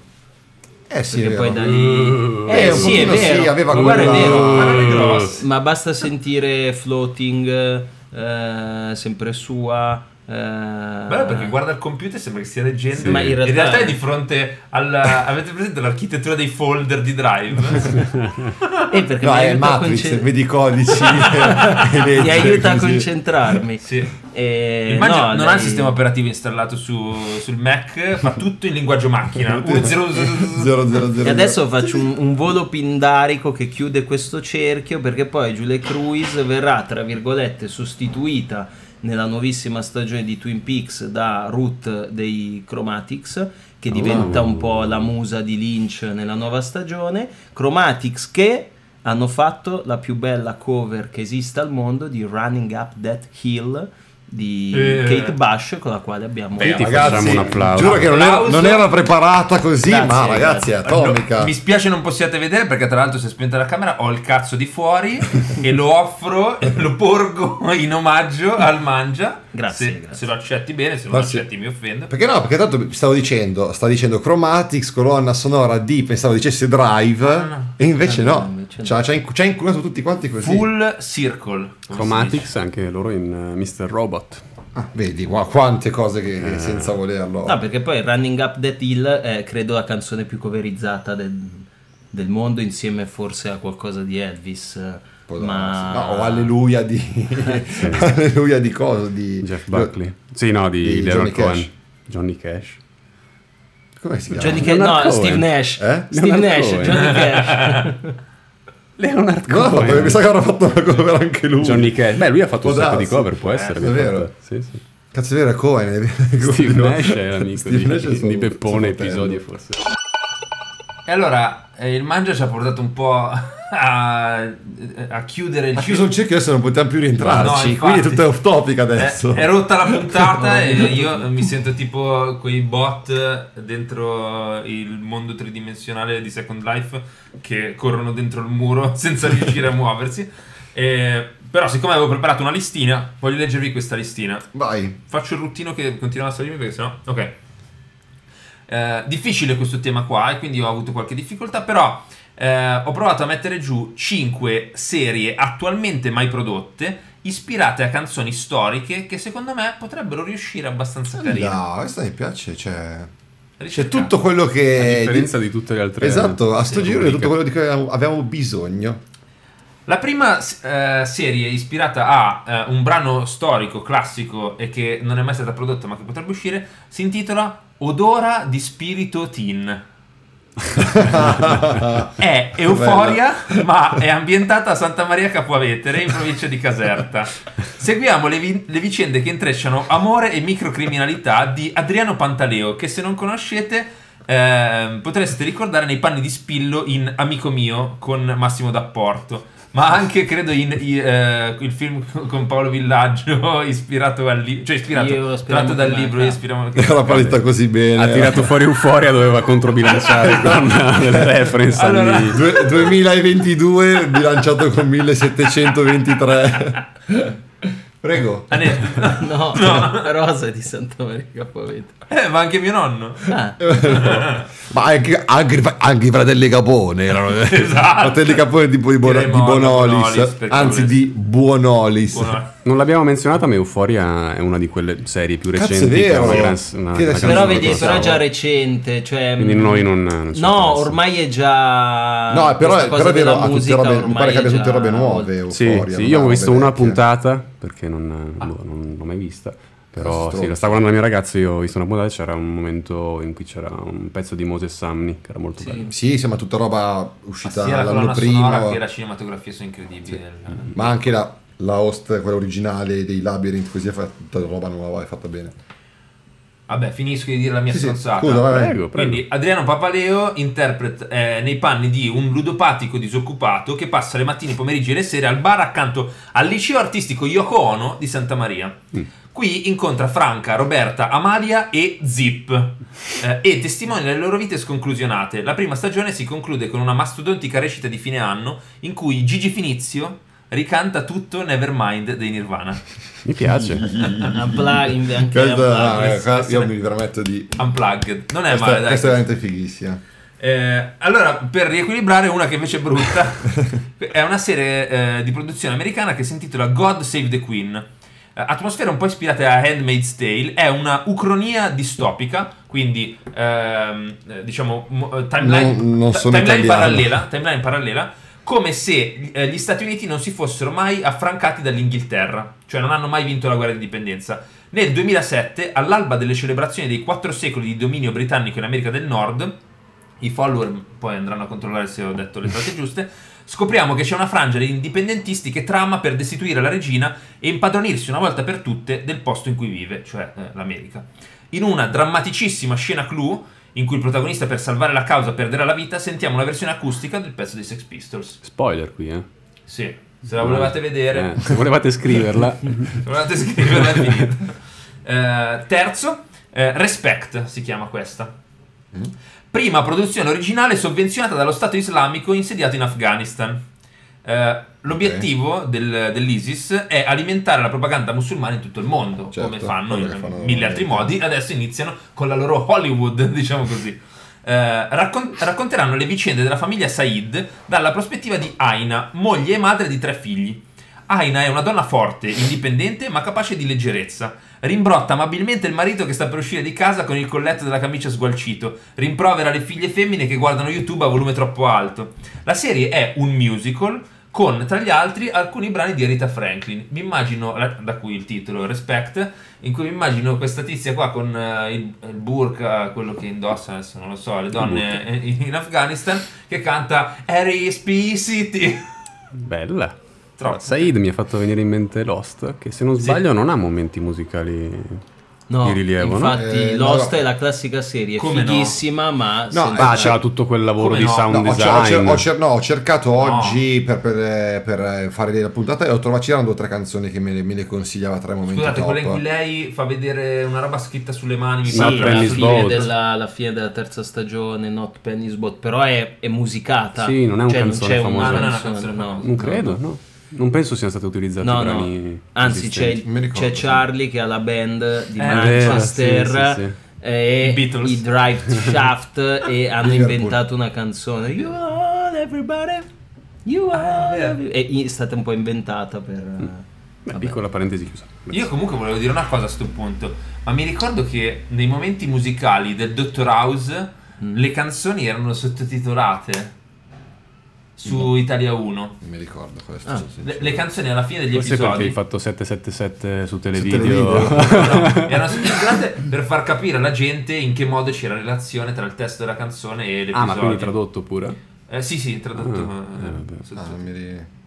Speaker 1: Eh sì,
Speaker 4: perché
Speaker 1: è
Speaker 4: poi
Speaker 1: vero.
Speaker 4: da lì.
Speaker 1: Eh,
Speaker 4: Eh,
Speaker 1: un
Speaker 4: sì, è
Speaker 1: pochino sì,
Speaker 4: vero.
Speaker 1: aveva
Speaker 4: ma guarda, è
Speaker 1: quella-
Speaker 4: vero.
Speaker 2: parole grosse.
Speaker 4: Ma basta sentire floating, eh, sempre sua. eh,
Speaker 2: Bello perché guarda il computer e sembra che stia leggendo.
Speaker 4: Ma in realtà-
Speaker 2: è di fronte alla. avete presente l'architettura dei folder di
Speaker 4: *laughs*
Speaker 2: Drive?
Speaker 4: Eh, perché
Speaker 1: No,
Speaker 4: mi
Speaker 1: è
Speaker 4: aiuta a
Speaker 1: Matrix,
Speaker 4: concen- *laughs*
Speaker 1: vedi i codici. e leggi,
Speaker 4: mi aiuta a
Speaker 1: così.
Speaker 4: concentrarmi.
Speaker 2: sì.
Speaker 4: Eh,
Speaker 2: Immagino
Speaker 4: no,
Speaker 2: non ha
Speaker 4: lei-
Speaker 2: il sistema operativo installato su, sul Mac, fa tutto in linguaggio
Speaker 1: Eh.
Speaker 2: macchina. 1-0-0-0.
Speaker 1: 000.
Speaker 4: E adesso faccio un, un volo pindarico che chiude questo cerchio perché poi Julie Cruise verrà, tra virgolette, sostituita nella nuovissima stagione di Twin Peaks da Ruth dei Chromatics, che diventa un po' la musa di Lynch nella nuova stagione. Chromatics che hanno fatto la più bella cover che esista al mondo di Running Up That Hill di
Speaker 2: Eh.
Speaker 4: Kate Bush con la quale abbiamo
Speaker 2: Beh,
Speaker 3: Ti
Speaker 1: Ragazzi,
Speaker 3: facciamo un applauso.
Speaker 1: Giuro che non era, non era preparata così,
Speaker 4: Grazie,
Speaker 1: ma ragazzi, è atomica.
Speaker 2: No, mi spiace non possiate vedere perché tra l'altro si è spenta la camera, ho il cazzo di fuori e lo offro, e lo porgo in omaggio al mangia.
Speaker 4: Grazie,
Speaker 2: Se,
Speaker 4: grazie.
Speaker 2: se lo accetti bene, se non lo
Speaker 1: Grazie.
Speaker 2: accetti mi offendo.
Speaker 1: Perché no? Perché tanto stavo dicendo, sta dicendo Chromatics, colonna sonora di, pensavo dicesse Drive,
Speaker 2: no.
Speaker 1: e invece no.
Speaker 4: c'è
Speaker 1: Ci ha- ci ha inc- ci ha inculato tutti quanti così.
Speaker 2: Full Circle.
Speaker 3: Chromatics anche loro in eh, Mr. Robot.
Speaker 1: Ah, vedi, wow, quante cose che, che
Speaker 3: Eh.
Speaker 1: senza volerlo.
Speaker 4: No, perché poi Running Up That Hill è credo la canzone più coverizzata del, del mondo, insieme forse a qualcosa di Elvis.
Speaker 1: Può
Speaker 4: Ma...
Speaker 1: darsi. No, o alleluia di... *laughs* alleluia di cosa? Di...
Speaker 3: Jeff Buckley. Sì, no, di,
Speaker 1: di Johnny
Speaker 3: Leonard
Speaker 1: Cash.
Speaker 3: Cohen. Johnny Cash.
Speaker 1: Come
Speaker 2: Cioè,
Speaker 1: si chiama?
Speaker 4: Johnny Cash,
Speaker 3: Leonard
Speaker 4: no,
Speaker 3: Cohen.
Speaker 4: Steve Nash.
Speaker 1: Eh?
Speaker 4: Steve
Speaker 3: Leonard
Speaker 4: Nash,
Speaker 3: Cohen.
Speaker 1: *laughs*
Speaker 4: Johnny Cash.
Speaker 3: Leonard
Speaker 1: No,
Speaker 3: Cohen.
Speaker 1: mi sa che avrà fatto una cover anche lui.
Speaker 3: Johnny Cash. Beh, lui ha fatto
Speaker 1: Può
Speaker 3: un sacco di
Speaker 1: darsi. Eh,
Speaker 3: cover, può essere.
Speaker 1: è
Speaker 3: che ha
Speaker 1: vero.
Speaker 3: fatto- Sì, sì.
Speaker 1: Cazzo, è vero, è Cohen. è vero.
Speaker 3: *laughs* Steve Nash è l'amico
Speaker 1: Steve
Speaker 3: di,
Speaker 1: Nash è
Speaker 3: di
Speaker 1: suo-
Speaker 3: Peppone,
Speaker 1: suo fratello.
Speaker 3: episodio forse.
Speaker 2: E allora eh, il mangia ci ha portato un po' a, a chiudere il
Speaker 1: Ha
Speaker 2: ciclo.
Speaker 1: chiuso un cerchio adesso non potevamo più
Speaker 2: No,
Speaker 1: rientrarci,
Speaker 2: infatti.
Speaker 1: quindi è tutto off topic adesso.
Speaker 2: Eh, È, rotta
Speaker 1: *laughs*
Speaker 2: la puntata e io mi sento tipo quei bot dentro il mondo tridimensionale di Second Life che corrono dentro il muro *laughs* senza riuscire a muoversi. Eh, però siccome avevo preparato una listina, voglio leggervi questa listina.
Speaker 1: Vai.
Speaker 2: Faccio il routino che continua a salirmi perché sennò... Ok. Eh, difficile questo tema qua e quindi ho avuto qualche difficoltà, però eh, ho provato a mettere giù 5 serie attualmente mai prodotte ispirate a canzoni storiche che secondo me potrebbero riuscire abbastanza carine.
Speaker 1: No, questa mi piace, cioè... C'è
Speaker 2: Ricercate.
Speaker 1: tutto quello
Speaker 3: A
Speaker 1: che...
Speaker 3: differenza di tutte le altre.
Speaker 1: Eh, Esatto, a sto
Speaker 3: Sì,
Speaker 1: giro è tutto
Speaker 3: rubriche.
Speaker 1: quello di cui avevamo
Speaker 2: *laughs*
Speaker 1: bisogno.
Speaker 2: La prima eh, serie è ispirata a eh, un brano storico, classico e che non è mai stata prodotta ma che potrebbe uscire, si intitola Odora di spirito teen. È Eh, Euforia, ma è ambientata a Santa Maria Capuavetere, in provincia di Caserta. Seguiamo le, vi- le vicende che intrecciano amore e microcriminalità di Adriano Pantaleo, che se non conoscete ehm, potreste ricordare nei panni di Spillo in Amico mio con Massimo D'Apporto. Ma anche credo in, i- eh, il film con Paolo Villaggio, *laughs* ispirato al libro, cioè
Speaker 4: Io
Speaker 2: ispirato,
Speaker 4: speriamo
Speaker 2: tratto
Speaker 4: che
Speaker 2: dal
Speaker 4: manca.
Speaker 2: libro, io ispiriamo-
Speaker 1: Era la partita così bene.
Speaker 3: Ha tirato fuori Euforia, doveva
Speaker 1: *laughs*
Speaker 3: controbilanciare con
Speaker 1: Esatto.
Speaker 3: delle reference
Speaker 2: Allora-
Speaker 3: anni-
Speaker 1: Due- 2022 bilanciato con 1723. Prego.
Speaker 2: Ah, ne-
Speaker 4: no,
Speaker 2: No.
Speaker 4: Rosa di Santa Maria Capovetere.
Speaker 2: Eh, ma anche mio nonno.
Speaker 4: Ah,
Speaker 1: Ma anche, anche, anche i fratelli Capone erano
Speaker 2: Esatto.
Speaker 1: fratelli Capone di, di, Bono- di
Speaker 2: Direi Bono,
Speaker 1: Bonolis,
Speaker 2: Bonolis, perché
Speaker 1: anzi
Speaker 2: volesse.
Speaker 1: di Buonolis.
Speaker 2: Buono.
Speaker 3: Non l'abbiamo menzionata, ma Euforia è una di quelle serie più
Speaker 1: Cazzo, è
Speaker 3: recenti. che
Speaker 1: vero.
Speaker 3: una gran- una-
Speaker 1: Che
Speaker 3: una
Speaker 1: adesso-
Speaker 4: però
Speaker 3: canzone
Speaker 4: vedi, però è
Speaker 3: conosciamo.
Speaker 4: già recente. Cioè,
Speaker 3: Quindi noi non, non ci
Speaker 4: No,
Speaker 3: interessa.
Speaker 4: ormai è
Speaker 1: No,
Speaker 4: già.
Speaker 1: però,
Speaker 4: Ah, questa cosa
Speaker 1: però è vero,
Speaker 4: della
Speaker 1: ha tutte
Speaker 4: musica
Speaker 1: robe, mi
Speaker 4: ormai
Speaker 1: pare che abbia
Speaker 4: è
Speaker 1: tutte
Speaker 4: già
Speaker 1: robe nuove.
Speaker 3: Sì,
Speaker 1: Euphoria,
Speaker 3: sì,
Speaker 1: non
Speaker 3: io ho
Speaker 1: robe
Speaker 3: visto una
Speaker 1: vecchie.
Speaker 3: puntata perché non,
Speaker 1: Ah.
Speaker 3: boh, non l'ho mai vista. Però
Speaker 1: Sto-
Speaker 3: sì, la stavo guardando la mia ragazza, io ho visto una puntata e c'era un momento in cui c'era un pezzo di Moses Samni che era molto bello.
Speaker 1: Sì, insomma, tutta roba uscita
Speaker 2: Sia Ah, la
Speaker 1: l'anno
Speaker 2: colonna sonora
Speaker 1: prima,
Speaker 2: che la cinematografia sono incredibili. Eh,
Speaker 1: ma anche la, la host, quella originale dei Labyrinth, così è fatta tutta roba nuova, è fatta bene.
Speaker 2: Vabbè, finisco di dire la mia
Speaker 1: Sì, sì,
Speaker 2: stronzata.
Speaker 1: scusa, vai, vai.
Speaker 3: Prego, prego.
Speaker 2: Quindi Adriano Papaleo interpreta eh, nei panni di un ludopatico disoccupato che passa le mattine, i pomeriggi e le sere al bar accanto al liceo artistico Yoko Ono di Santa Maria. Qui incontra Franca, Roberta, Amalia e Zip eh, e testimonia le loro vite sconclusionate. La prima stagione si conclude con una mastodontica recita di fine anno in cui Gigi Finizio ricanta tutto Nevermind dei Nirvana.
Speaker 3: Mi piace.
Speaker 4: *laughs* Unplugged, anche
Speaker 1: Questa-
Speaker 4: Unplugged.
Speaker 1: eh, qua- io mi permetto di...
Speaker 2: Unplugged. Non è
Speaker 1: Questa,
Speaker 2: male, Eh, dai.
Speaker 1: questa è veramente fighissima.
Speaker 2: Eh, allora, per riequilibrare, una che invece
Speaker 1: *laughs*
Speaker 2: è brutta è una serie eh, di produzione americana che si intitola God Save the Queen. Eh, Atmosfera un po' ispirata a Handmaid's Tale, è una ucronia distopica, quindi ehm, eh, diciamo mo- eh, timeline,
Speaker 1: Non- non
Speaker 2: ta-
Speaker 1: sono
Speaker 2: timeline
Speaker 1: italiano.
Speaker 2: parallela, timeline parallela, come se eh, gli Stati Uniti non si fossero mai affrancati dall'Inghilterra, cioè non hanno mai vinto la guerra di indipendenza. Nel 2007, all'alba delle celebrazioni dei quattro secoli di dominio britannico in America del Nord, i follower poi andranno a controllare se ho detto le cose giuste, scopriamo che c'è una frangia di indipendentisti che trama per destituire la regina e impadronirsi una volta per tutte del posto in cui vive, cioè eh, l'America. In una drammaticissima scena clou, in cui il protagonista per salvare la causa perderà la vita, sentiamo la versione acustica del pezzo dei Sex Pistols.
Speaker 3: Spoiler qui, eh.
Speaker 2: Sì, se la volevate vedere...
Speaker 3: Eh, se volevate
Speaker 2: *laughs*
Speaker 3: scriverla.
Speaker 2: Provate a scriverla è finita. Eh, terzo, eh, Respect si chiama questa. Mm. Prima produzione originale sovvenzionata dallo Stato islamico insediato in Afghanistan. Eh, l'obiettivo del- dell'ISIS è alimentare la propaganda musulmana in tutto il mondo,
Speaker 1: Certo,
Speaker 2: come fanno
Speaker 1: come
Speaker 2: in
Speaker 1: fanno
Speaker 2: mille altri
Speaker 1: ovunque.
Speaker 2: modi. Adesso iniziano con la loro Hollywood, *laughs* diciamo così. eh, raccon- racconteranno le vicende della famiglia Said dalla prospettiva di Aina, moglie e madre di tre figli. Aina è una donna forte, indipendente ma capace di leggerezza. Rimbrotta amabilmente il marito che sta per uscire di casa con il colletto della camicia sgualcito. Rimprovera le figlie femmine che guardano YouTube a volume troppo alto. La serie è un musical con tra gli altri alcuni brani di Rita Franklin. Mi immagino, da cui il titolo Respect, in cui mi immagino questa tizia qua con eh, il, il burka, quello che indossa adesso non lo so, le donne eh, in, in Afghanistan, che canta R.E.S.P. City.
Speaker 3: Bella.
Speaker 2: Troppo.
Speaker 3: Said mi ha fatto venire in mente Lost, che se non sbaglio non ha momenti musicali di rilievo, no?
Speaker 4: infatti
Speaker 1: Eh,
Speaker 4: Lost
Speaker 1: no, no.
Speaker 4: è la classica serie
Speaker 2: Come no?
Speaker 4: fighissima, ma
Speaker 1: No,
Speaker 4: senza-
Speaker 3: Ah, c'era tutto quel lavoro
Speaker 2: Come
Speaker 3: di
Speaker 2: no?
Speaker 3: sound
Speaker 1: No, ho, cer- ho
Speaker 3: design.
Speaker 1: cer- ho cer- no, ho cercato oggi per, per, eh, per, eh, fare la puntata e ho trovato c'erano due o tre canzoni che me le, me le consigliava tra i momenti
Speaker 2: Scusate, quella in
Speaker 1: top.
Speaker 2: cui lei fa vedere una roba scritta sulle mani, mi
Speaker 4: Sì,
Speaker 3: Not
Speaker 2: pare.
Speaker 4: la
Speaker 3: Penny's
Speaker 4: fine,
Speaker 3: Boat.
Speaker 4: della, la fine della terza stagione, Not Penny's Boat, però è, è musicata.
Speaker 3: Sì, non è un
Speaker 4: Cioè,
Speaker 3: canzone
Speaker 4: c'è una
Speaker 3: famosa.
Speaker 2: No, no, no,
Speaker 4: canzone,
Speaker 2: canzone
Speaker 4: no.
Speaker 2: famosa.
Speaker 3: Non credo, no. Non penso siano stati utilizzati
Speaker 4: No, no.
Speaker 3: brani.
Speaker 4: Anzi, c'è,
Speaker 3: esistenti.
Speaker 4: il-
Speaker 1: Mi ricordo,
Speaker 4: c'è
Speaker 1: sì.
Speaker 4: Charlie che ha la band di
Speaker 2: Eh,
Speaker 4: Manchester
Speaker 3: vero, sì, sì, sì.
Speaker 4: e
Speaker 2: I Beatles.
Speaker 4: i Drive
Speaker 3: *laughs*
Speaker 4: Shaft e hanno
Speaker 1: Liverpool.
Speaker 4: inventato una canzone. You all everybody, you all
Speaker 2: Ah, vero.
Speaker 4: every- e è stata un po' inventata per...
Speaker 3: Mm. Beh,
Speaker 4: vabbè.
Speaker 3: piccola parentesi chiusa.
Speaker 2: Io comunque volevo dire una cosa a sto punto, ma mi ricordo che nei momenti musicali del Dottor House
Speaker 4: Mm.
Speaker 2: le canzoni erano sottotitolate su Italia 1.
Speaker 1: Non mi ricordo questo.
Speaker 4: Ah,
Speaker 1: sì, sì,
Speaker 2: Le,
Speaker 1: sì.
Speaker 2: le canzoni alla fine degli
Speaker 3: Forse perché hai
Speaker 2: episodi
Speaker 3: fatto 777 su
Speaker 1: televideo.
Speaker 3: *laughs* televideo.
Speaker 2: *laughs* No, erano sottotitolate per far capire alla gente in che modo c'era relazione tra il testo della canzone e l'episodio.
Speaker 3: ah, ma quindi tradotto pure?
Speaker 2: Eh, sì, sì, tradotto.
Speaker 3: Ah,
Speaker 2: eh,
Speaker 3: eh, vabbè.
Speaker 1: Ah,
Speaker 2: sottotitolato.
Speaker 1: non mi ri-
Speaker 2: Eh,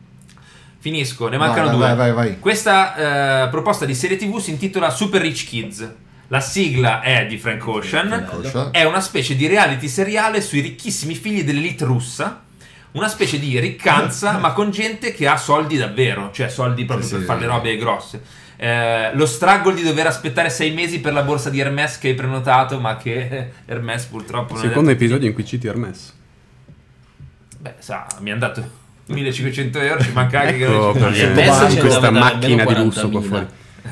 Speaker 2: Finisco, ne mancano
Speaker 1: vai,
Speaker 2: due.
Speaker 1: vai, vai, vai.
Speaker 2: Questa eh, proposta di serie TV si intitola Super Rich Kids. La sigla è di Frank Ocean.
Speaker 1: Coscia.
Speaker 2: È una specie di reality seriale sui ricchissimi figli dell'elite russa. Una specie di
Speaker 1: *laughs*
Speaker 2: riccanza, ma con gente che ha soldi davvero, cioè soldi proprio
Speaker 1: Sì,
Speaker 2: per
Speaker 1: sì.
Speaker 2: fare le robe grosse. Eh, lo struggle di dover aspettare sei mesi per la borsa di Hermes che hai prenotato, ma che *laughs* Hermes purtroppo non è
Speaker 3: Secondo
Speaker 2: detto-
Speaker 3: episodio in cui citi Hermes.
Speaker 2: Beh, sa, mi hanno dato 1500 euro, ci manca anche che
Speaker 3: Ecco
Speaker 2: non ci sono
Speaker 3: perché
Speaker 2: niente.
Speaker 4: Hermes
Speaker 3: qua-
Speaker 4: ce ne
Speaker 3: questa
Speaker 4: dava almeno
Speaker 3: macchina di lusso qua
Speaker 4: 40.000.
Speaker 3: fuori.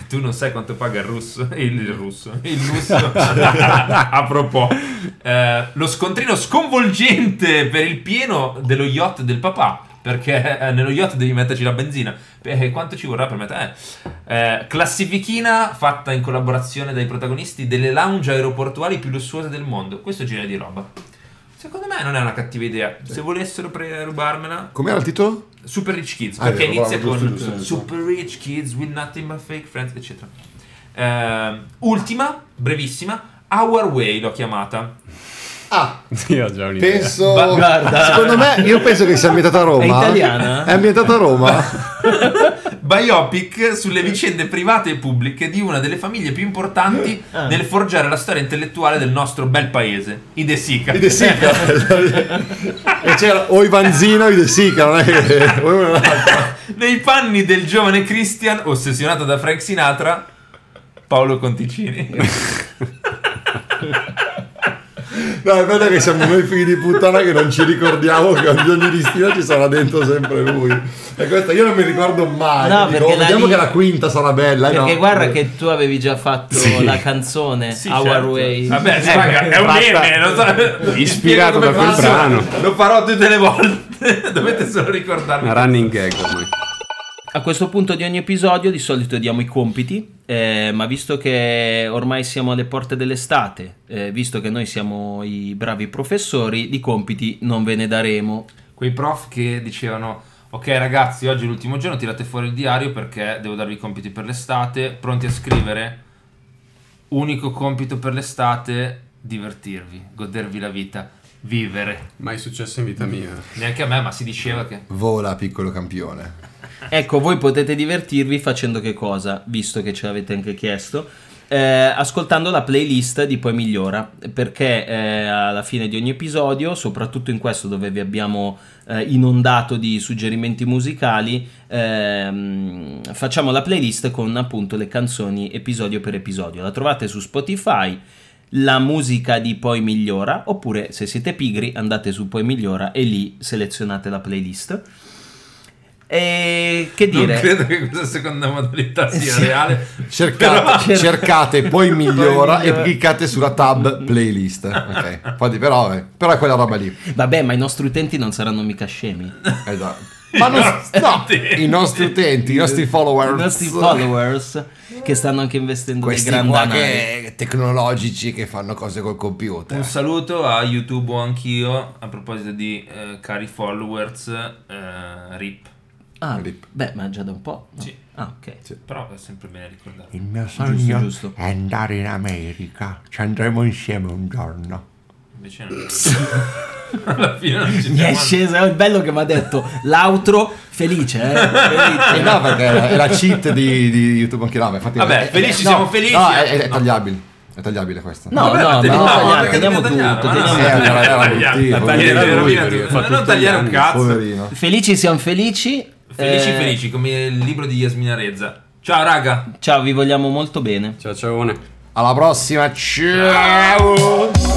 Speaker 2: Tu non sai quanto paga il russo. Il, il russo. Il russo. *laughs* A proposito, eh, lo scontrino sconvolgente per il pieno dello yacht del papà. Perché eh, nello yacht devi metterci la benzina. Eh, quanto ci vorrà per mettere? Eh, eh, classifichina fatta in collaborazione dai protagonisti delle lounge aeroportuali più lussuose del mondo. Questo genere di roba. Secondo me non è una cattiva idea. Se volessero pre- rubarmela,
Speaker 1: Com'era il titolo?
Speaker 2: Super Rich Kids,
Speaker 1: Ah,
Speaker 2: perché
Speaker 1: vero,
Speaker 2: inizia
Speaker 1: bravo,
Speaker 2: con
Speaker 1: giusto, giusto.
Speaker 2: Super Rich Kids with nothing but fake friends, eccetera. Ehm, ultima, brevissima, Our Way
Speaker 1: *laughs*
Speaker 2: l'ho chiamata.
Speaker 1: Ah,
Speaker 3: *laughs* Sì, ho già un'idea.
Speaker 1: penso.
Speaker 2: Ba-
Speaker 4: guarda.
Speaker 1: Secondo me, io penso che sia ambientata a Roma.
Speaker 4: È italiana?
Speaker 1: È ambientata a
Speaker 2: *laughs*
Speaker 1: Roma.
Speaker 2: Biopic sulle vicende private e pubbliche di una delle famiglie più importanti
Speaker 4: Ah.
Speaker 2: nel forgiare la storia intellettuale del nostro bel paese, i De Sica.
Speaker 1: I De Sica. e c'era o Ivanzino o i De Sica, non è che. o uno
Speaker 2: *laughs*
Speaker 1: o l'altro.
Speaker 2: *laughs* Nei panni del giovane Christian, ossessionato da Frank Sinatra,
Speaker 1: *laughs*
Speaker 2: Paolo Conticini.
Speaker 1: No, è vero che siamo noi figli di puttana che non ci ricordiamo che ogni ogni listino ci sarà dentro sempre lui. E questa io non mi ricordo mai.
Speaker 4: No,
Speaker 1: Dico,
Speaker 4: perché la
Speaker 1: vediamo
Speaker 4: lì-
Speaker 1: che la quinta sarà bella. eh,
Speaker 4: Perché
Speaker 1: no.
Speaker 4: guarda che tu avevi già fatto la canzone
Speaker 2: Sì,
Speaker 4: Our
Speaker 2: certo.
Speaker 4: Way.
Speaker 2: Vabbè,
Speaker 4: Eh,
Speaker 2: raga, è un
Speaker 4: basta.
Speaker 2: meme, non so- vi
Speaker 3: Ispirato
Speaker 2: spiego come
Speaker 3: da quel
Speaker 2: funziona.
Speaker 3: brano.
Speaker 2: Lo farò tutte le volte. *laughs* Dovete solo
Speaker 3: Una
Speaker 2: ricordarmi.
Speaker 3: running gag ormai.
Speaker 4: A questo punto di ogni episodio di solito diamo i compiti, eh, ma visto che ormai siamo alle porte dell'estate, eh, visto che noi siamo i bravi professori, di compiti non ve ne daremo.
Speaker 2: Quei prof che dicevano "Ok ragazzi, oggi è l'ultimo giorno, tirate fuori il diario perché devo darvi i compiti per l'estate, pronti a scrivere. Unico compito per l'estate, divertirvi, godervi la vita, vivere".
Speaker 3: Mai successo in vita mia.
Speaker 2: Neanche a me, ma si diceva che
Speaker 1: Vola, piccolo campione.
Speaker 4: *laughs* Ecco, voi potete divertirvi facendo che cosa, visto che ce l'avete anche chiesto, eh, ascoltando la playlist di Poi Migliora, perché eh, alla fine di ogni episodio, soprattutto in questo dove vi abbiamo eh, inondato di suggerimenti musicali, ehm, facciamo la playlist con appunto le canzoni episodio per episodio. La trovate su Spotify. La musica di Poi Migliora, oppure se siete pigri andate su Poi Migliora e lì selezionate la playlist. E che
Speaker 2: Non
Speaker 4: dire?
Speaker 2: credo che questa seconda modalità sia
Speaker 4: Sì.
Speaker 2: reale.
Speaker 1: Cercate, *laughs*
Speaker 2: però-
Speaker 1: cercate, poi migliora e
Speaker 4: migliora.
Speaker 1: cliccate sulla tab playlist. Ok. Poi di- Però, eh, però è quella roba lì.
Speaker 4: Vabbè, ma i nostri utenti non saranno mica scemi.
Speaker 1: Esatto. Ma non, no, i nostri utenti, i nostri follower,
Speaker 4: I nostri followers che stanno anche investendo dei
Speaker 1: questi
Speaker 4: grandi
Speaker 1: qua
Speaker 4: anali.
Speaker 1: che- tecnologici che fanno cose col computer.
Speaker 2: Un saluto a YouTube anch'io. A proposito di eh, cari followers, eh, RIP.
Speaker 4: Ah,
Speaker 1: Rip.
Speaker 4: beh, ma già da un po'. no?
Speaker 2: Sì.
Speaker 4: Ah, ok. Ah,
Speaker 2: Però è sempre bene ricordarlo.
Speaker 1: Il mio
Speaker 4: sogno Giusto, giusto.
Speaker 1: è andare in America. Ci andremo insieme un giorno.
Speaker 2: Invece no. Alla fine non ci
Speaker 4: Mi è
Speaker 2: siamo
Speaker 4: sceso, è bello che mi ha detto l'altro felice, eh? Felice.
Speaker 1: Eh no, perché è la cheat di, di YouTube anche là. Infatti,
Speaker 2: Vabbè,
Speaker 1: eh,
Speaker 2: felici,
Speaker 1: no,
Speaker 2: siamo felici.
Speaker 1: No, è, è
Speaker 2: No.
Speaker 1: tagliabile. È tagliabile questa.
Speaker 4: No,
Speaker 2: Vabbè, ma
Speaker 4: no,
Speaker 2: teniamo-
Speaker 4: no,
Speaker 2: no,
Speaker 4: tagliamo,
Speaker 2: perché
Speaker 4: teniamo
Speaker 2: dobbiamo tagliare,
Speaker 4: tutto,
Speaker 2: ma no,
Speaker 1: tutto. Eh,
Speaker 2: no, no, no,
Speaker 4: teniamo
Speaker 2: no,
Speaker 1: era
Speaker 2: tagliamo.
Speaker 1: lui,
Speaker 2: Ma
Speaker 1: era
Speaker 2: tagliare
Speaker 1: lui,
Speaker 2: rovina
Speaker 3: perché
Speaker 2: tutto. Ma
Speaker 3: fa
Speaker 2: non
Speaker 3: tutti gli
Speaker 2: tagliare un
Speaker 3: anni,
Speaker 2: cazzo.
Speaker 1: Poverino.
Speaker 4: Felici siamo felici.
Speaker 2: Felici
Speaker 4: eh,
Speaker 2: felici, come il libro di Yasmina Rezza. Ciao raga.
Speaker 4: Ciao, vi vogliamo molto bene.
Speaker 3: Ciao ciao.
Speaker 1: Alla prossima, ciao!